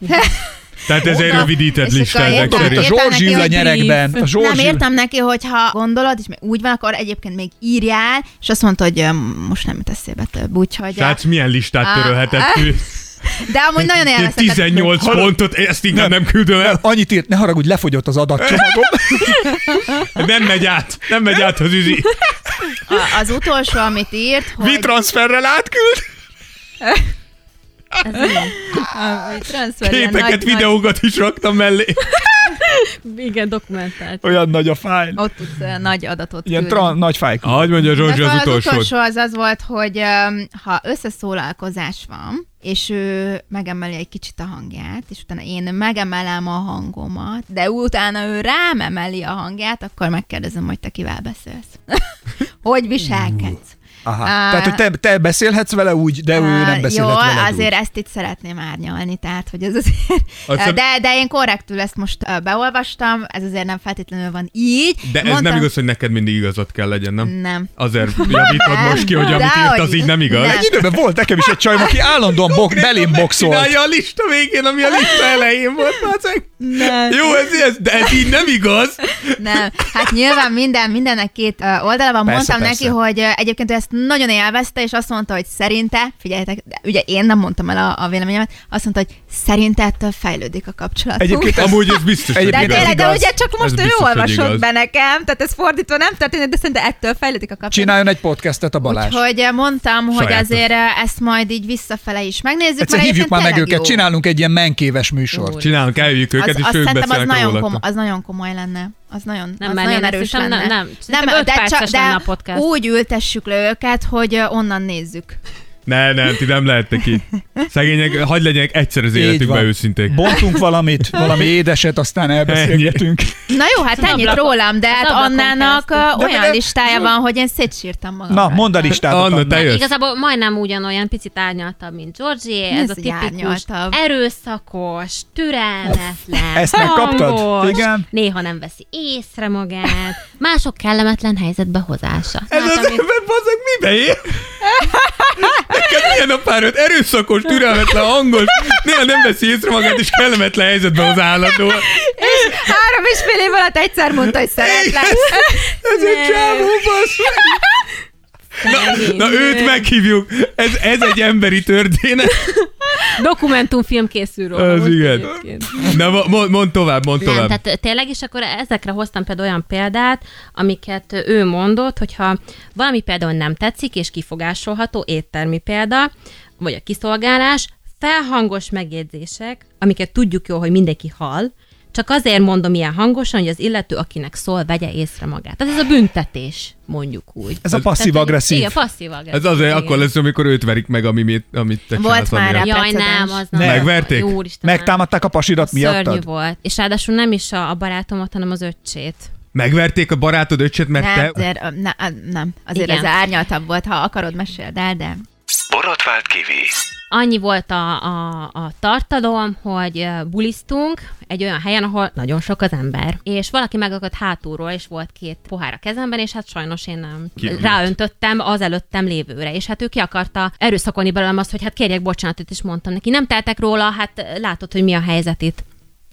[SPEAKER 7] Tehát ez egy
[SPEAKER 8] Na,
[SPEAKER 7] rövidített
[SPEAKER 8] és akkor
[SPEAKER 7] lista ezek
[SPEAKER 8] értem,
[SPEAKER 5] Ott a
[SPEAKER 7] szerint.
[SPEAKER 8] értem.
[SPEAKER 5] Zsorzs ül a
[SPEAKER 8] neki,
[SPEAKER 5] nyerekben. A Zsorzs
[SPEAKER 8] Nem
[SPEAKER 5] ül-
[SPEAKER 8] értem neki, hogyha gondolod, és még úgy van, akkor egyébként még írjál, és azt mondta, hogy ö, most nem jut eszébe több, úgyhogy... ö,
[SPEAKER 7] Srác, milyen listát
[SPEAKER 8] Á,
[SPEAKER 7] törölhetett
[SPEAKER 8] á,
[SPEAKER 7] ő?
[SPEAKER 8] De amúgy nagyon
[SPEAKER 7] Én
[SPEAKER 8] élveztem.
[SPEAKER 7] 18
[SPEAKER 5] Hallod?
[SPEAKER 7] pontot, ezt inkább nem küldöm el.
[SPEAKER 5] Annyit írt, ne haragudj, lefogyott az adatcsomagom.
[SPEAKER 7] Nem megy át, nem megy át az üzi.
[SPEAKER 8] A- Az utolsó, amit írt, hogy...
[SPEAKER 7] transferrel átküld?
[SPEAKER 8] transfer, ilyen
[SPEAKER 7] Képeket,
[SPEAKER 8] nagy-
[SPEAKER 7] videókat is raktam mellé.
[SPEAKER 6] Igen, dokumentált.
[SPEAKER 5] Olyan nagy a fájl.
[SPEAKER 8] Nagy, ott tudsz ö, nagy adatot
[SPEAKER 5] Ilyen
[SPEAKER 8] küldeni.
[SPEAKER 5] tran, nagy fájl.
[SPEAKER 7] Ahogy mondja Zsorzsi
[SPEAKER 8] De
[SPEAKER 7] az
[SPEAKER 8] az
[SPEAKER 7] utolsó.
[SPEAKER 8] utolsó az az volt, hogy öm, ha összeszólalkozás van, és ő megemeli egy kicsit a hangját, és utána én megemelem a hangomat, de utána ő rám emeli a hangját, akkor megkérdezem, hogy te kivel beszélsz. hogy viselkedsz?
[SPEAKER 5] Aha.
[SPEAKER 8] Á.
[SPEAKER 5] Tehát, hogy te, te beszélhetsz vele úgy, de ő
[SPEAKER 8] Á,
[SPEAKER 5] nem beszélhet
[SPEAKER 8] Jó,
[SPEAKER 5] veled
[SPEAKER 8] Hát, azért
[SPEAKER 5] úgy.
[SPEAKER 8] ezt itt szeretném árnyalni, tehát hogy ez azért...
[SPEAKER 7] Azt hiszem-
[SPEAKER 8] De, de én korrektül ezt most ö, beolvastam, ez azért nem feltétlenül van így.
[SPEAKER 7] De ez nem igaz, hogy neked mindig igazat kell legyen, nem?
[SPEAKER 8] Nem.
[SPEAKER 7] Azért javítod most ki, hogy amit
[SPEAKER 8] Dehogy
[SPEAKER 7] írt, az így nem
[SPEAKER 8] nem.
[SPEAKER 7] igaz.
[SPEAKER 5] Egy időben volt nekem is egy csajom, aki állandóan bok, belém boxolt.
[SPEAKER 7] Csinálja a lista végén, ami a lista elején volt, Mácek.
[SPEAKER 8] Nem.
[SPEAKER 7] Jó, ez, ez, de ez így nem igaz.
[SPEAKER 8] Nem, hát nyilván minden, mindennek két ö, oldala van.
[SPEAKER 5] Persze,
[SPEAKER 8] Mondtam
[SPEAKER 5] persze.
[SPEAKER 8] neki, hogy ö, egyébként ő ezt nagyon élvezte, és azt mondta, hogy szerinte, figyeljetek, de ugye én nem mondtam el a, a véleményemet, azt mondta, hogy szerinte ettől fejlődik a kapcsolat.
[SPEAKER 5] Egyébként ez,
[SPEAKER 7] Amúgy ez biztos, hogy
[SPEAKER 5] Egyébként
[SPEAKER 8] de
[SPEAKER 5] ez
[SPEAKER 7] igaz.
[SPEAKER 8] tényleg, de
[SPEAKER 5] igaz.
[SPEAKER 8] ugye csak most
[SPEAKER 7] Ez
[SPEAKER 8] ő
[SPEAKER 7] biztos, hogy igaz.
[SPEAKER 8] olvasott be nekem, tehát ez fordítva nem történik, de szerintem ettől fejlődik a kapcsolat.
[SPEAKER 5] csináljon egy podcastet a Balázs.
[SPEAKER 8] Úgyhogy ö, mondtam, hogy
[SPEAKER 7] Sajátos.
[SPEAKER 8] azért ö, ezt majd így visszafele is megnézzük.
[SPEAKER 5] Egyszer
[SPEAKER 8] mert
[SPEAKER 5] hívjuk már meg
[SPEAKER 8] egyébként
[SPEAKER 5] őket,
[SPEAKER 8] tényleg
[SPEAKER 5] csinálunk egy ilyen menkéves műsort.
[SPEAKER 7] Csinálunk, eljük
[SPEAKER 8] jó.
[SPEAKER 7] őket,
[SPEAKER 8] az,
[SPEAKER 7] és
[SPEAKER 8] azt
[SPEAKER 7] ők
[SPEAKER 8] szerintem az
[SPEAKER 7] beszélnek
[SPEAKER 8] nagyon,
[SPEAKER 7] rólatok.
[SPEAKER 8] kom- az nagyon komoly lenne. Az nagyon,
[SPEAKER 6] Nem,
[SPEAKER 8] az
[SPEAKER 6] már
[SPEAKER 8] nagyon
[SPEAKER 6] én azt
[SPEAKER 8] erős
[SPEAKER 6] hiszem,
[SPEAKER 8] lenne.
[SPEAKER 6] nem- nem. Szerintem öt perces lenne a podcast.
[SPEAKER 8] úgy ültessük le őket, hogy ö, onnan nézzük.
[SPEAKER 7] Ne, nem, ti nem lehettek így. Szegények, hagyd legyenek egyszer az
[SPEAKER 5] Így
[SPEAKER 7] életükben
[SPEAKER 5] van.
[SPEAKER 7] őszinték.
[SPEAKER 5] Bontunk valamit, valami édeset, aztán elbeszélgetünk.
[SPEAKER 8] Na jó, hát
[SPEAKER 6] Tudom,
[SPEAKER 8] ennyit
[SPEAKER 6] ablakon-
[SPEAKER 8] rólam, de hát
[SPEAKER 6] ablakon
[SPEAKER 8] Annának ö,
[SPEAKER 5] De
[SPEAKER 8] olyan
[SPEAKER 5] miért-
[SPEAKER 8] listája van, hogy én szétsírtam magam.
[SPEAKER 5] Na, mondd a listádat.
[SPEAKER 7] Anna,
[SPEAKER 5] Anna.
[SPEAKER 7] te jössz.
[SPEAKER 6] Igazából majdnem ugyanolyan picit árnyaltabb, mint Georgie, ez,
[SPEAKER 8] Ez
[SPEAKER 6] a
[SPEAKER 8] egy
[SPEAKER 6] tipikus
[SPEAKER 8] árnyaltabb.
[SPEAKER 6] erőszakos, türelmetlen,
[SPEAKER 5] Ezt megkaptad?
[SPEAKER 6] hangos,
[SPEAKER 5] Igen.
[SPEAKER 6] néha nem veszi észre magát, mások kellemetlen helyzetbe hozása.
[SPEAKER 7] Ez
[SPEAKER 6] Hát,
[SPEAKER 7] az
[SPEAKER 6] ami-
[SPEAKER 7] ember, bazeg, mibe ér? Neked milyen a párod? Erőszakos, türelmetlen, hangos, néha nem veszi észre magát, és kellemetlen helyzetben az állandó.
[SPEAKER 8] És három és fél év alatt egyszer mondta, hogy szeretlek.
[SPEAKER 7] Ez egy csávó, basz. Na, na, őt meghívjuk. Ez, ez egy emberi történet.
[SPEAKER 6] Dokumentumfilm készül róla.
[SPEAKER 7] Az
[SPEAKER 6] most
[SPEAKER 7] igen.
[SPEAKER 6] egyébként.
[SPEAKER 7] Na, mo- mo- mondd tovább, mondd
[SPEAKER 6] Nem,
[SPEAKER 7] tovább.
[SPEAKER 6] tehát tényleg, és akkor ezekre hoztam például olyan példát, amiket ő mondott, hogyha valami például nem tetszik, és kifogásolható, éttermi példa, vagy a kiszolgálás, felhangos megjegyzések, amiket tudjuk jól, hogy mindenki hall, csak azért mondom ilyen hangosan, hogy az illető, akinek szól, vegye észre magát. Tehát ez a büntetés, mondjuk úgy.
[SPEAKER 5] Ez a
[SPEAKER 6] Tehát, hogy-
[SPEAKER 5] passzív-agresszív.
[SPEAKER 6] Igen, passzív-agresszív.
[SPEAKER 7] Ez azért
[SPEAKER 6] igen.
[SPEAKER 7] akkor lesz, amikor őt verik meg, ami mi- amit te
[SPEAKER 8] Volt
[SPEAKER 7] csinálsz,
[SPEAKER 8] már
[SPEAKER 7] Andrea.
[SPEAKER 8] rá
[SPEAKER 6] Jaj,
[SPEAKER 8] precedens.
[SPEAKER 6] nem, az nem.
[SPEAKER 7] Megverték?
[SPEAKER 6] Úristen, nem.
[SPEAKER 5] Megtámadták a pasirat
[SPEAKER 6] Szörnyű
[SPEAKER 5] miattad?
[SPEAKER 6] volt. És ráadásul nem is a, a barátomat, hanem az öccsét.
[SPEAKER 7] Megverték a barátod öcset, mert
[SPEAKER 8] Nem,
[SPEAKER 7] te...
[SPEAKER 8] azért, Hát, ö, ne, ö, nem, azért
[SPEAKER 6] Igen.
[SPEAKER 8] ez árnyaltabb volt, ha akarod, meséld el, de...
[SPEAKER 3] Borotvált Kivi.
[SPEAKER 6] annyi volt a, a, a tartalom, hogy ö, bulisztunk egy olyan helyen, ahol nagyon sok az ember. És valaki megakadt hátulról, és volt két pohár a kezemben, és hát sajnos én nem
[SPEAKER 7] Kiült.
[SPEAKER 6] ráöntöttem az előttem lévőre. És hát ő ki akarta erőszakolni belőlem azt, hogy hát kérjek bocsánatot, és mondtam neki, nem teltek róla, hát ö, látod, hogy mi a helyzet itt.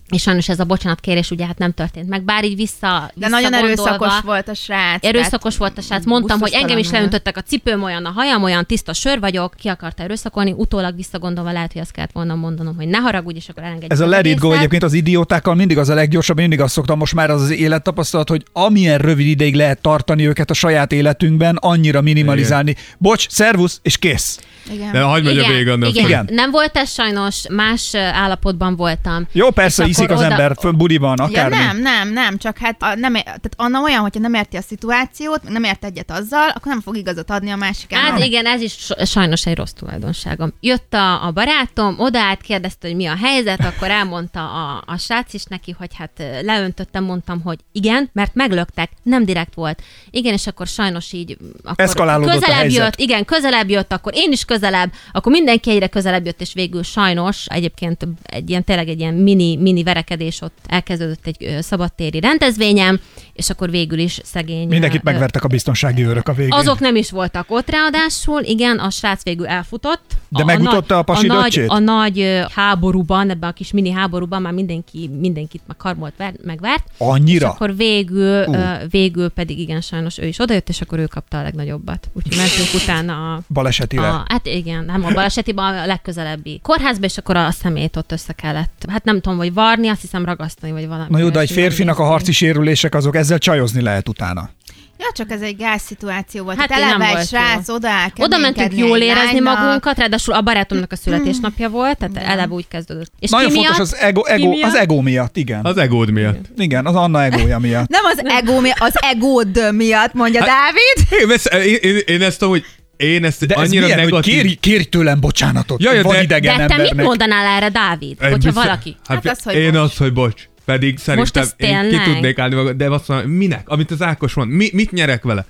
[SPEAKER 6] És sajnos ez a bocsánatkérés ugye hát nem történt meg, bár így vissza
[SPEAKER 8] De nagyon
[SPEAKER 6] visszagondolva-
[SPEAKER 8] erőszakos volt a srác.
[SPEAKER 6] Erőszakos volt a srác, mondtam, hogy engem is
[SPEAKER 8] busztustalanul.
[SPEAKER 6] leöntöttek a cipőm olyan, a hajam olyan, tiszta sör vagyok, ki akarta erőszakolni, utólag visszagondolva lehet, hogy azt kellett volna mondanom, hogy ne haragudj, és akkor elengedjük.
[SPEAKER 5] Ez a
[SPEAKER 6] az
[SPEAKER 5] let it go
[SPEAKER 6] egészet.
[SPEAKER 5] egyébként az idiótákkal mindig az a leggyorsabb, én mindig azt szoktam, most már az az élettapasztalat, hogy amilyen rövid ideig lehet tartani őket a saját életünkben, annyira minimalizálni. Bocs, szervusz, és kész.
[SPEAKER 8] Tehát, igen.
[SPEAKER 7] De hagyd megy a vég annak.
[SPEAKER 6] igen.
[SPEAKER 5] Igen.
[SPEAKER 6] igen. Nem volt ez sajnos, más ö, állapotban voltam.
[SPEAKER 5] Jó, persze,
[SPEAKER 6] És
[SPEAKER 5] iszik
[SPEAKER 6] akkor
[SPEAKER 5] az
[SPEAKER 6] oda-
[SPEAKER 5] ember, föl buliban,
[SPEAKER 8] Ja,
[SPEAKER 5] akármi.
[SPEAKER 8] nem, nem, nem, csak hát a, nem, ér- tehát Anna olyan, hogyha nem érti a szituációt, meg nem ért egyet azzal, akkor nem fog igazat adni a másik
[SPEAKER 6] Hát
[SPEAKER 8] államnak.
[SPEAKER 6] igen, ez is so- sajnos egy rossz tulajdonságom. Jött a, a barátom, odaállt, kérdezte, hogy mi a helyzet, akkor elmondta a, a srác is neki, hogy hát ö, leöntöttem, mondtam, hogy igen, mert meglöktek, nem direkt volt. Igen, és akkor sajnos így mm, akkor
[SPEAKER 5] Eszkalálódott a
[SPEAKER 6] közelebb
[SPEAKER 5] helyzet.
[SPEAKER 6] jött, igen, közelebb jött, akkor én is közelebb, akkor mindenki egyre közelebb jött, és végül sajnos egyébként egy ilyen, tényleg egy ilyen mini, mini verekedés ott elkezdődött egy ö, szabadtéri rendezvényem, és akkor végül is szegény.
[SPEAKER 5] Mindenkit
[SPEAKER 6] ö,
[SPEAKER 5] megvertek a biztonsági őrök a végén.
[SPEAKER 6] azok nem is voltak ott ráadásul, igen, a srác végül elfutott.
[SPEAKER 5] De
[SPEAKER 6] a,
[SPEAKER 5] megmutatta
[SPEAKER 6] nagy-
[SPEAKER 5] a pasi
[SPEAKER 6] a nagy,
[SPEAKER 5] döccsét?
[SPEAKER 6] a nagy ö, háborúban, ebben a kis mini háborúban már mindenki, mindenkit meg karmolt, ver, megvert.
[SPEAKER 5] Annyira?
[SPEAKER 6] És akkor végül, uh. végül pedig igen, sajnos ő is odajött, és akkor ő kapta a legnagyobbat. Úgyhogy mentünk utána a
[SPEAKER 5] Balesetire.
[SPEAKER 6] a, hát igen, nem a balesetiben, a legközelebbi kórházba, és akkor a szemét ott össze kellett. Hát nem tudom, vagy varni, azt hiszem ragasztani, vagy valami.
[SPEAKER 5] Na jó, de egy
[SPEAKER 6] olyasmi,
[SPEAKER 5] férfinak a
[SPEAKER 6] nem
[SPEAKER 5] harci sérülések, azok ezzel csajozni lehet utána.
[SPEAKER 8] Ja, csak ez egy gáz szituáció volt.
[SPEAKER 6] Hát
[SPEAKER 8] Hát
[SPEAKER 6] én nem
[SPEAKER 8] eleve
[SPEAKER 6] volt
[SPEAKER 8] egy srác,
[SPEAKER 6] jó.
[SPEAKER 8] oda áll
[SPEAKER 6] Oda mentünk
[SPEAKER 8] keménykedni
[SPEAKER 6] jól
[SPEAKER 8] egy
[SPEAKER 6] érezni
[SPEAKER 8] lánynak.
[SPEAKER 6] magunkat, ráadásul a barátomnak a születésnapja volt, tehát eleve úgy kezdődött. És
[SPEAKER 5] Nagyon
[SPEAKER 6] ki
[SPEAKER 5] fontos
[SPEAKER 6] miatt?
[SPEAKER 5] az ego,
[SPEAKER 6] Ki
[SPEAKER 5] ego,
[SPEAKER 6] miatt?
[SPEAKER 5] az ego miatt, igen.
[SPEAKER 7] Az egód miatt.
[SPEAKER 5] Igen, az Anna egója miatt.
[SPEAKER 8] Nem az ego mi, az egód miatt, mondja
[SPEAKER 7] Hát-
[SPEAKER 8] Dávid.
[SPEAKER 7] Én, ezt, én, én, én ezt tudom, hogy én ezt
[SPEAKER 5] De ez
[SPEAKER 7] annyira
[SPEAKER 5] milyen, hogy
[SPEAKER 7] negatív...
[SPEAKER 5] kérj, kérj tőlem bocsánatot,
[SPEAKER 7] Jaj,
[SPEAKER 5] Jaj,
[SPEAKER 7] de-
[SPEAKER 5] van idegen
[SPEAKER 6] De te mit
[SPEAKER 5] embernek.
[SPEAKER 6] mondanál erre, Dávid?
[SPEAKER 7] Én
[SPEAKER 6] Hogyha
[SPEAKER 7] biztos-
[SPEAKER 6] valaki.
[SPEAKER 8] Hát az, hogy
[SPEAKER 7] én
[SPEAKER 8] bocs.
[SPEAKER 7] az, hogy bocs. Pedig szerintem
[SPEAKER 6] ez
[SPEAKER 7] én ki
[SPEAKER 6] tényleg?
[SPEAKER 7] tudnék állni magam, de azt mondom, minek? Amit az Ákos mond, mi, mit nyerek vele?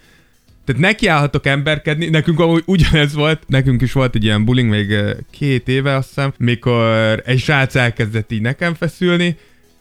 [SPEAKER 7] Tehát nekiállhatok emberkedni, nekünk amúgy ugyanez volt, nekünk is volt egy ilyen buling még eh, két éve azt hiszem, mikor egy srác elkezdett így nekem feszülni,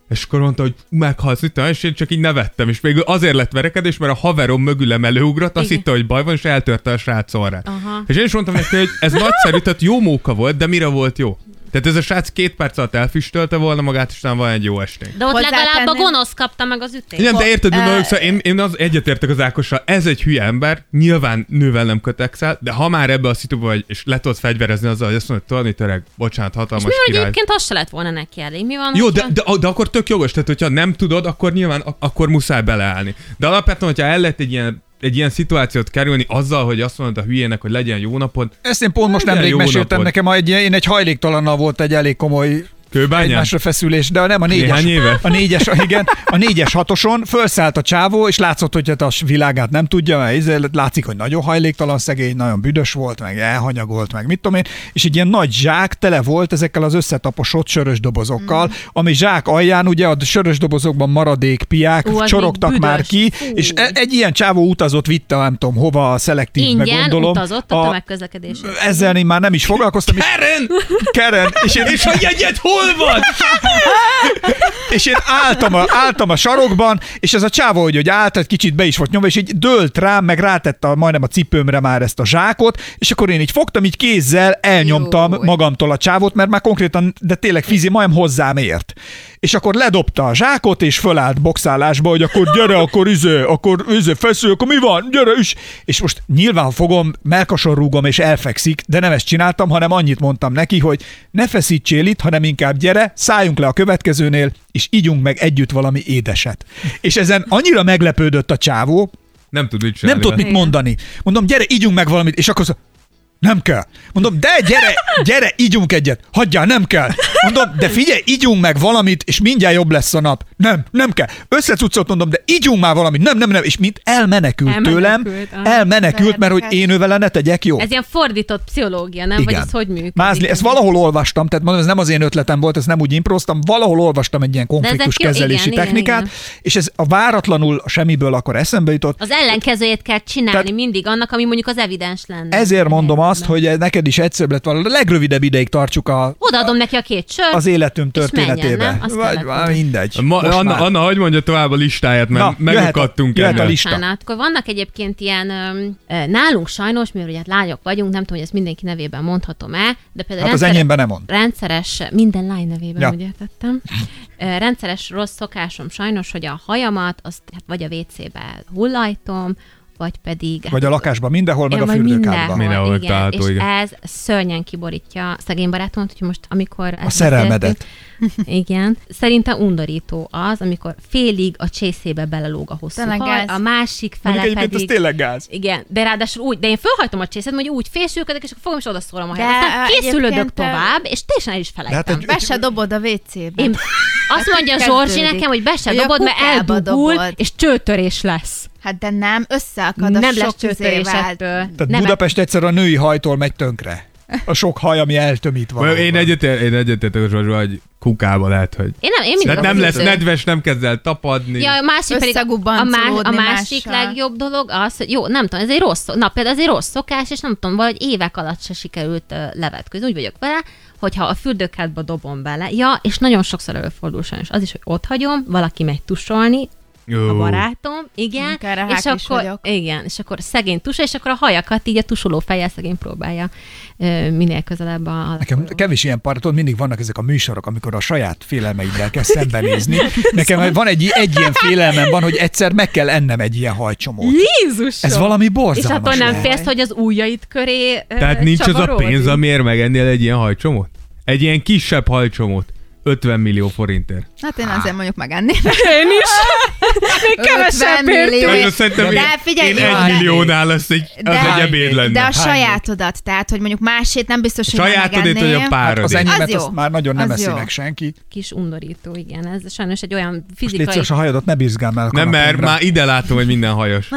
[SPEAKER 7] és akkor mondta, hogy meghalsz, itt, és én csak így nevettem, és végül azért lett verekedés, mert a haverom mögülem előugrott, azt
[SPEAKER 6] Igen.
[SPEAKER 7] hitte, hogy baj van, és eltörte a srác orrát.
[SPEAKER 6] Aha.
[SPEAKER 7] És én is mondtam neki, hogy ez nagyszerű, tehát jó móka volt, de mire volt jó? Tehát ez a srác két perc alatt elfüstölte volna magát, és nem van egy jó esténk.
[SPEAKER 6] De ott legalább a
[SPEAKER 8] Hozzátenném.
[SPEAKER 6] gonosz kapta meg az ütést.
[SPEAKER 7] Nem, de érted,
[SPEAKER 8] Ö-
[SPEAKER 7] uh, szóval én, én az egyetértek az Ákossal, ez egy hülye ember, nyilván nővel nem kötekszel, de ha már ebbe a szituba vagy, és le tudod fegyverezni azzal, hogy azt mondod, tudod, mit öreg, bocsánat,
[SPEAKER 6] És
[SPEAKER 7] hatalmas
[SPEAKER 6] mi hogy
[SPEAKER 7] király.
[SPEAKER 6] egyébként az se lett volna neki elég? Mi van?
[SPEAKER 7] Jó, de,
[SPEAKER 6] hogyha-
[SPEAKER 7] de, de akkor tök jogos, tehát hogyha nem tudod, akkor nyilván ak- akkor muszáj beleállni. De alapvetően, hogyha el lehet egy ilyen, egy ilyen szituációt kerülni azzal, hogy azt mondod a hülyének, hogy legyen jó napod,
[SPEAKER 5] Ezt én pont most
[SPEAKER 7] De
[SPEAKER 5] nemrég
[SPEAKER 7] jó
[SPEAKER 5] meséltem
[SPEAKER 7] napod.
[SPEAKER 5] nekem, egy, én egy hajléktalannal volt egy elég komoly
[SPEAKER 7] kőbányán?
[SPEAKER 5] egymásra feszülés, de nem a négyes.
[SPEAKER 7] Néhány éve?
[SPEAKER 5] A négyes, igen, a négyes hatoson fölszállt a csávó, és látszott, hogy hát a világát nem tudja, mert izé- látszik, hogy nagyon hajléktalan szegény, nagyon büdös volt, meg elhanyagolt, meg mit tudom én, és egy ilyen nagy zsák tele volt ezekkel az összetaposott sörös dobozokkal,
[SPEAKER 6] Mm.
[SPEAKER 5] ami zsák alján ugye a sörös dobozokban maradék piák
[SPEAKER 6] Ú, az
[SPEAKER 5] csorogtak
[SPEAKER 6] még
[SPEAKER 5] már
[SPEAKER 6] büdös.
[SPEAKER 5] ki,
[SPEAKER 6] Fú.
[SPEAKER 5] és e- egy ilyen csávó utazott, vitte, nem tudom hova, a szelektívbe
[SPEAKER 6] Ingyen
[SPEAKER 5] gondolom.
[SPEAKER 6] utazott a, tömegközlekedés.
[SPEAKER 5] ezzel én már nem is foglalkoztam, és
[SPEAKER 7] Eren!
[SPEAKER 5] Keren, és én,
[SPEAKER 7] És a jegyed hol van?
[SPEAKER 5] és én álltam a, álltam a sarokban, és ez a csávó, hogy, hogy állt, egy kicsit be is volt nyomva, és így dőlt rám, meg rátette a, majdnem a cipőmre már ezt a zsákot, és akkor én így fogtam, így kézzel elnyomtam
[SPEAKER 8] Jó.
[SPEAKER 5] magamtól a csávót, mert már konkrétan, de tényleg fizi, majdnem hozzám ért. És akkor ledobta a zsákot, és fölállt boxálásba, hogy akkor gyere, akkor üző, akkor üző, feszül, akkor mi van, gyere, üs. És most nyilván fogom, melkason rúgom, és elfekszik, de nem ezt csináltam, hanem annyit mondtam neki, hogy ne feszítsél itt, hanem inkább gyere, szálljunk le a következőnél, és ígyunk meg együtt valami édeset. És ezen annyira meglepődött a csávó,
[SPEAKER 7] Nem tud mit csinálni.
[SPEAKER 5] nem tudott mit mondani. Mondom, gyere, ígyunk meg valamit, és akkor szó, nem kell. Mondom, de gyere, gyere, ígyunk egyet. Hagyjál, nem kell. Mondom, de figyelj, ígyunk meg valamit, és mindjárt jobb lesz a nap. Nem, nem kell. Összecuccot mondom, de ígyunk már valamit. Nem, nem, nem. És mint elmenekült, tőlem,
[SPEAKER 6] Elmenekült, ah.
[SPEAKER 5] elmenekült, mert hogy én ő vele ne tegyek jó.
[SPEAKER 6] Ez ilyen fordított pszichológia, nem? Vagy ez hogy működik?
[SPEAKER 5] Mázli, ezt valahol olvastam, tehát mondom, ez nem az én ötletem volt, ezt nem úgy improztam, valahol olvastam egy ilyen
[SPEAKER 6] ezek
[SPEAKER 5] konfliktus
[SPEAKER 6] jó-
[SPEAKER 5] kezelési
[SPEAKER 6] igen, igen,
[SPEAKER 5] technikát,
[SPEAKER 6] igen.
[SPEAKER 5] és ez a váratlanul a semmiből akkor eszembe jutott,
[SPEAKER 6] Az ellenkezőjét kell csinálni
[SPEAKER 5] Tehát-
[SPEAKER 6] mindig annak, ami mondjuk az evidens lenne.
[SPEAKER 5] Ezért mondom azt, hogy ez neked is egyszerűbb lett volna. A legrövidebb ideig tartsuk a,
[SPEAKER 6] Odaadom neki a két sört.
[SPEAKER 5] az életünk
[SPEAKER 6] És menjen,
[SPEAKER 5] történetébe.
[SPEAKER 6] nem? Azt
[SPEAKER 5] Vagy
[SPEAKER 6] kellett
[SPEAKER 5] már
[SPEAKER 6] volna.
[SPEAKER 5] mindegy.
[SPEAKER 7] Ma,
[SPEAKER 5] Most
[SPEAKER 7] Anna,
[SPEAKER 5] már.
[SPEAKER 7] Anna, hagyd mondja tovább a listáját, mert
[SPEAKER 5] Na,
[SPEAKER 7] Na, megakadtunk
[SPEAKER 5] jöhet a- jöhet a
[SPEAKER 7] ennél.
[SPEAKER 5] lista.
[SPEAKER 6] Bocsánat, Hát, akkor vannak egyébként ilyen, öm, ö, nálunk sajnos, mivel ugye hát lányok vagyunk, nem tudom, hogy ezt mindenki nevében mondhatom-e, de például
[SPEAKER 5] Hát az
[SPEAKER 6] rendszere-
[SPEAKER 5] enyémben nem mond.
[SPEAKER 6] rendszeres, minden lány nevében,
[SPEAKER 5] Ja.
[SPEAKER 6] ja. úgy értettem, Ö, rendszeres rossz szokásom sajnos, hogy a hajamat azt hát vagy a WC-be hullajtom, vagy pedig...
[SPEAKER 5] Vagy a lakásban mindenhol, meg
[SPEAKER 6] Ja,
[SPEAKER 5] a
[SPEAKER 6] vagy
[SPEAKER 5] fürdőkádban.
[SPEAKER 7] minden. Mindenhol
[SPEAKER 6] Mindenhol, igen,
[SPEAKER 7] található,
[SPEAKER 6] és
[SPEAKER 7] igen.
[SPEAKER 6] ez szörnyen kiborítja szegény barátomat, hogy most amikor... ezt
[SPEAKER 5] szerelmedet.
[SPEAKER 6] beszéltünk- Igen. Szerintem undorító az, amikor félig a csészébe belelóg a hosszú
[SPEAKER 8] Tényleg
[SPEAKER 6] haj, a
[SPEAKER 8] gáz.
[SPEAKER 6] másik fele
[SPEAKER 5] Mondjuk egyébként ez
[SPEAKER 6] pedig...
[SPEAKER 5] tényleg gáz.
[SPEAKER 6] Igen, de ráadásul úgy, de én fölhajtom a csészét, hogy úgy fésülködök, és akkor fogom és odaszólom a
[SPEAKER 8] De,
[SPEAKER 6] helyet. Aztán
[SPEAKER 8] á,
[SPEAKER 6] készülődök
[SPEAKER 8] egyébként,
[SPEAKER 6] tovább, és teljesen el is
[SPEAKER 5] De hát
[SPEAKER 6] felejtem.
[SPEAKER 5] egy,
[SPEAKER 8] Be se dobod a WC-be.
[SPEAKER 6] Én azt mondja Zsorzsi nekem, hogy be se
[SPEAKER 8] Hát, Hogy a
[SPEAKER 6] dobod, mert
[SPEAKER 8] kukába
[SPEAKER 6] eldugul,
[SPEAKER 8] dobod.
[SPEAKER 6] és csőtörés lesz.
[SPEAKER 8] Hát de nem, összeakad a
[SPEAKER 6] nem
[SPEAKER 8] sok izé
[SPEAKER 6] lesz csőtörés
[SPEAKER 8] izével.
[SPEAKER 6] ettől.
[SPEAKER 5] tehát
[SPEAKER 6] Nem,
[SPEAKER 5] Budapest egyszerűen a női hajtól megy tönkre. A sok haj, ami eltömít van.
[SPEAKER 7] Én egyetér, én egyetér, hogy kukába lehet, hogy...
[SPEAKER 6] Én nem, én mindig
[SPEAKER 7] Tehát hát nem
[SPEAKER 6] azt
[SPEAKER 7] lesz
[SPEAKER 6] hiszem.
[SPEAKER 7] nedves, nem kezd el tapadni.
[SPEAKER 6] Ja, a másik pedig a, más,
[SPEAKER 8] Összegubbancolódni
[SPEAKER 6] a másik
[SPEAKER 8] mással.
[SPEAKER 6] legjobb dolog az, hogy jó, nem tudom, ez egy rossz, szok- na például ez egy rossz szokás, és nem tudom, valahogy évek alatt se sikerült ö, levetkőzni. Úgy vagyok vele, hogyha a fürdőkádba dobom bele, ja, és nagyon sokszor előfordul sajnos az is, hogy ott hagyom, valaki megy tusolni,
[SPEAKER 7] Jó.
[SPEAKER 6] a barátom, igen,
[SPEAKER 8] Inkább rá
[SPEAKER 6] és
[SPEAKER 8] hák is
[SPEAKER 6] akkor,
[SPEAKER 8] vagyok.
[SPEAKER 6] igen, és akkor szegény tusol, és akkor a hajakat így a tusoló fejjel szegény próbálja ö, minél közelebb a... a-
[SPEAKER 5] Nekem kevés ilyen parton, mindig vannak ezek a műsorok, amikor a saját félelmeiddel kell szembenézni. Nekem van egy, egy ilyen félelmem van, hogy egyszer meg kell ennem egy ilyen hajcsomót.
[SPEAKER 6] Jézusom!
[SPEAKER 5] Ez valami
[SPEAKER 6] És
[SPEAKER 5] borzalmas.
[SPEAKER 6] attól nem
[SPEAKER 5] lehet.
[SPEAKER 6] félsz, hogy az ujjaid köré ö,
[SPEAKER 7] Tehát nincs az a
[SPEAKER 6] csavarodni?
[SPEAKER 7] pénz, amiért megennél egy ilyen hajcsomót? Egy ilyen kisebb hajcsomót. 50 millió forintért.
[SPEAKER 8] Hát én azért mondjuk megenném.
[SPEAKER 6] Én is. Még
[SPEAKER 8] 50 millió.
[SPEAKER 7] Nagyon szerintem én,
[SPEAKER 8] De figyelj,
[SPEAKER 7] én
[SPEAKER 8] jó,
[SPEAKER 7] egy
[SPEAKER 8] de-
[SPEAKER 7] milliónál lesz egy, az egy ebéd lenne.
[SPEAKER 8] de a
[SPEAKER 7] Hány?
[SPEAKER 8] sajátodat, tehát, hogy mondjuk másét nem biztos, hogy
[SPEAKER 7] Sajátodét vagy a
[SPEAKER 8] megenném.
[SPEAKER 5] Hát az
[SPEAKER 7] párodét?
[SPEAKER 5] enyémet
[SPEAKER 8] Az
[SPEAKER 5] az
[SPEAKER 8] jó.
[SPEAKER 5] azt már nagyon nem
[SPEAKER 8] Az
[SPEAKER 5] eszi
[SPEAKER 8] jó.
[SPEAKER 5] meg senki.
[SPEAKER 6] Kis undorító, igen. Ez sajnos egy olyan
[SPEAKER 5] Most légy
[SPEAKER 6] fizikai...
[SPEAKER 5] szíves, a hajadat ne bízgálj el a
[SPEAKER 7] Nem, mert
[SPEAKER 5] kanapémra.
[SPEAKER 7] már ide látom, hogy minden hajas.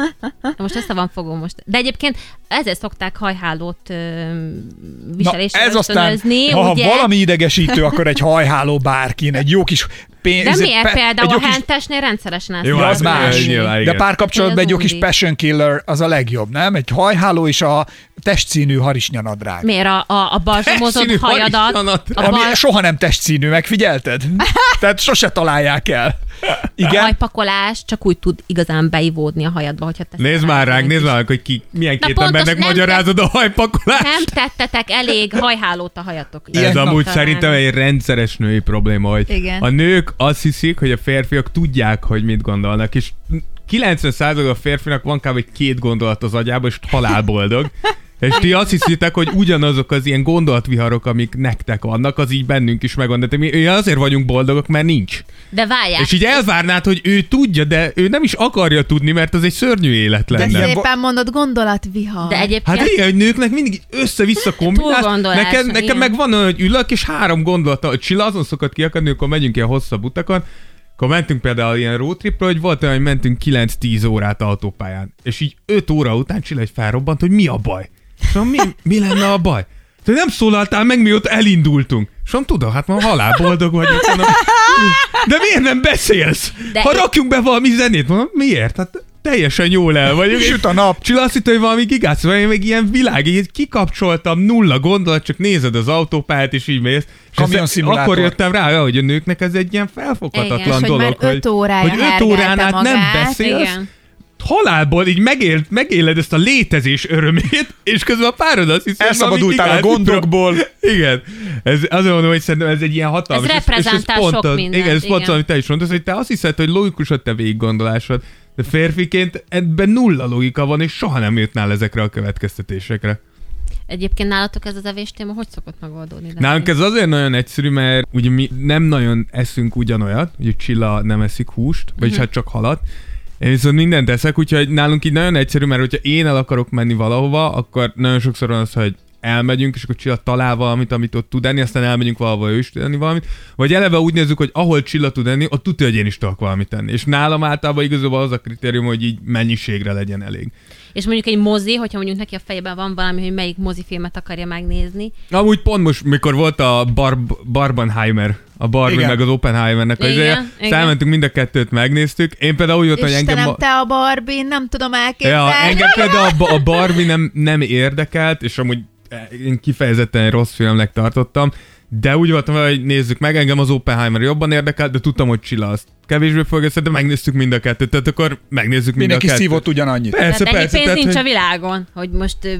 [SPEAKER 6] Most össze van fogom most. De egyébként ezért szokták hajhálót ö,
[SPEAKER 5] Na,
[SPEAKER 6] viselésre
[SPEAKER 5] ez aztán,
[SPEAKER 6] ösztönözni,
[SPEAKER 5] ha
[SPEAKER 6] ugye?
[SPEAKER 5] valami idegesítő, akkor egy hajháló bárkin, egy jó kis pénz.
[SPEAKER 6] De miért
[SPEAKER 5] pe-
[SPEAKER 6] például
[SPEAKER 5] egy jó
[SPEAKER 6] a
[SPEAKER 5] kis-
[SPEAKER 6] hentesnél rendszeresen ezt
[SPEAKER 7] Jó,
[SPEAKER 5] Ja,
[SPEAKER 6] szokták
[SPEAKER 5] az más.
[SPEAKER 6] csinálni.
[SPEAKER 7] nyilván.
[SPEAKER 5] De
[SPEAKER 7] igen.
[SPEAKER 5] párkapcsolatban
[SPEAKER 6] Hát Ez
[SPEAKER 5] egy jó kis
[SPEAKER 6] undi.
[SPEAKER 5] passion killer az a legjobb, nem? Egy hajháló és a testszínű harisnyanadrág.
[SPEAKER 6] Miért a, a, a balzsamozott
[SPEAKER 7] Felszínű
[SPEAKER 6] hajadat?
[SPEAKER 7] harisnyanat.
[SPEAKER 6] A
[SPEAKER 5] Ami
[SPEAKER 6] bal
[SPEAKER 5] soha nem testszínű, megfigyelted? Tehát sose találják el. Igen?
[SPEAKER 6] hajpakolás csak úgy tud igazán beivódni a hajadba, hogyha te
[SPEAKER 7] Nézd már ránk, nézd már, hogy ki, milyen
[SPEAKER 6] Na
[SPEAKER 7] két
[SPEAKER 6] pontos,
[SPEAKER 7] embernek
[SPEAKER 6] nem-
[SPEAKER 7] magyarázod a hajpakolást.
[SPEAKER 6] Nem tettetek elég hajhálót a hajatokra.
[SPEAKER 5] Ilyen
[SPEAKER 7] Ez
[SPEAKER 5] nap
[SPEAKER 7] amúgy
[SPEAKER 6] talán.
[SPEAKER 7] szerintem egy rendszeres női probléma, hogy
[SPEAKER 8] Igen.
[SPEAKER 7] a nők azt hiszik, hogy a férfiak tudják, hogy mit gondolnak, és 90% a férfinak van kb. egy két gondolat az agyában, és halálboldog. És ti azt hiszitek, hogy ugyanazok az ilyen gondolatviharok, amik nektek vannak, az így bennünk is megvan. De mi mi azért vagyunk boldogok, mert nincs.
[SPEAKER 6] De várják,
[SPEAKER 7] És így elvárnád, hogy ő tudja, de ő nem is akarja tudni, mert az egy szörnyű élet
[SPEAKER 5] De
[SPEAKER 7] lenne.
[SPEAKER 5] ilyen-
[SPEAKER 8] Szépen mondott gondolatvihar.
[SPEAKER 6] de egyébként...
[SPEAKER 7] Hát igen, hogy nőknek mindig össze-vissza kombinálsz.
[SPEAKER 6] Túlgondolás,
[SPEAKER 7] Nekem, nekem
[SPEAKER 6] igen.
[SPEAKER 7] meg van olyan, hogy ülök, és három gondolata. A Csilla azon szokott kiakadni, amikor megyünk ilyen hosszabb utakon, akkor mentünk például ilyen roadtripra, hogy volt olyan, hogy mentünk 9-10 órát autópályán, és így 5 óra után Csilla egy felrobbant, hogy mi a baj. És mondom, mi, mi lenne a baj? Te nem szólaltál meg, mióta elindultunk. És mondom, tudom, hát ma halálboldog vagyok. Mondom, de miért nem beszélsz? De
[SPEAKER 6] De
[SPEAKER 7] ha
[SPEAKER 6] én-
[SPEAKER 7] rakjunk be valami zenét, mondom, miért? Hát teljesen jól el vagyunk.
[SPEAKER 5] Süt a nap.
[SPEAKER 7] Csilla azt hitte, hogy valami gigász, vagy én meg ilyen világ, így kikapcsoltam, nulla gondolat, csak nézed az autópályát, és így mész. És
[SPEAKER 5] Kamion
[SPEAKER 7] ezt-
[SPEAKER 5] szimulátor.
[SPEAKER 7] akkor jöttem rá, hogy a nőknek ez egy ilyen felfoghatatlan
[SPEAKER 6] Igen,
[SPEAKER 8] és hogy
[SPEAKER 7] dolog,
[SPEAKER 8] már öt órája
[SPEAKER 7] hogy öt
[SPEAKER 8] hergelte
[SPEAKER 7] órán át nem
[SPEAKER 8] magát,
[SPEAKER 7] beszélsz,
[SPEAKER 6] igen.
[SPEAKER 7] halálból így megél, megéled ezt a létezés örömét, és közben a párod azt hiszi, hogy valami
[SPEAKER 5] Elszabadultál a
[SPEAKER 7] gigász-
[SPEAKER 5] gondokból.
[SPEAKER 7] Igen. Ez, azért mondom, hogy szerintem ez egy ilyen hatalmas.
[SPEAKER 6] Ez
[SPEAKER 7] és és
[SPEAKER 6] reprezentál
[SPEAKER 7] pont
[SPEAKER 6] sok
[SPEAKER 7] az-
[SPEAKER 6] mindent,
[SPEAKER 7] Igen, ez pont az,
[SPEAKER 6] igen.
[SPEAKER 7] amit te is mondtad, hogy te azt hiszed, hogy logikus a te végiggondolásod, de férfiként ebben nulla logika van, és soha nem jutnál ezekre a következtetésekre.
[SPEAKER 6] Egyébként nálatok ez az evés téma hogy szokott megoldódni? Dani?
[SPEAKER 7] Nálunk ez azért nagyon egyszerű, mert ugye mi nem nagyon eszünk ugyanolyat, ugye Csilla nem eszik húst, vagyis hát csak halat, én viszont mindent eszek, úgyhogy nálunk így nagyon egyszerű, mert hogyha én el akarok menni valahova, akkor nagyon sokszor van az, hogy elmegyünk, és akkor Csilla talál valamit, amit ott tud enni, aztán elmegyünk valahova, ő is tud enni valamit. Vagy eleve úgy nézzük, hogy ahol Csilla tud enni, ott tudja, hogy én is tudok valamit enni. És nálam általában igazából az a kritérium, hogy így mennyiségre legyen elég.
[SPEAKER 6] És mondjuk egy mozi, hogyha mondjuk neki a fejében van valami, hogy melyik mozifilmet akarja megnézni.
[SPEAKER 7] Amúgy pont most, mikor volt a Barb- Barbenheimer, a Barbie
[SPEAKER 5] Igen.
[SPEAKER 7] meg az Oppenheimernek az
[SPEAKER 6] Igen,
[SPEAKER 7] ideje,
[SPEAKER 6] igen.
[SPEAKER 7] elmentünk mind a kettőt, megnéztük. Én például úgy voltam, hogy engem...
[SPEAKER 8] Istenem,
[SPEAKER 7] ma-
[SPEAKER 8] te a Barbie, nem tudom elképzelni.
[SPEAKER 7] ja, engem például a, ba- a Barbie nem, nem érdekelt, és amúgy eh, én kifejezetten egy rossz filmnek tartottam, de úgy voltam, vele, hogy nézzük meg, engem az Oppenheimer jobban érdekelt, de tudtam, hogy Csilla azt kevésbé fogja össze, de megnéztük mind a kettőt, tehát akkor megnézzük mind
[SPEAKER 5] Mindenki
[SPEAKER 7] a kettőt.
[SPEAKER 5] szívott ugyanannyit.
[SPEAKER 7] Persze,
[SPEAKER 6] tehát ennyi
[SPEAKER 7] persze,
[SPEAKER 6] pénz
[SPEAKER 7] tehát,
[SPEAKER 6] nincs
[SPEAKER 7] hogy-
[SPEAKER 6] a világon, hogy most, ö,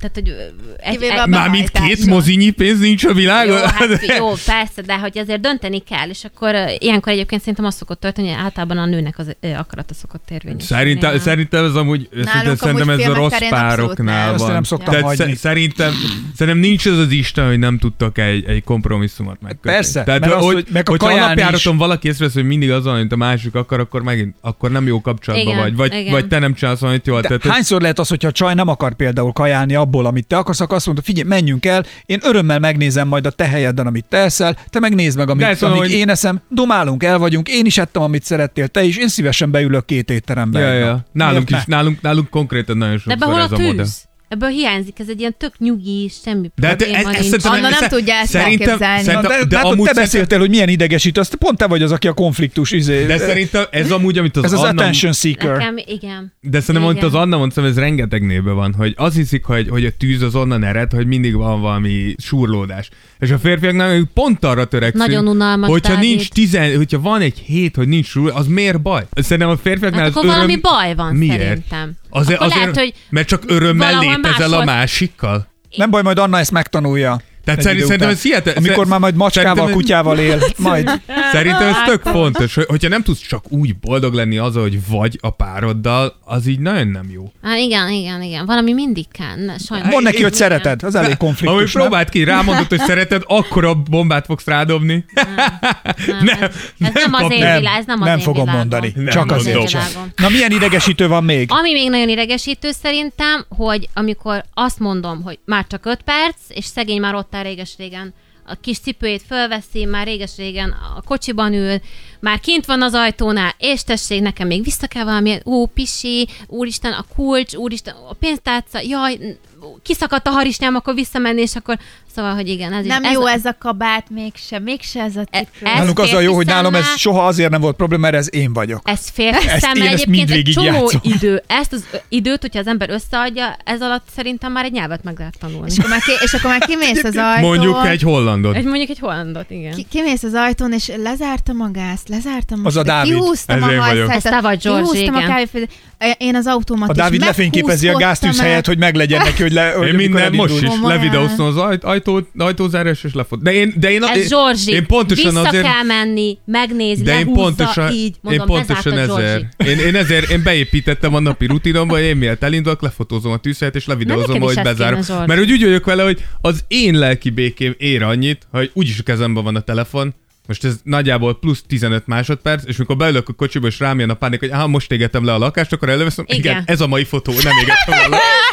[SPEAKER 6] tehát, hogy ö, egy,
[SPEAKER 8] Kivéve
[SPEAKER 6] egy,
[SPEAKER 8] a
[SPEAKER 7] Mármint két
[SPEAKER 8] behajtása.
[SPEAKER 7] mozinyi pénz nincs a
[SPEAKER 6] jó,
[SPEAKER 7] világon?
[SPEAKER 6] hát, jó, persze, de hogy azért dönteni kell, és akkor ö, ilyenkor egyébként szerintem az szokott történni, hogy általában a nőnek az ö, akarata szokott érvényesülni.
[SPEAKER 7] Szerintem,
[SPEAKER 6] nem?
[SPEAKER 7] szerintem ez amúgy, szerintem,
[SPEAKER 8] amúgy
[SPEAKER 7] szerintem ez a
[SPEAKER 8] filmek
[SPEAKER 7] rossz
[SPEAKER 8] terén
[SPEAKER 7] pároknál
[SPEAKER 8] abszolút
[SPEAKER 5] Ezt én
[SPEAKER 7] van.
[SPEAKER 5] nem szoktam
[SPEAKER 7] Tehát
[SPEAKER 5] hagyni.
[SPEAKER 7] sze- szerintem, szerintem nincs az az Isten, hogy nem tudtak egy, egy kompromisszumot megkötni.
[SPEAKER 5] Persze,
[SPEAKER 7] Tehát,
[SPEAKER 5] mert az,
[SPEAKER 7] hogy,
[SPEAKER 5] hogy meg a
[SPEAKER 7] hogyha
[SPEAKER 5] kaján
[SPEAKER 7] napjáraton valaki észrevesz, hogy mindig az van, amit a másik akar, akkor megint, akkor nem jó kapcsolatban
[SPEAKER 6] Igen,
[SPEAKER 7] vagy, vagy,
[SPEAKER 6] igen.
[SPEAKER 7] vagy te nem csinálsz valamit jól.
[SPEAKER 5] De
[SPEAKER 7] Tehát,
[SPEAKER 5] hányszor lehet az, hogyha a csaj nem akar például kajálni abból, amit te akarsz, akkor azt mondta, figyelj, menjünk el, én örömmel megnézem majd a te helyeden, amit te eszel, te meg nézd meg, amit,
[SPEAKER 7] De
[SPEAKER 5] amíg
[SPEAKER 7] ezt mondom,
[SPEAKER 5] hogy...
[SPEAKER 7] hogy-
[SPEAKER 5] én eszem, domálunk, el vagyunk, én is ettem, amit szerettél, te is, én szívesen beülök két étterembe.
[SPEAKER 7] ja,
[SPEAKER 5] egy nap.
[SPEAKER 7] ja. Nálunk
[SPEAKER 5] Miért
[SPEAKER 7] is, nálunk, nálunk konkrétan nagyon
[SPEAKER 6] De
[SPEAKER 7] sokszor
[SPEAKER 6] ebben hol a
[SPEAKER 7] ez a modell.
[SPEAKER 6] tűz? Ebből hiányzik, ez egy ilyen tök nyugi, semmi
[SPEAKER 7] De hát
[SPEAKER 6] probléma
[SPEAKER 7] ez- ez
[SPEAKER 6] nincs.
[SPEAKER 7] szerintem-
[SPEAKER 8] Anna nem
[SPEAKER 7] szer-
[SPEAKER 8] tudja ezt
[SPEAKER 7] szerintem-
[SPEAKER 8] elképzelni.
[SPEAKER 5] ne? Na,
[SPEAKER 7] Szerintem-
[SPEAKER 5] de, de,
[SPEAKER 7] de
[SPEAKER 5] hát ott
[SPEAKER 7] amúgy
[SPEAKER 5] te
[SPEAKER 7] szerintem-
[SPEAKER 5] beszéltél, hogy milyen idegesítő, azt pont te vagy az, aki a konfliktus izé.
[SPEAKER 7] De szerintem ez amúgy, amit az
[SPEAKER 5] ez az
[SPEAKER 7] Anna
[SPEAKER 5] attention seeker.
[SPEAKER 6] Nekem, igen.
[SPEAKER 7] De szerintem, amit
[SPEAKER 6] Igen.
[SPEAKER 7] az Anna mondta, ez rengeteg nélben van, hogy az hiszik, hogy, hogy a tűz az onnan ered, hogy mindig van valami surlódás. És a férfiaknál ők pont arra törekszünk,
[SPEAKER 6] Nagyon unalmas,
[SPEAKER 7] hogyha,
[SPEAKER 6] Dávid.
[SPEAKER 7] nincs tizen, hogyha van egy hét, hogy nincs surlódás, az miért baj? Szerintem a férfiaknál
[SPEAKER 6] Hát
[SPEAKER 7] az
[SPEAKER 6] akkor
[SPEAKER 7] öröm...
[SPEAKER 6] valami baj van
[SPEAKER 7] Miért?
[SPEAKER 6] szerintem.
[SPEAKER 7] Azért,
[SPEAKER 6] Akkor
[SPEAKER 7] azért,
[SPEAKER 6] lehet, hogy
[SPEAKER 7] mert csak örömmel
[SPEAKER 6] valahol
[SPEAKER 7] létezel a
[SPEAKER 6] máshol-
[SPEAKER 7] másikkal.
[SPEAKER 5] Nem baj, majd Anna ezt megtanulja.
[SPEAKER 7] Tehát
[SPEAKER 5] egy
[SPEAKER 7] szerint-
[SPEAKER 5] idő
[SPEAKER 7] szerintem
[SPEAKER 5] után.
[SPEAKER 7] ez hihetet-
[SPEAKER 5] Amikor
[SPEAKER 7] szer-
[SPEAKER 5] már majd macskával,
[SPEAKER 7] szerintem- Hát
[SPEAKER 5] kutyával él, majd.
[SPEAKER 7] Szerintem ez
[SPEAKER 6] Hát-
[SPEAKER 7] tök fontos, hogy, hogyha nem tudsz csak úgy boldog lenni az, hogy vagy a pároddal, az így nagyon nem jó.
[SPEAKER 6] Hát igen, igen, igen. Valami mindig kell. Ne, sajnos.
[SPEAKER 5] Mondd neki,
[SPEAKER 6] Igen.
[SPEAKER 5] hogy szereted, az elég konfliktus.
[SPEAKER 7] Amúgy
[SPEAKER 5] nem?
[SPEAKER 7] próbált ki, rámondott, hogy szereted, akkor a bombát fogsz rádobni.
[SPEAKER 6] Nem, ez, ez nem, az
[SPEAKER 7] kapja.
[SPEAKER 6] én
[SPEAKER 5] Nem,
[SPEAKER 6] világ, ez nem, az
[SPEAKER 5] nem
[SPEAKER 6] én
[SPEAKER 5] fogom
[SPEAKER 6] világom.
[SPEAKER 5] mondani.
[SPEAKER 7] Nem
[SPEAKER 5] Csak azért
[SPEAKER 7] mondom.
[SPEAKER 5] sem.
[SPEAKER 6] Világom.
[SPEAKER 5] Na milyen idegesítő van még?
[SPEAKER 6] Ami még nagyon idegesítő szerintem, hogy amikor azt mondom, hogy már csak 5 perc, és szegény már ott áll réges-régen, a kis cipőjét fölveszi, már réges-régen a kocsiban ül, már kint van az ajtónál, és tessék, nekem még vissza kell valamilyen, ó, pisi, úristen, a kulcs, úristen, a pénztárca, jaj, n- kiszakadt a harisnyám, akkor visszamenni, és akkor, szóval, hogy igen, ez
[SPEAKER 8] Nem
[SPEAKER 6] is,
[SPEAKER 8] ez jó
[SPEAKER 6] ez,
[SPEAKER 8] ez a kabát, mégse, mégse ez a
[SPEAKER 6] E-
[SPEAKER 8] cipő.
[SPEAKER 6] ez-
[SPEAKER 5] Nálunk az a jó,
[SPEAKER 6] férfi
[SPEAKER 5] hogy nálam ez
[SPEAKER 6] szemmel-
[SPEAKER 5] soha azért nem volt probléma, mert ez én vagyok.
[SPEAKER 6] Ez férfi
[SPEAKER 5] Ezt
[SPEAKER 6] szemmel
[SPEAKER 5] én ezt
[SPEAKER 6] egyébként egy
[SPEAKER 5] mindvégig
[SPEAKER 6] csomó
[SPEAKER 5] játszom.
[SPEAKER 6] idő. Ezt az ö, időt, hogyha az ember összeadja, ez alatt szerintem már egy nyelvet meg lehet tanulni.
[SPEAKER 8] És akkor már, ki, és akkor már kimész az ajtón.
[SPEAKER 7] Mondjuk egy hollandot.
[SPEAKER 6] Egy mondjuk egy hollandot, igen.
[SPEAKER 8] Ki, kimész az ajtón, és lezárta magást, lezárta most.
[SPEAKER 5] a Dávid.
[SPEAKER 8] Kihúztam
[SPEAKER 7] Ez én
[SPEAKER 8] a
[SPEAKER 7] vagyok.
[SPEAKER 8] hajszát.
[SPEAKER 6] Ez te vagy, Zsolt,
[SPEAKER 8] Kihúztam a
[SPEAKER 6] igen.
[SPEAKER 8] kávéfőzőt. Én az automat
[SPEAKER 6] Hát,
[SPEAKER 5] A
[SPEAKER 8] is
[SPEAKER 5] Dávid lefényképezi a
[SPEAKER 8] meghúzkodtam
[SPEAKER 5] gáztűz
[SPEAKER 8] el.
[SPEAKER 5] helyett, hogy meglegyen neki, hogy le... hogy
[SPEAKER 7] Én
[SPEAKER 5] amikor
[SPEAKER 7] minden most
[SPEAKER 5] elindul.
[SPEAKER 7] is
[SPEAKER 8] Komolyan.
[SPEAKER 7] levideózom az ajt, ajtót, ajtózárás és lefot. De én, de én,
[SPEAKER 6] Ez Zsorzsi.
[SPEAKER 7] én pontosan
[SPEAKER 6] Vissza
[SPEAKER 7] azért,
[SPEAKER 6] kell menni, megnézni,
[SPEAKER 7] de én
[SPEAKER 6] lehúzza,
[SPEAKER 7] pontosan,
[SPEAKER 6] így, mondom,
[SPEAKER 7] én pontosan
[SPEAKER 6] bezárt a Zsorzsi.
[SPEAKER 7] ezért, én, én ezért, én beépítettem a napi rutinomba, én miért elindulok, lefotózom a tűzhelyet, és levideózom,
[SPEAKER 6] neked is
[SPEAKER 7] hogy
[SPEAKER 6] ezt
[SPEAKER 7] bezárom.
[SPEAKER 6] kéne, Zsolt.
[SPEAKER 7] Mert úgy, úgy vagyok vele, hogy az én lelki békém ér annyit, hogy úgyis a kezemben van a telefon, most ez nagyjából plusz 15 másodperc, és mikor beülök a kocsiba, és rám jön a pánik, hogy ah, most égetem le a lakást, akkor előveszem, igen. igen,
[SPEAKER 6] Igen.
[SPEAKER 7] ez a mai fotó, nem égettem le. a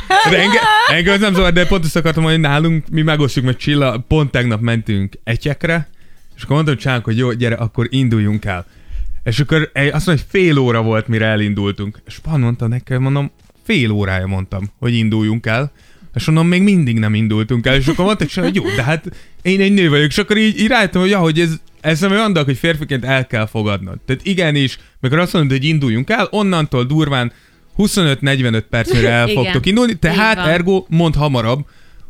[SPEAKER 7] lakást. De enge, engem az nem zavar, de pont azt akartam, hogy nálunk mi megosztjuk, mert Csilla, pont tegnap mentünk egyekre, és akkor mondtam Csánk, hogy jó, gyere, akkor induljunk el. És akkor egy- azt mondja, hogy fél óra volt, mire elindultunk. És Pan mondta nekem, mondom, fél órája mondtam, hogy induljunk el. És mondom, még mindig nem indultunk el. És akkor mondta, Csilla, hogy jó, de hát én egy nő vagyok. És akkor így, így rájöttem, hogy ja, hogy ez, ez nem olyan dolog, hogy férfiként el kell fogadnod. Tehát igenis, mikor azt mondod, hogy induljunk el, onnantól durván 25-45 perc, mire el
[SPEAKER 6] Igen.
[SPEAKER 7] fogtok indulni, tehát
[SPEAKER 6] van.
[SPEAKER 7] ergo mondd hamarabb,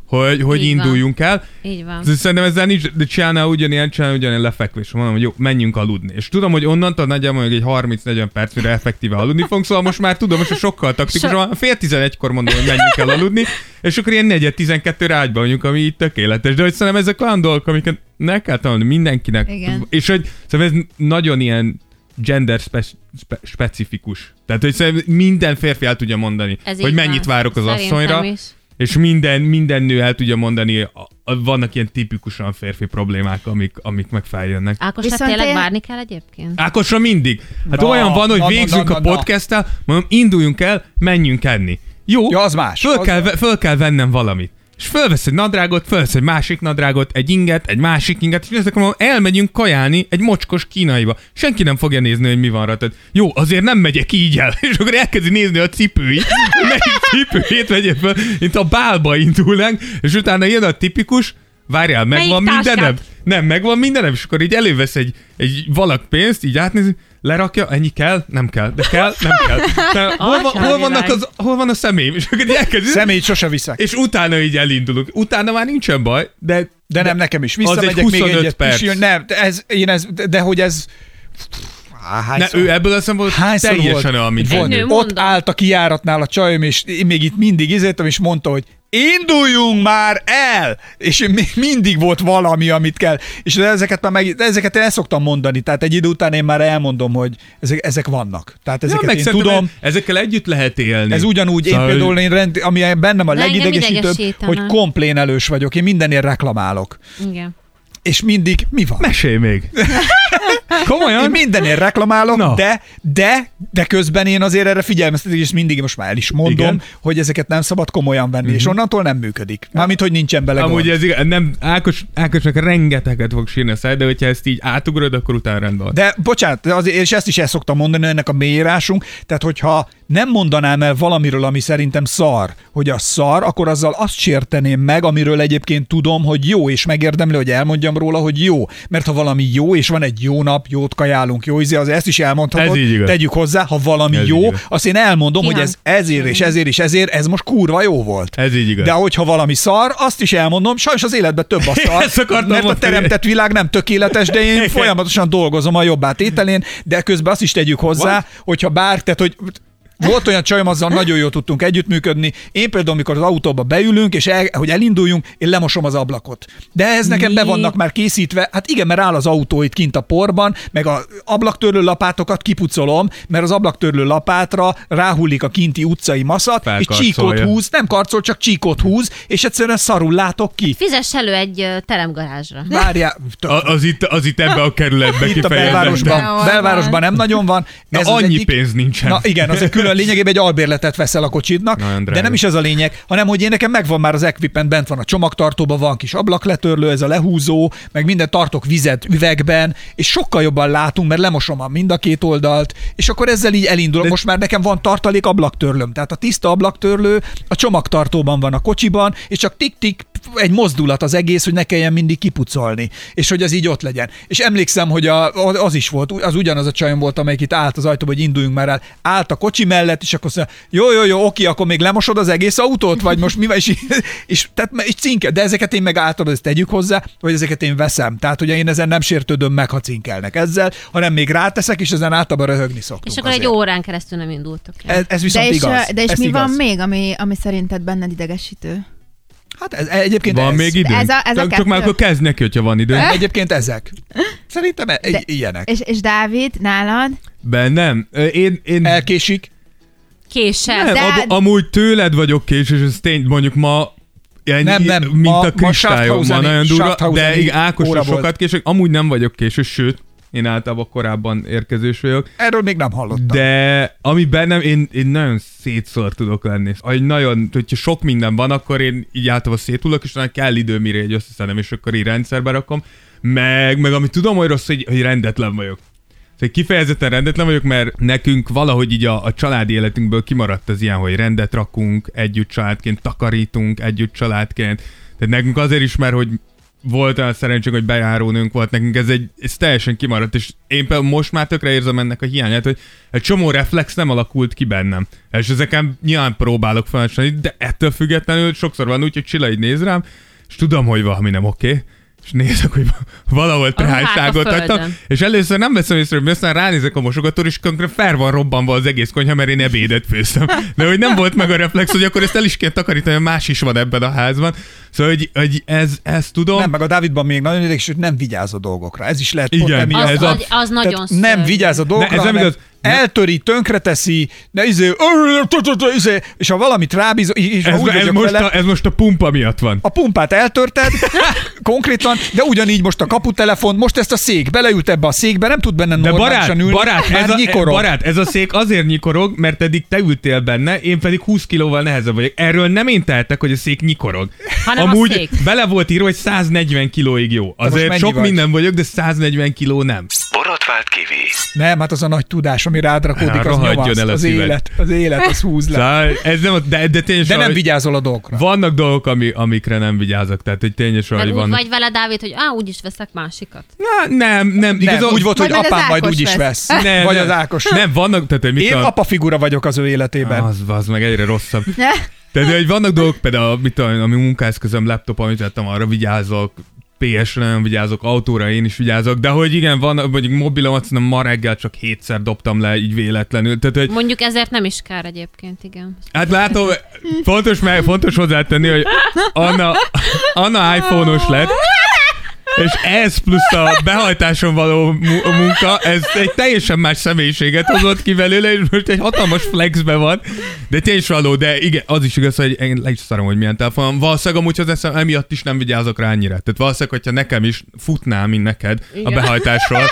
[SPEAKER 7] hogy, hogy
[SPEAKER 6] Így van.
[SPEAKER 7] induljunk el.
[SPEAKER 6] Így van.
[SPEAKER 7] Ez- Szerintem ezzel nincs, de csinálnál ugyanilyen, csinálnál ugyanilyen lefekvés. Mondom, hogy jó, menjünk aludni. És tudom, hogy onnantól nagyjából még egy 30-40 perc, mire effektíve aludni fogunk, szóval most már tudom, most már sokkal taktikusan, fél 11-kor mondom, hogy menjünk el aludni, és akkor ilyen negyed 12 ágyba vagyunk, ami így tökéletes. De hogy szerintem ezek olyan dolgok, amiket ne kell tanulni mindenkinek.
[SPEAKER 8] Igen.
[SPEAKER 7] És hogy szerintem ez nagyon ilyen gender spe- spe- specifikus. Tehát, hogy szerintem minden férfi el tudja mondani,
[SPEAKER 6] Ez
[SPEAKER 7] hogy
[SPEAKER 6] így
[SPEAKER 7] mennyit
[SPEAKER 6] van.
[SPEAKER 7] várok az
[SPEAKER 6] Szerintem
[SPEAKER 7] asszonyra,
[SPEAKER 6] is.
[SPEAKER 7] és minden, minden nő el tudja mondani, a, a, vannak ilyen tipikusan férfi problémák, amik, amik meg feljönnek.
[SPEAKER 6] Ákos, hát
[SPEAKER 8] Viszont
[SPEAKER 6] tényleg
[SPEAKER 8] én-
[SPEAKER 6] várni kell egyébként?
[SPEAKER 7] Ákosra mindig. Hát
[SPEAKER 5] Na,
[SPEAKER 7] olyan van, hogy
[SPEAKER 5] na, na,
[SPEAKER 7] végzünk
[SPEAKER 5] na,
[SPEAKER 7] a
[SPEAKER 5] na.
[SPEAKER 7] podcasttel, mondom, induljunk el, menjünk enni. Jó,
[SPEAKER 5] Ja, az más.
[SPEAKER 7] föl,
[SPEAKER 5] Az
[SPEAKER 7] kell, ve- föl kell vennem valamit. És fölvesz egy nadrágot, fölvesz egy másik nadrágot, egy inget, egy másik inget, és ezek mondom, elmegyünk kajálni egy mocskos kínaiba. Senki nem fogja nézni, hogy mi van rajta. Jó, azért nem megyek így el. És akkor elkezdi nézni a cipőit, hogy melyik cipőjét vegye föl, mint a bálba indulnánk, és utána jön a tipikus, várjál, megvan
[SPEAKER 6] Melyik
[SPEAKER 7] mindenem?
[SPEAKER 6] táskát?
[SPEAKER 7] Nem, megvan mindenem, és akkor így elővesz egy, egy valak pénzt, így átnézi, lerakja, ennyi kell, nem kell, de kell, nem kell. De hol, van, hol, vannak az, hol van a személyem? És akkor így elkezdjük,
[SPEAKER 5] Személyt sose viszek.
[SPEAKER 7] és utána így elindulunk. Utána már nincsen baj, de
[SPEAKER 5] De nem, nekem is.
[SPEAKER 7] az egy
[SPEAKER 5] Visszamegyek még
[SPEAKER 7] 25
[SPEAKER 5] egyet.
[SPEAKER 7] perc.
[SPEAKER 5] Pisilni. Nem, de ez, én ez, de, de hogy ez...
[SPEAKER 7] ne, ő ebből a szempontból
[SPEAKER 5] Hányszor
[SPEAKER 7] teljesen
[SPEAKER 5] volt?
[SPEAKER 7] amit
[SPEAKER 6] Egy nő,
[SPEAKER 5] Ott
[SPEAKER 6] mondom.
[SPEAKER 5] állt a kijáratnál a csajom, és én még itt mindig izéltem, és mondta, hogy induljunk már el! És én még mindig volt valami, amit kell. És de ezeket már meg, de ezeket én el szoktam mondani, tehát egy idő után én már elmondom, hogy ezek, ezek vannak. Tehát ezeket én
[SPEAKER 7] szerintem
[SPEAKER 5] tudom.
[SPEAKER 7] e- Ezekkel együtt lehet élni.
[SPEAKER 5] Ez ugyanúgy, én
[SPEAKER 7] Szóval-
[SPEAKER 5] például én rend, ami bennem a
[SPEAKER 6] Na, engem
[SPEAKER 5] legidegesítőbb,
[SPEAKER 6] idegesítene.
[SPEAKER 5] hogy komplénelős vagyok, én mindenért reklamálok.
[SPEAKER 6] Igen.
[SPEAKER 5] És mindig mi van?
[SPEAKER 7] Mesélj még.
[SPEAKER 5] Én
[SPEAKER 7] Komolyan?
[SPEAKER 5] mindenért reklamálok,
[SPEAKER 7] Na.
[SPEAKER 5] no. de, de, de közben én azért erre figyelmeztetek, és mindig most már el is mondom,
[SPEAKER 7] Igen. Mhm.
[SPEAKER 5] Igen. hogy ezeket nem szabad komolyan venni, mm-hmm. és onnantól nem működik. Mármint, hogy nincsen bele
[SPEAKER 7] Amúgy
[SPEAKER 5] gond.
[SPEAKER 7] ez igaz, nem, Ákos, Ákosnak rengeteget fog sírni a száj, de hogyha ezt így átugrod, akkor utána rendben van.
[SPEAKER 5] De bocsánat, de azért, és ezt is el szoktam mondani, ennek a mélyírásunk, tehát hogyha nem mondanám el valamiről, ami szerintem szar, hogy a szar, akkor azzal azt sérteném meg, amiről egyébként tudom, hogy jó, és megérdemli, hogy elmondjam róla, hogy jó. Mert ha valami jó, és van egy jó nap, jót kajálunk, jó ízé, az ezt is elmondhatod,
[SPEAKER 7] Ez így igaz.
[SPEAKER 5] tegyük hozzá, ha valami
[SPEAKER 7] Ez
[SPEAKER 5] ez
[SPEAKER 7] így
[SPEAKER 5] jó,
[SPEAKER 7] igaz.
[SPEAKER 5] azt én elmondom,
[SPEAKER 6] Ki
[SPEAKER 5] hogy
[SPEAKER 6] van?
[SPEAKER 5] ez ezért, és ezért, és ezért, ez most kurva jó volt.
[SPEAKER 7] Ez így igaz.
[SPEAKER 5] De hogyha valami szar, azt is elmondom, sajnos az életben több a szar,
[SPEAKER 7] Ezt akartam
[SPEAKER 5] mert a
[SPEAKER 7] mondani.
[SPEAKER 5] teremtett világ nem tökéletes, de én folyamatosan dolgozom a jobbá tételén, de közben azt is tegyük hozzá, Van? hogyha bár, tehát hogy volt olyan csajom, azzal nagyon jól tudtunk együttműködni. Én például, amikor az autóba beülünk, és el, hogy elinduljunk, én lemosom az ablakot. De ez nekem
[SPEAKER 6] Mi?
[SPEAKER 5] be vannak már készítve. Hát igen, mert áll az autó itt kint a porban, meg az ablaktörlő lapátokat kipucolom, mert az ablaktörlő lapátra ráhullik a kinti utcai maszat, és
[SPEAKER 7] Felkarcolja.
[SPEAKER 5] csíkot húz, nem karcol, csak csíkot húz, és egyszerűen szarul látok ki.
[SPEAKER 6] Fizess elő egy ö, teremgarázsra.
[SPEAKER 5] Várjál, tök
[SPEAKER 7] A, az, itt, az itt ebbe a kerületbe
[SPEAKER 5] itt a
[SPEAKER 7] kifejezetten.
[SPEAKER 8] Mindenhol
[SPEAKER 5] belvárosban,
[SPEAKER 8] van.
[SPEAKER 5] belvárosban nem nagyon van.
[SPEAKER 7] Na
[SPEAKER 5] az
[SPEAKER 7] annyi pénz nincsen.
[SPEAKER 5] Na igen, az egy külön lényegében egy albérletet veszel a kocsidnak,
[SPEAKER 7] Nagyon drága.
[SPEAKER 5] de nem is ez a lényeg, hanem hogy én nekem megvan már az equipment, bent van a csomagtartóban, van kis ablakletörlő, ez a lehúzó, meg minden tartok vizet üvegben, és sokkal jobban látunk, mert lemosom a mind a két oldalt, és akkor ezzel így elindulok.
[SPEAKER 7] De-
[SPEAKER 5] Most már nekem van tartalék ablaktörlöm, tehát a tiszta ablaktörlő a csomagtartóban van a kocsiban, és csak tik-tik egy mozdulat az egész, hogy ne kelljen mindig kipucolni, és hogy az így ott legyen. És emlékszem, hogy a, az is volt, az ugyanaz a csajom volt, amelyik itt állt az ajtóba, hogy induljunk már el. Állt a kocsi mellett, és akkor azt mondja, jó, jó, jó, oké, akkor még lemosod az egész autót, vagy most mi van? És, és, tehát, és cinke, de ezeket én meg általában ezt tegyük hozzá, hogy ezeket én veszem. Tehát, hogy én ezen nem sértődöm meg, ha cinkelnek ezzel, hanem még ráteszek, és ezen általában röhögni szoktunk.
[SPEAKER 6] És akkor
[SPEAKER 5] azért.
[SPEAKER 6] egy órán keresztül nem indultok el.
[SPEAKER 5] Ez, ez viszont
[SPEAKER 8] De és,
[SPEAKER 5] igaz.
[SPEAKER 8] de és
[SPEAKER 5] Ez
[SPEAKER 8] mi
[SPEAKER 5] igaz.
[SPEAKER 8] van még, ami, ami szerinted benned idegesítő?
[SPEAKER 5] Hát ez, egyébként
[SPEAKER 7] Van
[SPEAKER 5] ez.
[SPEAKER 7] még időnk?
[SPEAKER 8] Ez a- ez a
[SPEAKER 7] csak, csak már
[SPEAKER 8] kettő.
[SPEAKER 7] akkor kezd neki, hogyha van időnk.
[SPEAKER 5] Egyébként ezek. Szerintem e-
[SPEAKER 8] De-
[SPEAKER 5] de, ilyenek.
[SPEAKER 8] És, és Dávid, nálad?
[SPEAKER 7] Bennem? Ö, Én, én
[SPEAKER 5] Elkésik.
[SPEAKER 6] Késel.
[SPEAKER 7] nem,
[SPEAKER 8] de-
[SPEAKER 7] ab, amúgy tőled vagyok kés, és ez tény, mondjuk ma Ennyi,
[SPEAKER 5] Nem, nem,
[SPEAKER 7] mint
[SPEAKER 5] ma-
[SPEAKER 7] a
[SPEAKER 5] ma
[SPEAKER 7] kristályom ma
[SPEAKER 5] Schaffhauseni-
[SPEAKER 7] nagyon durva, de
[SPEAKER 5] Schaffhauseni
[SPEAKER 7] igen, Ákosra
[SPEAKER 5] óra volt.
[SPEAKER 7] sokat kések, amúgy nem vagyok késős, sőt, én általában korábban érkezős vagyok,
[SPEAKER 5] Erről még nem hallottam.
[SPEAKER 7] de ami bennem, én, én nagyon szétszór tudok lenni. Egy nagyon, hogyha sok minden van, akkor én így általában szétulok, és nagyon kell idő, mire egy összeszedem, és akkor így rendszerbe rakom. Meg, meg amit tudom, hogy rossz, hogy, hogy rendetlen vagyok. Szóval kifejezetten rendetlen vagyok, mert nekünk valahogy így a, a családi életünkből kimaradt az ilyen, hogy rendet rakunk együtt családként, takarítunk együtt családként. Tehát nekünk azért is, mert hogy volt olyan szerencsénk, hogy bejárónőnk volt nekünk, ez, egy, ez teljesen kimaradt, és én például most már tökre érzem ennek a hiányát, hogy egy csomó reflex nem alakult ki bennem. És ezeken nyilván próbálok felcsinálni, de ettől függetlenül sokszor van úgy, hogy Csilla így néz rám, és tudom, hogy valami nem oké, okay, és nézek, hogy valahol
[SPEAKER 6] ruhák a
[SPEAKER 7] trájságot adtam,
[SPEAKER 6] földön.
[SPEAKER 7] és először nem veszem észre, hogy mi, aztán ránézek a mosogatóra, és konkrétan fel van robbanva az egész konyha, mert én ebédet főztem. De hogy nem volt meg a reflex, hogy akkor ezt el is kell takarítani, mert más is van ebben a házban. Szóval, hogy, hogy ez, ezt tudom.
[SPEAKER 5] Nem, meg a Dávidban még nagyon ideges, hogy nem vigyáz a dolgokra. Ez is lehet
[SPEAKER 7] Igen,
[SPEAKER 5] pont emiatt.
[SPEAKER 6] az,
[SPEAKER 7] ez
[SPEAKER 6] ez
[SPEAKER 7] a-
[SPEAKER 6] az, az nagyon
[SPEAKER 5] Tehát nem
[SPEAKER 6] szörnyű.
[SPEAKER 5] vigyáz a dolgokra,
[SPEAKER 7] Ne, ez nem
[SPEAKER 5] hanem
[SPEAKER 7] igaz. Ne.
[SPEAKER 5] eltöri, tönkreteszi, de izé, izé, és ha valamit rábízol, és ha
[SPEAKER 7] ez,
[SPEAKER 5] úgy
[SPEAKER 7] ez,
[SPEAKER 5] vagyok
[SPEAKER 7] most
[SPEAKER 5] vele,
[SPEAKER 7] a, ez most a pumpa miatt van.
[SPEAKER 5] a pumpát eltörted, konkrétan, de ugyanígy most a kaputelefon, most ezt a szék, beleült ebbe a székbe, nem tud benne
[SPEAKER 7] De
[SPEAKER 5] normálisan
[SPEAKER 7] barát,
[SPEAKER 5] ülni,
[SPEAKER 7] barát,
[SPEAKER 5] már
[SPEAKER 7] ez a,
[SPEAKER 5] nyikorog.
[SPEAKER 7] barát, ez a szék azért nyikorog, mert eddig te ültél benne, én pedig 20 kilóval nehezebb vagyok. Erről nem én tehetek, hogy a szék nyikorog.
[SPEAKER 6] Hanem a
[SPEAKER 7] Amúgy
[SPEAKER 6] szék.
[SPEAKER 7] bele volt írva, hogy 140 kilóig jó.
[SPEAKER 5] most
[SPEAKER 7] Azért
[SPEAKER 5] mennyi
[SPEAKER 7] sok
[SPEAKER 5] vagy?
[SPEAKER 7] minden vagyok, de 140 kiló nem.
[SPEAKER 3] Borotvált borot vált kivé.
[SPEAKER 5] Nem, hát az a nagy tudás, ami rád rakódik,
[SPEAKER 7] Hát,
[SPEAKER 5] az
[SPEAKER 7] rohadjon
[SPEAKER 5] nyomaszt,
[SPEAKER 7] el a
[SPEAKER 5] az
[SPEAKER 7] szíved.
[SPEAKER 5] élet, az élet, az húz le.
[SPEAKER 7] Szóval ez nem, a- de, de tényleg
[SPEAKER 5] De
[SPEAKER 7] soha,
[SPEAKER 5] nem
[SPEAKER 7] hogy
[SPEAKER 5] vigyázol a dolgokra.
[SPEAKER 7] Vannak dolgok, ami, amikre nem vigyázok, tehát hogy tényleg soha,
[SPEAKER 6] Mert
[SPEAKER 7] hogy
[SPEAKER 6] úgy
[SPEAKER 7] vannak.
[SPEAKER 6] vagy vele, Dávid, hogy á, úgyis veszek másikat.
[SPEAKER 7] Na, nem, nem,
[SPEAKER 5] Nem,
[SPEAKER 7] igazol,
[SPEAKER 5] úgy volt,
[SPEAKER 8] Vagy
[SPEAKER 5] hogy
[SPEAKER 8] majd az
[SPEAKER 5] apám majd
[SPEAKER 8] Ákos
[SPEAKER 5] úgy is
[SPEAKER 8] vesz.
[SPEAKER 5] vesz.
[SPEAKER 7] nem,
[SPEAKER 5] Vagy
[SPEAKER 7] nem.
[SPEAKER 5] az Ákos.
[SPEAKER 7] Nem, vannak, tehát hogy mit
[SPEAKER 5] Én
[SPEAKER 7] a...
[SPEAKER 5] apa figura vagyok az ő életében.
[SPEAKER 7] Az, az meg egyre rosszabb.
[SPEAKER 8] Ne?
[SPEAKER 7] Tehát, hogy vannak dolgok, például, mit tudom, én, ami munkászközöm, laptop, amit vettem, arra vigyázok, PS-re nem vigyázok, autóra én is vigyázok, de hogy igen, van, mondjuk mobilomat szerintem ma reggel csak hétszer dobtam le, így véletlenül. Tehát, hogy
[SPEAKER 6] Mondjuk ezért nem is kár egyébként, igen.
[SPEAKER 7] Hát látom, fontos, meg, fontos hozzátenni, hogy Anna, Anna iPhone-os lett, és ez plusz a behajtáson való mu- munka, ez egy teljesen más személyiséget hozott ki belőle, és most egy hatalmas flexbe van. De tényleg való, de igen, az is igaz, hogy én le is szarom, hogy milyen telefonom. Valószínűleg amúgy az eszem, emiatt is nem vigyázok rá annyira. Tehát valószínűleg, hogyha nekem is futnám, mint neked a
[SPEAKER 6] Igen.
[SPEAKER 7] behajtásról,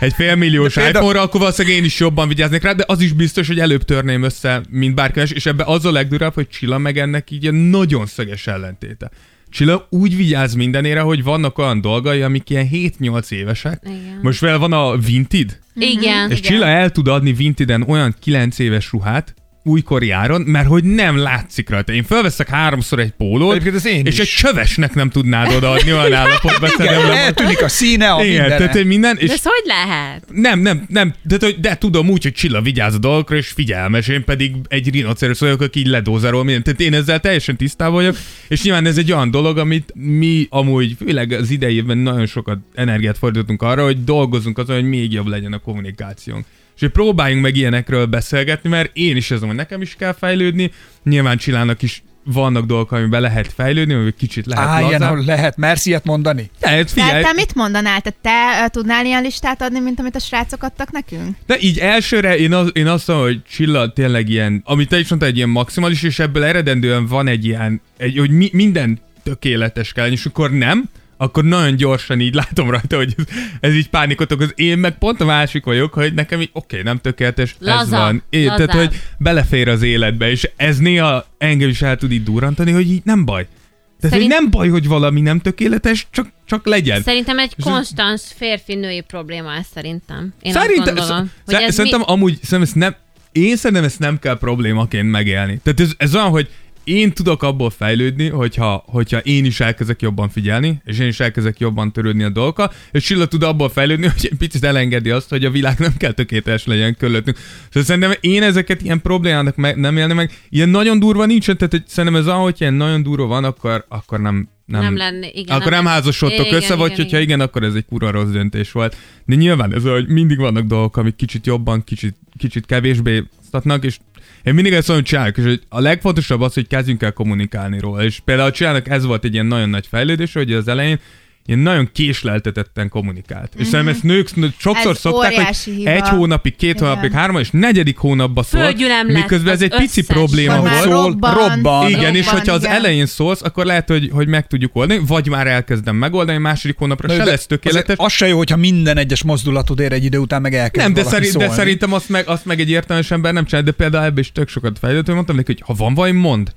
[SPEAKER 7] egy félmilliós
[SPEAKER 5] De például-
[SPEAKER 7] iPhone-ra, akkor valószínűleg én is jobban vigyáznék rá, de az is biztos, hogy előbb törném össze, mint bárki más, és ebbe az a legdurább, hogy Csilla meg ennek így a nagyon szöges ellentéte. Csilla úgy vigyáz mindenére, hogy vannak olyan dolgai, amik ilyen 7-8 évesek.
[SPEAKER 6] Igen.
[SPEAKER 7] Most vele van a Vinted,
[SPEAKER 6] Mhm. Igen.
[SPEAKER 7] és Csilla el tud adni Vintiden olyan 9 éves ruhát, újkori áron, mert hogy nem látszik rajta. Én felveszek háromszor egy pólót,
[SPEAKER 5] Egyébként az én
[SPEAKER 7] és
[SPEAKER 5] is.
[SPEAKER 7] egy csövesnek nem tudnád odaadni olyan állapotban. szerintem nem-
[SPEAKER 5] Eltűnik a színe, a
[SPEAKER 7] Igen, tehát
[SPEAKER 5] mindene.
[SPEAKER 7] hogy minden,
[SPEAKER 6] De
[SPEAKER 7] és
[SPEAKER 6] ez hogy lehet?
[SPEAKER 7] nem, nem, nem, de, de, de tudom úgy, hogy Csilla vigyáz a dolgokra, és figyelmes, én pedig egy rinoceros vagyok, aki így ledózerol mindent. Tehát én ezzel teljesen tisztában vagyok, és nyilván ez egy olyan dolog, amit mi amúgy, főleg az idei évben nagyon sokat energiát fordítunk arra, hogy dolgozunk azon, hogy még jobb legyen a kommunikációnk. És hogy próbáljunk meg ilyenekről beszélgetni, mert én is azon, hogy nekem is kell fejlődni, nyilván Csillának is vannak dolgok, amiben lehet fejlődni, amiben kicsit lehet
[SPEAKER 5] Álljen,
[SPEAKER 7] lazább.
[SPEAKER 5] ahol lehet. Mersz ilyet mondani?
[SPEAKER 7] Tehát
[SPEAKER 8] Te,
[SPEAKER 7] figyelj,
[SPEAKER 8] te mit mondanál? Te, te ö, tudnál ilyen listát adni, mint amit a srácok adtak nekünk?
[SPEAKER 7] De így elsőre én, az, én azt mondom, hogy Csilla tényleg ilyen, amit te is mondtál, egy ilyen maximális, és ebből eredendően van egy ilyen, egy, hogy mi, minden tökéletes kell, lenni, és akkor nem, akkor nagyon gyorsan így látom rajta, hogy ez, ez így pánikot okoz. Én meg pont a másik vagyok, hogy nekem így, oké, nem tökéletes, ez
[SPEAKER 6] Laza,
[SPEAKER 7] van. Én, tehát,
[SPEAKER 6] lazább.
[SPEAKER 7] hogy belefér az életbe, és ez néha engem is el tud így durrantani, hogy így nem baj. Tehát, Szerint...
[SPEAKER 6] Szerint-
[SPEAKER 7] hogy nem baj, hogy valami nem tökéletes, csak, csak legyen.
[SPEAKER 6] Szerintem egy konstans férfi-női probléma ez szerintem. Én
[SPEAKER 7] Szerintem,
[SPEAKER 6] azt gondolom,
[SPEAKER 7] sz- sz-
[SPEAKER 6] ez
[SPEAKER 7] szerintem
[SPEAKER 6] mi...
[SPEAKER 7] amúgy, szerintem ezt nem, én szerintem ezt nem kell problémaként megélni. Tehát ez, ez olyan, hogy én tudok abból fejlődni, hogyha, hogyha én is elkezdek jobban figyelni, és én is elkezdek jobban törődni a dolgokkal, és Silla tud abból fejlődni, hogy egy picit elengedi azt, hogy a világ nem kell tökéletes legyen körülöttünk. Szóval szerintem én ezeket ilyen problémának me- nem élni meg. Ilyen nagyon durva nincsen, tehát hogy szerintem ez olyan, hogyha ilyen nagyon durva van, akkor, akkor nem, nem,
[SPEAKER 6] Nem lenni, igen,
[SPEAKER 7] akkor
[SPEAKER 6] nem
[SPEAKER 7] nem,
[SPEAKER 6] lenni.
[SPEAKER 7] házasodtok
[SPEAKER 6] Igen,
[SPEAKER 7] össze,
[SPEAKER 6] igen,
[SPEAKER 7] vagy
[SPEAKER 6] igen,
[SPEAKER 7] hogyha
[SPEAKER 6] igen.
[SPEAKER 7] igen, akkor ez egy kurva rossz döntés volt. De nyilván ez, hogy mindig vannak dolgok, amik kicsit jobban, kicsit, kicsit kevésbé szatnak, és én mindig ezt mondom, hogy csináljuk, és hogy a legfontosabb az, hogy kezdjünk el kommunikálni róla. És például csinálnak ez volt egy ilyen nagyon nagy fejlődés, hogy az elején ilyen nagyon késleltetetten kommunikált. És szerintem ezt nők nő- sokszor
[SPEAKER 8] Ez
[SPEAKER 7] szokták,
[SPEAKER 8] óriási
[SPEAKER 7] hogy
[SPEAKER 8] hiba.
[SPEAKER 7] egy hónapig, két
[SPEAKER 8] Igen.
[SPEAKER 7] hónapig, három, és negyedik hónapba szólt,
[SPEAKER 6] Földgyülem lett
[SPEAKER 7] miközben ez
[SPEAKER 6] az
[SPEAKER 7] egy pici
[SPEAKER 6] összes.
[SPEAKER 7] probléma
[SPEAKER 8] Akkor
[SPEAKER 5] Ahol
[SPEAKER 8] már
[SPEAKER 7] volt.
[SPEAKER 5] szól,
[SPEAKER 8] robban,
[SPEAKER 5] robban.
[SPEAKER 7] Igen,
[SPEAKER 8] robban,
[SPEAKER 7] és hogyha az
[SPEAKER 8] igen.
[SPEAKER 7] elején szólsz, akkor lehet, hogy, hogy meg tudjuk oldani, vagy már elkezdem megoldani, második hónapra
[SPEAKER 5] Na,
[SPEAKER 7] se
[SPEAKER 5] de
[SPEAKER 7] lesz tökéletes.
[SPEAKER 5] azért Az se jó, hogyha minden egyes mozdulatod ér egy idő után, meg elkezd
[SPEAKER 7] Nem, de,
[SPEAKER 5] valaki
[SPEAKER 7] szerint, de
[SPEAKER 5] szólni.
[SPEAKER 7] szerintem azt meg, azt meg egy értelmes ember nem csinál, de például ebbe is tök sokat fejlődött, hogy mondtam neki, hogy ha van valami, mond.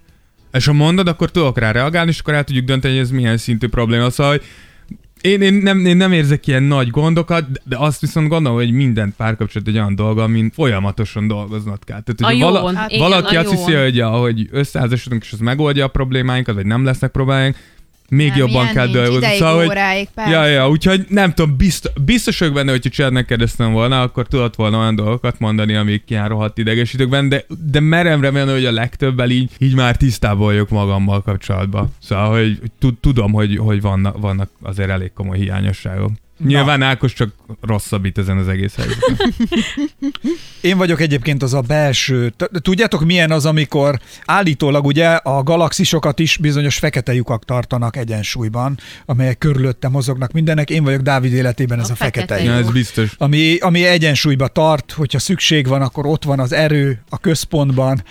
[SPEAKER 7] És ha mondod, akkor tudok rá reagálni, és akkor el tudjuk dönteni, hogy ez milyen szintű probléma. Szóval, hogy én, én, nem, én nem érzek ilyen nagy gondokat, de- de azt viszont gondolom, hogy minden párkapcsolat egy olyan dolga, amin folyamatosan dolgoznod kell. Tehát,
[SPEAKER 6] A
[SPEAKER 7] hogyha vala-
[SPEAKER 6] jón, Hát igen,
[SPEAKER 7] valaki
[SPEAKER 6] a
[SPEAKER 7] azt hiszi,
[SPEAKER 6] jón.
[SPEAKER 7] hogy ahogy összeházasodunk, és az megoldja a problémáinkat, vagy nem lesznek problémáink, még
[SPEAKER 8] Nem,
[SPEAKER 7] jobban
[SPEAKER 8] ilyen
[SPEAKER 7] kell
[SPEAKER 8] nincs,
[SPEAKER 7] dolgozni. Szóval,
[SPEAKER 8] ideig,
[SPEAKER 7] hogy-
[SPEAKER 8] óráig, persze.
[SPEAKER 7] ja, ja, úgyhogy nem tudom, biztos, biztos vagyok benne, hogyha Csert megkérdeztem volna, akkor tudott volna olyan dolgokat mondani, amik ilyen rohadt idegesítők benne, de, de merem remélni, hogy a legtöbbel így, így már tisztában vagyok magammal kapcsolatban. Szóval, hogy tud- tudom, hogy, hogy vannak, vannak azért elég komoly hiányosságok. Nyilván Ákos csak rosszabbít ezen az egész helyzetben.
[SPEAKER 5] Én vagyok egyébként az a belső. T- Tudjátok, milyen az, amikor állítólag ugye a galaxisokat is bizonyos fekete lyukak tartanak egyensúlyban, amelyek körülötte mozognak mindenek. Én vagyok Dávid életében ez a,
[SPEAKER 6] A
[SPEAKER 5] fekete,
[SPEAKER 6] fekete
[SPEAKER 5] lyuk.
[SPEAKER 7] Ja, ez biztos.
[SPEAKER 5] ami, ami egyensúlyba tart, hogyha szükség van, akkor ott van az erő a központban.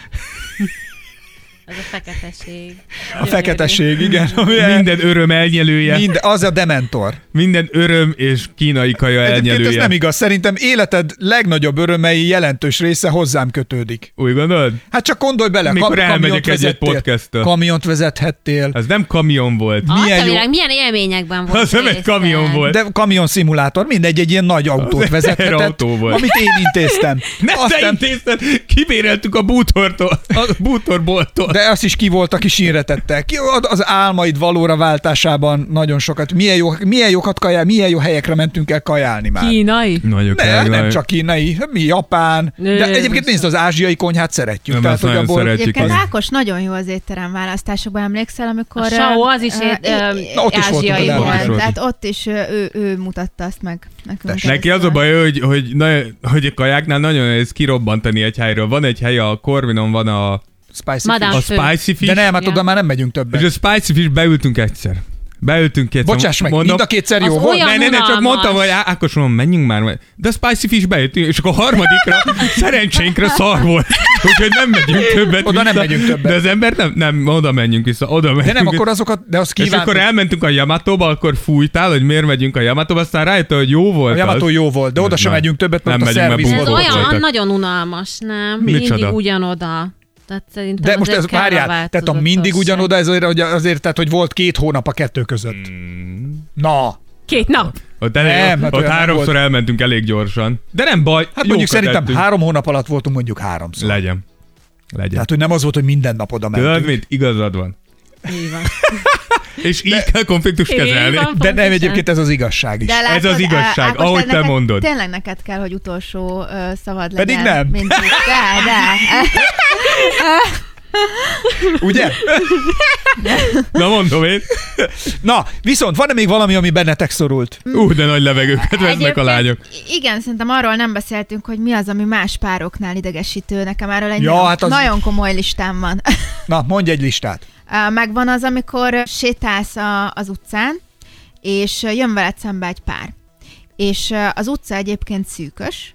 [SPEAKER 6] Ez a feketeség.
[SPEAKER 5] A feketesség, igen. ami
[SPEAKER 7] Minden öröm elnyelője,
[SPEAKER 5] Mind, az a dementor.
[SPEAKER 7] minden öröm és kínai kaja
[SPEAKER 5] Egyébként ez
[SPEAKER 7] elnyelője.
[SPEAKER 5] nem igaz. Szerintem életed legnagyobb örömei jelentős része hozzám kötődik.
[SPEAKER 7] Úgy gondolod?
[SPEAKER 5] Hát csak gondolj bele,
[SPEAKER 7] Mikor
[SPEAKER 5] kam-
[SPEAKER 7] elmegyek
[SPEAKER 5] kamiont
[SPEAKER 7] egyet
[SPEAKER 5] vezettél.
[SPEAKER 7] podcastra. Hát,
[SPEAKER 5] Kamiont vezethettél.
[SPEAKER 7] Ez nem kamion volt.
[SPEAKER 5] Mi? Milyen
[SPEAKER 6] Milyen,
[SPEAKER 5] jó-
[SPEAKER 6] világ, milyen élményekben volt.
[SPEAKER 7] Az nem egy
[SPEAKER 6] részed?
[SPEAKER 7] kamion volt.
[SPEAKER 5] De kamion szimulátor, mindegy, egy ilyen nagy autót
[SPEAKER 7] egy
[SPEAKER 5] vezethetett,
[SPEAKER 7] teherautó volt.
[SPEAKER 5] amit én intéztem.
[SPEAKER 7] Ne te
[SPEAKER 5] Aztán-
[SPEAKER 7] intézted, kibéreltük a bútortól, a bútorbolttól.
[SPEAKER 5] De azt is ki volt, aki sínretette. Ki ad- az álmaid valóra váltásában nagyon sokat. Milyen jó, milyen jókat kajál, milyen jó helyekre mentünk el kajálni már.
[SPEAKER 6] Kínai?
[SPEAKER 7] Nagyon
[SPEAKER 5] Ne, nem csak kínai, mi japán.
[SPEAKER 6] Ne,
[SPEAKER 5] De
[SPEAKER 6] ne,
[SPEAKER 5] egyébként nézd, az ázsiai konyhát szeretjük.
[SPEAKER 7] Nem,
[SPEAKER 5] tehát,
[SPEAKER 7] azt
[SPEAKER 5] hogy
[SPEAKER 7] nagyon
[SPEAKER 5] abból...
[SPEAKER 7] szeretjük.
[SPEAKER 8] Egyébként
[SPEAKER 7] az-
[SPEAKER 8] Ákos nagyon jó az étterem választásokba emlékszel, amikor...
[SPEAKER 6] A Sao
[SPEAKER 8] ö,
[SPEAKER 6] az is
[SPEAKER 8] ö,
[SPEAKER 6] éd- ö,
[SPEAKER 8] i-
[SPEAKER 5] Na, ott is voltunk,
[SPEAKER 6] ázsiai
[SPEAKER 5] de
[SPEAKER 8] volt.
[SPEAKER 5] ott
[SPEAKER 7] is voltunk.
[SPEAKER 8] Tehát ott is ö, ő, ő mutatta azt meg nekünk.
[SPEAKER 7] Neki az a baj, hogy, hogy, na, hogy a kajáknál nagyon nehéz kirobbantani egy helyről. Van egy hely, a Corvinon van a,
[SPEAKER 5] Spicy
[SPEAKER 6] Madame
[SPEAKER 7] a
[SPEAKER 6] Fő.
[SPEAKER 7] Spicy Fish,
[SPEAKER 5] De nem, hát
[SPEAKER 6] Ja.
[SPEAKER 5] oda már nem megyünk
[SPEAKER 7] és
[SPEAKER 5] többet.
[SPEAKER 7] a Spicy Fish beültünk egyszer. Beültünk kétszer.
[SPEAKER 5] Bocsáss meg,
[SPEAKER 7] Mondom,
[SPEAKER 5] mind a kétszer
[SPEAKER 6] Az
[SPEAKER 5] jó volt.
[SPEAKER 6] olyan-
[SPEAKER 7] Ne, ne, ne, csak
[SPEAKER 6] unalmas.
[SPEAKER 7] mondtam, hogy Á- Ákos, mondom, menjünk már. mert- De a Spicy Fish bejöttünk, és akkor a harmadikra szerencsénkre szar volt. Úgyhogy nem megyünk többet
[SPEAKER 5] Oda nem
[SPEAKER 7] vissza.
[SPEAKER 5] megyünk többet.
[SPEAKER 7] De az ember nem, nem, oda menjünk vissza, oda menjünk.
[SPEAKER 5] De nem, akkor azokat, de azt
[SPEAKER 7] És
[SPEAKER 5] kívánt.
[SPEAKER 7] akkor elmentünk a Yamatóba, akkor fújtál, hogy miért megyünk a Yamatóba, aztán rájöttél, hogy jó volt
[SPEAKER 5] A Yamato
[SPEAKER 7] az.
[SPEAKER 5] jó volt, de oda sem
[SPEAKER 7] Nem.
[SPEAKER 5] megyünk többet, mert
[SPEAKER 7] Nem
[SPEAKER 5] ott a
[SPEAKER 7] megyünk, mert
[SPEAKER 5] szerviz
[SPEAKER 7] bunkó
[SPEAKER 6] Ez
[SPEAKER 7] Szabadok
[SPEAKER 6] olyan
[SPEAKER 7] voltak.
[SPEAKER 6] nagyon unalmas, nem?
[SPEAKER 7] Micsoda?
[SPEAKER 6] Mindig ugyanoda. Tehát szerintem
[SPEAKER 5] De most
[SPEAKER 6] azért
[SPEAKER 5] ez,
[SPEAKER 6] kell a
[SPEAKER 5] várjál, tehát a mindig
[SPEAKER 6] változatosság.
[SPEAKER 5] ugyanoda, ez azért, hogy azért, tehát, hogy volt két hónap a kettő között.
[SPEAKER 7] Hmm.
[SPEAKER 5] Na,
[SPEAKER 7] Hát
[SPEAKER 6] Két nap.
[SPEAKER 7] Ott, elég,
[SPEAKER 5] Nem,
[SPEAKER 7] nem, ott, ott
[SPEAKER 5] hát olyan nem
[SPEAKER 7] háromszor
[SPEAKER 5] volt.
[SPEAKER 7] elmentünk elég gyorsan. De nem baj,
[SPEAKER 5] hát
[SPEAKER 7] jókat
[SPEAKER 5] mondjuk szerintem
[SPEAKER 7] ettünk.
[SPEAKER 5] három hónap alatt voltunk mondjuk háromszor.
[SPEAKER 7] Legyen. Legyen.
[SPEAKER 5] Tehát, hogy nem az volt, hogy minden nap oda
[SPEAKER 7] Tudod
[SPEAKER 5] mentünk.
[SPEAKER 7] mit? Igazad van.
[SPEAKER 6] Így van.
[SPEAKER 7] És így kell konfliktus
[SPEAKER 6] Így
[SPEAKER 7] kezelni.
[SPEAKER 6] van.
[SPEAKER 5] De nem,
[SPEAKER 6] Pontosan.
[SPEAKER 5] egyébként ez az igazság is.
[SPEAKER 8] De
[SPEAKER 7] Ez az igazság,
[SPEAKER 8] Ákos,
[SPEAKER 7] ahogy
[SPEAKER 8] tehát
[SPEAKER 7] te
[SPEAKER 8] neked,
[SPEAKER 7] mondod.
[SPEAKER 8] Tényleg neked kell, hogy utolsó ö, szavad legyen.
[SPEAKER 5] Pedig nem.
[SPEAKER 8] Mindig. De, de.
[SPEAKER 5] Ugye?
[SPEAKER 7] Na mondom én.
[SPEAKER 5] Na, viszont van-e még valami, ami bennetek szorult?
[SPEAKER 7] Ú, de nagy levegőket vesznek a
[SPEAKER 8] Egyébként
[SPEAKER 7] lányok.
[SPEAKER 8] Igen, szerintem arról nem beszéltünk, hogy mi az, ami más pároknál idegesítő. Nekem erről egy
[SPEAKER 5] Ja,
[SPEAKER 8] nagyon,
[SPEAKER 5] hát az-
[SPEAKER 8] nagyon komoly listám van.
[SPEAKER 5] Na, mondj egy listát.
[SPEAKER 8] Á, Megvan az, amikor sétálsz a, az utcán, és jön veled szembe egy pár. És ö, az utca egyébként szűkös,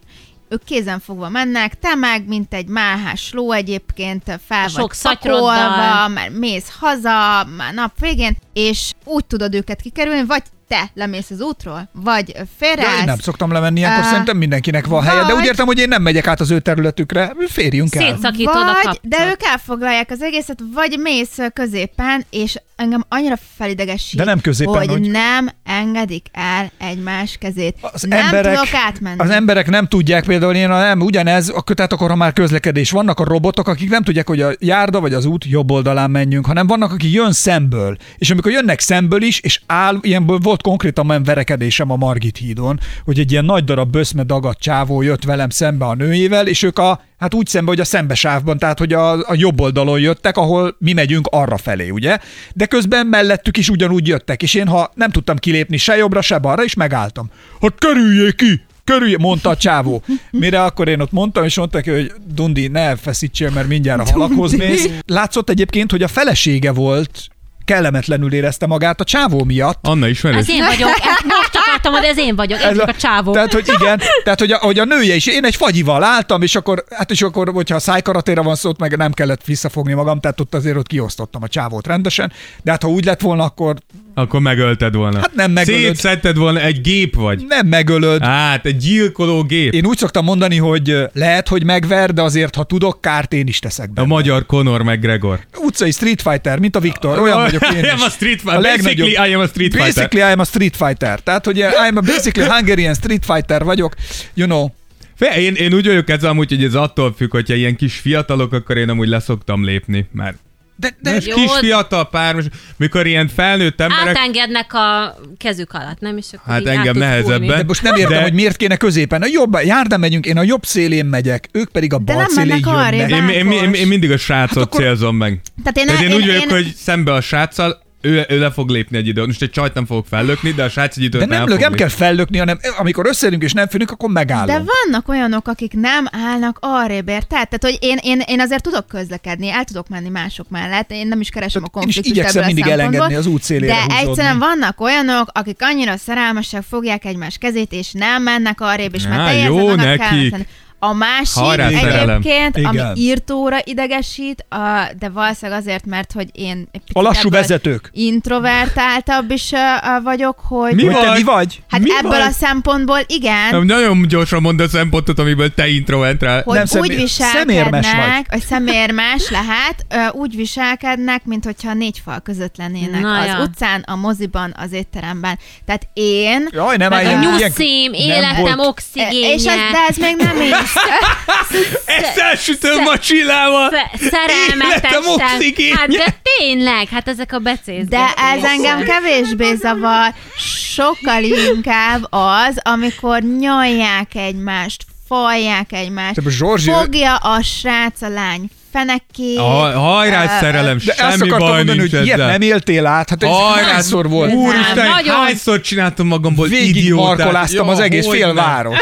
[SPEAKER 8] ők kézen fogva mennek, te meg, mint egy málhás ló egyébként, fel
[SPEAKER 6] Sok
[SPEAKER 8] vagy
[SPEAKER 6] szatyroddal.
[SPEAKER 8] pakolva, már mész haza, már nap végén, és úgy tudod őket kikerülni, vagy te lemész az útról, vagy
[SPEAKER 5] Ja,
[SPEAKER 8] félreállsz.
[SPEAKER 5] én nem szoktam lemenni ilyenkor,
[SPEAKER 8] Á,
[SPEAKER 5] szerintem mindenkinek van helye, de úgy
[SPEAKER 8] vagy-
[SPEAKER 5] értem, hogy én nem megyek át az ő területükre, férjünk el.
[SPEAKER 6] Szétszakítod a
[SPEAKER 8] vagy,
[SPEAKER 6] kapcsot.
[SPEAKER 8] de ők elfoglalják az egészet, vagy mész középen, és engem annyira felidegesít,
[SPEAKER 5] De nem középen,
[SPEAKER 8] hogy,
[SPEAKER 5] hogy-
[SPEAKER 8] nem engedik el egymás kezét.
[SPEAKER 5] Az
[SPEAKER 8] nem
[SPEAKER 5] emberek,
[SPEAKER 8] tudok átmenni.
[SPEAKER 5] az emberek nem tudják például, én a- nem, ugyanez, akkor, tehát akkor ha már közlekedés, vannak a robotok, akik nem tudják, hogy a járda vagy az út jobb oldalán menjünk, hanem vannak, aki jön szemből, és amikor jönnek szemből is, és áll, ilyenből volt konkrétan olyan verekedésem a Margit hídon, hogy egy ilyen nagy darab böszme dagadt csávó jött velem szembe a nőjével, és ők a, hát úgy szembe, hogy a szembesávban, tehát hogy a, a jobb oldalon jöttek, ahol mi megyünk arra felé, ugye? De közben mellettük is ugyanúgy jöttek, és én ha nem tudtam kilépni se jobbra, se balra, és megálltam. Hát kerüljék ki! Körül, mondta a csávó. Mire akkor én ott mondtam, és mondta neki, hogy Dundi, ne feszítsél, mert mindjárt a halakhoz mész. Látszott egyébként, hogy a felesége volt, kellemetlenül érezte magát a csávó miatt.
[SPEAKER 7] Anna
[SPEAKER 6] Ez
[SPEAKER 7] ismerős.
[SPEAKER 6] én vagyok. Ezt most akartam, hogy ez én vagyok. Ez, csak a csávó.
[SPEAKER 5] Tehát, hogy igen, tehát, hogy a, hogy a nője is, én egy fagyival álltam, és akkor, hát és akkor, hogyha a szájkaratéra van szó, ott meg nem kellett visszafogni magam, tehát ott azért ott kiosztottam a csávót rendesen, de hát ha úgy lett volna, akkor
[SPEAKER 7] Akkor megölted volna.
[SPEAKER 5] Hát nem megölöd.
[SPEAKER 7] Szétszedted volna, egy gép vagy.
[SPEAKER 5] nem megölöd.
[SPEAKER 7] Hát, egy gyilkoló gép.
[SPEAKER 5] Én úgy szoktam mondani, hogy ö, lehet, hogy megver, de azért, ha tudok, kárt én is teszek
[SPEAKER 7] A
[SPEAKER 5] benne.
[SPEAKER 7] magyar Conor McGregor.
[SPEAKER 5] Utcai Street Fighter, mint a Viktor, olyan vagyok én
[SPEAKER 7] Oh, I
[SPEAKER 5] is.
[SPEAKER 7] am a street fighter. Basically, I am a street fighter.
[SPEAKER 5] Basically, I am a Street Fighter. Tehát, hogy eh, I am a basically Hungarian Street Fighter vagyok, you know.
[SPEAKER 7] Fe- Én, én úgy vagyok ezzel amúgy, hogy ez attól függ, hogyha ilyen kis fiatalok, akkor én amúgy leszoktam lépni, mert
[SPEAKER 5] De,
[SPEAKER 7] de
[SPEAKER 5] de
[SPEAKER 7] most kis fiatal pár, most, mikor ilyen felnőtt emberek,
[SPEAKER 6] Átengednek a kezük alatt, nem? És akkor
[SPEAKER 7] Hát
[SPEAKER 6] így
[SPEAKER 7] engem
[SPEAKER 6] át tudsz
[SPEAKER 7] nehezebben.
[SPEAKER 6] fúrni.
[SPEAKER 5] De most nem értem,
[SPEAKER 7] De-
[SPEAKER 5] de... hogy miért kéne középen. A jobb, járdán megyünk, én a jobb szélén megyek, ők pedig a
[SPEAKER 8] De
[SPEAKER 5] bal
[SPEAKER 8] nem
[SPEAKER 5] szélén
[SPEAKER 8] mennek arrébb.
[SPEAKER 5] jönnek.
[SPEAKER 7] én, én, én, én mindig a srácot
[SPEAKER 5] Hát
[SPEAKER 7] hát akkor...
[SPEAKER 5] akkor-
[SPEAKER 7] célzom meg.
[SPEAKER 8] Tehát én,
[SPEAKER 7] Tehát én,
[SPEAKER 8] én,
[SPEAKER 7] úgy vagyok,
[SPEAKER 8] én,
[SPEAKER 7] hogy szembe a sráccal, ő, ő le fog lépni egy idő. Most egy csajt nem fogok fellökni, de a srác egy időt
[SPEAKER 5] De nem,
[SPEAKER 7] el
[SPEAKER 5] lök,
[SPEAKER 7] fog
[SPEAKER 5] nem kell fellökni, hanem eh, amikor összeérünk és nem főnünk, akkor
[SPEAKER 8] de
[SPEAKER 5] megállunk.
[SPEAKER 8] vannak olyanok, akik nem állnak arrébb, érted? Tehát, hogy én, én, én azért tudok közlekedni, el tudok menni mások mellett, én nem is keresem a
[SPEAKER 5] én is
[SPEAKER 8] konfliktust
[SPEAKER 5] igyekszem
[SPEAKER 8] ebből a
[SPEAKER 5] mindig
[SPEAKER 8] szempontból,
[SPEAKER 5] elengedni, az út szélére
[SPEAKER 8] De
[SPEAKER 5] húzódni.
[SPEAKER 8] egyszerűen vannak olyanok, akik annyira szerelmesek, fogják egymás kezét, és nem mennek arrébb, és
[SPEAKER 7] Á,
[SPEAKER 8] már teljesen
[SPEAKER 7] jó
[SPEAKER 8] annak
[SPEAKER 7] nekik.
[SPEAKER 8] kellemetlen. A másik
[SPEAKER 7] Hajrá, szerelem.
[SPEAKER 8] egyébként, Igen.
[SPEAKER 5] Igen.
[SPEAKER 8] ami írtóra idegesít, a, de valószínűleg azért, mert hogy én egy picit
[SPEAKER 5] A lassú
[SPEAKER 8] ebből
[SPEAKER 5] vezetők.
[SPEAKER 8] introvertáltabb is ö, ö, vagyok, hogy...
[SPEAKER 7] Mi
[SPEAKER 5] Hogy te
[SPEAKER 7] vagy?
[SPEAKER 5] mi vagy?
[SPEAKER 8] Hát
[SPEAKER 7] Mi
[SPEAKER 8] ebből
[SPEAKER 7] van?
[SPEAKER 8] a szempontból igen,
[SPEAKER 7] Nem, nagyon gyorsan mondd a szempontot, amiből te introventrál.
[SPEAKER 8] hogy
[SPEAKER 5] Nem
[SPEAKER 8] nem
[SPEAKER 5] személy-
[SPEAKER 8] úgy
[SPEAKER 5] szemérmes
[SPEAKER 8] viselkednek,
[SPEAKER 5] vagy.
[SPEAKER 8] hogy szemérmes lehet, ö, úgy viselkednek, mint hogyha négy fal között lennének
[SPEAKER 6] Na
[SPEAKER 8] Na az
[SPEAKER 6] ja.
[SPEAKER 8] ja. utcán, a moziban, az étteremben. Tehát én... e,
[SPEAKER 5] Jaj, nem
[SPEAKER 6] Meg
[SPEAKER 5] állj,
[SPEAKER 6] a
[SPEAKER 5] ilyen-
[SPEAKER 6] nyuszim,
[SPEAKER 5] nem
[SPEAKER 6] életem,
[SPEAKER 5] volt.
[SPEAKER 6] oxigénje.
[SPEAKER 8] És ez, de ez még nem így.
[SPEAKER 7] Ezt elsütöm a csillával!
[SPEAKER 6] Fe- szerelmetesen.
[SPEAKER 7] Életem oxigénje.
[SPEAKER 6] Hát de tényleg, hát ezek a becézgetés.
[SPEAKER 8] De ez engem kevésbé zavar. Sokkal inkább az, amikor nyalják egymást, falják egymást,
[SPEAKER 5] Te Zsorzsi-
[SPEAKER 8] fogja a srác a lány fenekét.
[SPEAKER 7] Ha- Hajrá, szerelem,
[SPEAKER 5] De ezt
[SPEAKER 7] semmi
[SPEAKER 5] akartam
[SPEAKER 7] baj
[SPEAKER 5] mondani,
[SPEAKER 7] nincs
[SPEAKER 5] hogy ilyet
[SPEAKER 7] ezzel.
[SPEAKER 5] nem éltél át. Hát ez
[SPEAKER 7] Hajrá,
[SPEAKER 5] hányszor volt?
[SPEAKER 7] Úristen,
[SPEAKER 6] Nem, nagyon.
[SPEAKER 7] hányszor csináltam magamból
[SPEAKER 5] Végig
[SPEAKER 7] idiótát.
[SPEAKER 5] markoláztam
[SPEAKER 7] Ja,
[SPEAKER 5] az egész
[SPEAKER 7] hogy
[SPEAKER 5] fél
[SPEAKER 7] nem.
[SPEAKER 5] város.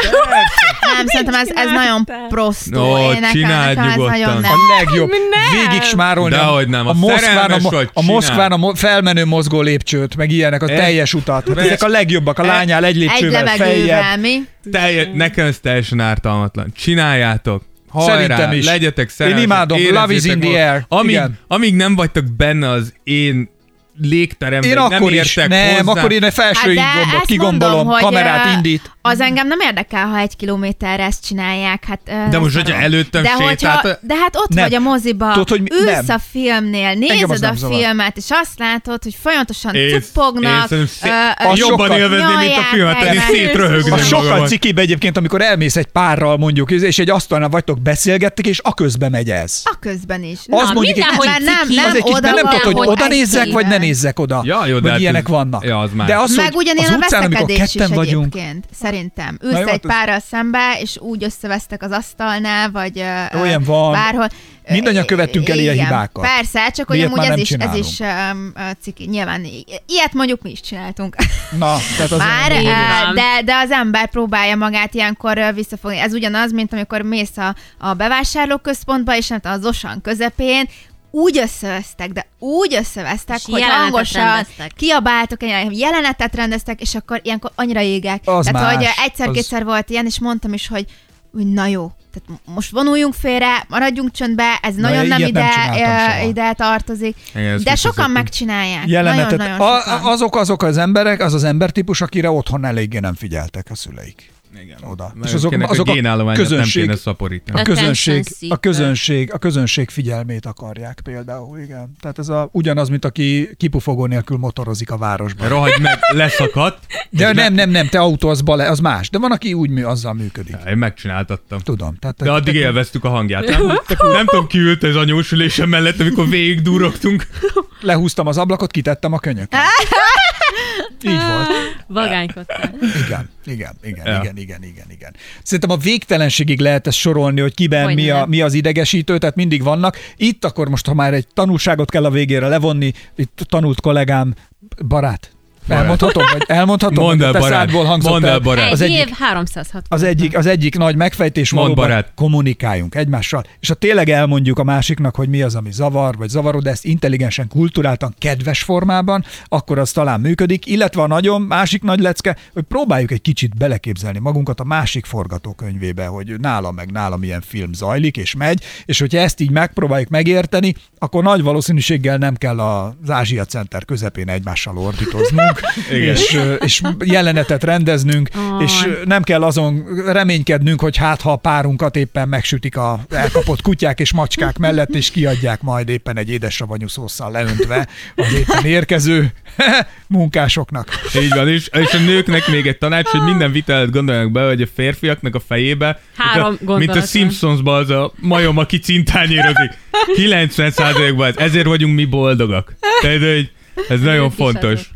[SPEAKER 8] Nem, szerintem ez, ez nagyon prostó.
[SPEAKER 7] Ó,
[SPEAKER 8] Én nekem-
[SPEAKER 7] csináld
[SPEAKER 8] nekem ez
[SPEAKER 7] nyugodtan.
[SPEAKER 8] nagyon nem.
[SPEAKER 5] A legjobb.
[SPEAKER 6] nem.
[SPEAKER 5] Végig smárolni. a-
[SPEAKER 7] Dehogy nem, a
[SPEAKER 5] Moszkván, a,
[SPEAKER 7] szerelmes
[SPEAKER 5] mo-
[SPEAKER 7] vagy,
[SPEAKER 5] a
[SPEAKER 7] csináld.
[SPEAKER 5] Moszkván a mo- felmenő mozgó lépcsőt, meg ilyenek, a
[SPEAKER 7] Ez-
[SPEAKER 5] teljes utat. Hát
[SPEAKER 7] ez-
[SPEAKER 5] ezek a legjobbak, a lányál egy
[SPEAKER 8] Egy
[SPEAKER 5] lépcsővel feljebb.
[SPEAKER 8] levegővel, mi?
[SPEAKER 7] Telje, nekem ez teljesen ártalmatlan. Csináljátok. Hajrá,
[SPEAKER 5] Szerintem is.
[SPEAKER 7] legyetek szerelmesek.
[SPEAKER 5] Én imádom,
[SPEAKER 7] érezzétek
[SPEAKER 5] love is in the
[SPEAKER 7] magad-
[SPEAKER 5] air.
[SPEAKER 7] Amíg,
[SPEAKER 5] Igen.
[SPEAKER 7] amíg nem vagytok benne az én légteremben,
[SPEAKER 5] Én
[SPEAKER 7] nem
[SPEAKER 5] akkor is,
[SPEAKER 7] értek
[SPEAKER 5] nem,
[SPEAKER 7] hozzá.
[SPEAKER 5] akkor én a felső
[SPEAKER 8] Hát de
[SPEAKER 5] gombot
[SPEAKER 8] ezt
[SPEAKER 5] kigombolom,
[SPEAKER 8] mondom, hogy,
[SPEAKER 5] kamerát
[SPEAKER 8] ö,
[SPEAKER 5] indít.
[SPEAKER 8] Az engem nem érdekel, ha egy kilométerre ezt csinálják. Hát, ö,
[SPEAKER 7] De most,
[SPEAKER 8] nem
[SPEAKER 7] hogyha
[SPEAKER 8] tudom.
[SPEAKER 7] előttem
[SPEAKER 8] de,
[SPEAKER 7] sétált...
[SPEAKER 8] hogyha, de hát ott
[SPEAKER 5] Nem.
[SPEAKER 8] nem. vagy a moziba,
[SPEAKER 5] Tudod,
[SPEAKER 8] Tudod,
[SPEAKER 5] hogy
[SPEAKER 8] hogy
[SPEAKER 5] mi-
[SPEAKER 8] ülsz
[SPEAKER 5] nem.
[SPEAKER 8] nem. a filmnél,
[SPEAKER 5] Engem az
[SPEAKER 8] nézed
[SPEAKER 5] nem
[SPEAKER 8] a
[SPEAKER 5] zavar.
[SPEAKER 8] filmet, és azt látod, hogy folyamatosan
[SPEAKER 7] Én-
[SPEAKER 8] cupognak.
[SPEAKER 7] én szerintem szé-
[SPEAKER 8] ö,
[SPEAKER 5] Az
[SPEAKER 7] jobban
[SPEAKER 5] sokkal-
[SPEAKER 7] élvezném, mint a hát filmet,
[SPEAKER 8] nyalják
[SPEAKER 7] én
[SPEAKER 8] egymást.
[SPEAKER 7] szétröhögném
[SPEAKER 5] A
[SPEAKER 7] Tudom
[SPEAKER 5] sokkal
[SPEAKER 7] magamat.
[SPEAKER 5] cikibb egyébként, amikor elmész egy párral mondjuk, és egy asztalnál vagytok, beszélgettek, és a közben megy ez.
[SPEAKER 8] A közben is.
[SPEAKER 5] Az
[SPEAKER 8] Na,
[SPEAKER 5] mondjuk egy
[SPEAKER 6] mindenhogy
[SPEAKER 5] kicsit-
[SPEAKER 8] nem,
[SPEAKER 6] ciki.
[SPEAKER 8] nem,
[SPEAKER 5] az egy kicsit,
[SPEAKER 8] oda
[SPEAKER 5] mert nem
[SPEAKER 8] van,
[SPEAKER 5] tudod, hogy
[SPEAKER 8] hogy
[SPEAKER 5] oda
[SPEAKER 8] egy
[SPEAKER 5] nézzek, vagy ne
[SPEAKER 8] szépen.
[SPEAKER 5] nézzek oda.
[SPEAKER 7] Ja, jó, de
[SPEAKER 5] vagy
[SPEAKER 7] hát
[SPEAKER 5] ilyenek
[SPEAKER 7] ez-
[SPEAKER 5] vannak.
[SPEAKER 7] ja, az más.
[SPEAKER 5] De az,
[SPEAKER 8] Meg
[SPEAKER 5] hogy az
[SPEAKER 8] ugyanilyen a
[SPEAKER 5] utcán, amikor
[SPEAKER 8] veszekedés is
[SPEAKER 5] ketten vagyunk,
[SPEAKER 8] egyébként, szerintem.
[SPEAKER 5] jó,
[SPEAKER 8] Ülsz
[SPEAKER 5] hát
[SPEAKER 8] egy
[SPEAKER 5] ez-
[SPEAKER 8] párral szembe, és úgy összevesztek az asztalnál, vagy ö, ö,
[SPEAKER 5] Olyan van.
[SPEAKER 8] bárhol. Ö,
[SPEAKER 5] Mindannyian követtünk el ilyen
[SPEAKER 8] igen.
[SPEAKER 5] hibákat.
[SPEAKER 8] Persze, csak hogy
[SPEAKER 5] Miért
[SPEAKER 8] amúgy
[SPEAKER 5] már
[SPEAKER 8] ez
[SPEAKER 5] nem
[SPEAKER 8] is, ez is ö, ö, ciki. Nyilván i- ilyet mondjuk mi is csináltunk.
[SPEAKER 5] Na, tehát az
[SPEAKER 8] Már,
[SPEAKER 5] nem-
[SPEAKER 6] Így
[SPEAKER 8] ö,
[SPEAKER 6] van.
[SPEAKER 8] de, de az ember próbálja magát ilyenkor ö, visszafogni. Ez ugyanaz, mint amikor mész a, a bevásárlóközpontba, és nem tudom, az osan közepén, úgy összevesztek, de úgy összevesztek,
[SPEAKER 6] És
[SPEAKER 8] hogy
[SPEAKER 6] jelenetet
[SPEAKER 8] hangosan
[SPEAKER 6] rendeztek.
[SPEAKER 8] kiabáltok, egy jelenetet rendeztek, és akkor ilyenkor annyira égek.
[SPEAKER 5] Az
[SPEAKER 8] Tehát,
[SPEAKER 5] más,
[SPEAKER 8] hogy ö,
[SPEAKER 5] az-
[SPEAKER 8] egyszer-kétszer volt ilyen, és mondtam is, hogy úgy, na jó, tehát mo- most vonuljunk félre, maradjunk csöndbe, ez
[SPEAKER 5] Na,
[SPEAKER 8] nagyon nem
[SPEAKER 5] ilyet nem
[SPEAKER 8] ide,
[SPEAKER 5] csináltam
[SPEAKER 8] ö,
[SPEAKER 5] soha.
[SPEAKER 8] ide tartozik.
[SPEAKER 7] Igen, ezt
[SPEAKER 8] de
[SPEAKER 7] is
[SPEAKER 8] sokan
[SPEAKER 7] beszéltünk.
[SPEAKER 8] megcsinálják.
[SPEAKER 5] jelenetet.
[SPEAKER 8] Nagyon, nagyon Hát sokan.
[SPEAKER 5] a, azok azok az emberek, az az embertípus, akire otthon eléggé nem figyeltek a szüleik.
[SPEAKER 7] Igen.
[SPEAKER 5] Oda.
[SPEAKER 7] Mert akinek a génállományát nem kéne szaporítani.
[SPEAKER 5] a közönség,
[SPEAKER 6] Attention
[SPEAKER 5] a
[SPEAKER 6] seeker.
[SPEAKER 5] közönség, a közönség figyelmét akarják például, igen. Tehát ez a, ugyanaz, mint aki kipufogó nélkül motorozik a városban.
[SPEAKER 7] Rohagy meg, leszakadt.
[SPEAKER 5] De nem, nem, nem, te autó az, bal, az más. De van, aki úgy mű, azzal működik.
[SPEAKER 7] Én megcsináltattam.
[SPEAKER 5] Tudom. Tehát,
[SPEAKER 7] De addig élveztük a hangját. Nem, nem tudom, ki ült ez anyósülésem mellett, amikor végig durogtunk.
[SPEAKER 5] lehúztam az ablakot, kitettem a könyöket. Így volt.
[SPEAKER 6] Vagánykodtál.
[SPEAKER 5] Igen, igen, igen,
[SPEAKER 7] Ja.
[SPEAKER 5] igen, igen, igen, igen. Szerintem a végtelenségig lehet ezt sorolni, hogy kiben
[SPEAKER 6] Hogy
[SPEAKER 5] mi,
[SPEAKER 6] ne.
[SPEAKER 5] a, mi az idegesítő, tehát mindig vannak. Itt akkor most, ha már egy tanulságot kell a végére levonni, itt tanult kollégám, barát.
[SPEAKER 7] Barát.
[SPEAKER 5] Elmondhatom, vagy elmondhatom,
[SPEAKER 7] Mondd
[SPEAKER 5] hogy
[SPEAKER 7] el,
[SPEAKER 5] a te
[SPEAKER 7] barát.
[SPEAKER 5] szádból hangzott
[SPEAKER 7] Mondd el,
[SPEAKER 5] el.
[SPEAKER 7] barát.
[SPEAKER 5] Az
[SPEAKER 6] Egy
[SPEAKER 5] egyik,
[SPEAKER 6] év 360.
[SPEAKER 5] az egyik, az egyik nagy megfejtés
[SPEAKER 7] Mondd,
[SPEAKER 5] valóban
[SPEAKER 7] barát.
[SPEAKER 5] kommunikáljunk egymással, és ha tényleg elmondjuk a másiknak, hogy mi az, ami zavar, vagy zavarod, de ezt intelligensen, kulturáltan, kedves formában, akkor az talán működik, illetve a nagyon másik nagy lecke, hogy próbáljuk egy kicsit beleképzelni magunkat a másik forgatókönyvébe, hogy nála meg nálam ilyen film zajlik és megy, és hogyha ezt így megpróbáljuk megérteni, akkor nagy valószínűséggel nem kell az Ázsia Center közepén egymással ordítoznunk,
[SPEAKER 7] Igen.
[SPEAKER 5] és, ö, és jelenetet rendeznünk,
[SPEAKER 6] Aj.
[SPEAKER 5] és ö, nem kell azon reménykednünk, hogy hát ha a párunkat éppen megsütik a elkapott kutyák és macskák mellett, és kiadják majd éppen egy édesravanyú szószal leöntve az éppen érkező munkásoknak.
[SPEAKER 7] Így van, és, és a nőknek még egy tanács, hogy minden vitelt gondoljanak be, hogy a férfiaknak a fejébe,
[SPEAKER 6] Három
[SPEAKER 7] mint a,
[SPEAKER 6] gondolat
[SPEAKER 7] mint a
[SPEAKER 6] van.
[SPEAKER 7] Simpsonsban az a majom, aki cintányérozik. 90%-ban ez. Ezért vagyunk mi boldogak. Tehát, hogy ez nagyon
[SPEAKER 6] Ők is
[SPEAKER 7] fontos.
[SPEAKER 6] azok.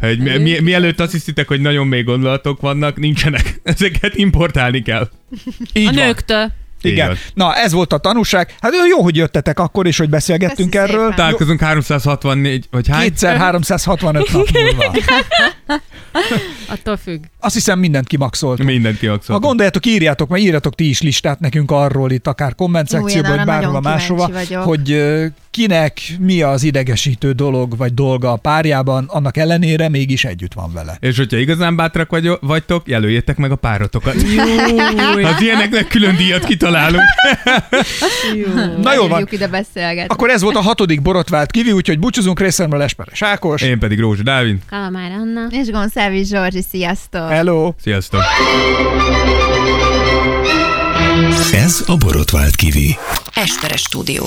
[SPEAKER 7] Hogy mi, mi, mielőtt azt hiszitek, hogy nagyon mély gondolatok vannak, nincsenek. Ezeket importálni kell.
[SPEAKER 5] Így
[SPEAKER 6] A
[SPEAKER 5] van.
[SPEAKER 6] nőktől.
[SPEAKER 5] Igen.
[SPEAKER 7] van.
[SPEAKER 5] Na, ez volt a tanúság. Hát jó, hogy jöttetek akkor is, hogy beszélgettünk
[SPEAKER 8] Köszi
[SPEAKER 5] erről.
[SPEAKER 8] szépen.
[SPEAKER 7] Találkozunk 364, vagy hány?
[SPEAKER 5] Kétszer 365 nap múlva.
[SPEAKER 6] Attól függ.
[SPEAKER 5] Azt hiszem mindent kimaxoltunk.
[SPEAKER 7] Mindent kiakszoltunk.
[SPEAKER 5] Ha gondoljátok, írjátok, mert írjatok ti is listát nekünk arról itt, akár komment
[SPEAKER 8] Ú, én
[SPEAKER 5] szekcióban,
[SPEAKER 8] arra
[SPEAKER 5] vagy
[SPEAKER 8] nagyon
[SPEAKER 5] bárhova máshova,
[SPEAKER 8] kíváncsi vagyok.
[SPEAKER 5] hogy ö, kinek mi az idegesítő dolog vagy dolga a párjában, annak ellenére mégis együtt van vele.
[SPEAKER 7] És hogyha igazán bátrak vagy, vagytok, jelöljétek meg a párotokat. Az ilyeneknek külön díjat kitalálunk.
[SPEAKER 5] Na jól van,
[SPEAKER 8] Hívjuk ide beszélgetni.
[SPEAKER 5] akkor ez volt a hatodik borotvált kivi, úgyhogy búcsúzunk részemről Esperes Ákos.
[SPEAKER 7] Én pedig Rózsa Dávin.
[SPEAKER 6] Kalamár Anna.
[SPEAKER 8] És Gonszávi Zsorzsi, sziasztok!
[SPEAKER 5] Hello!
[SPEAKER 7] Sziasztok!
[SPEAKER 3] Ez a borotvált kivi.
[SPEAKER 4] Esperes stúdió.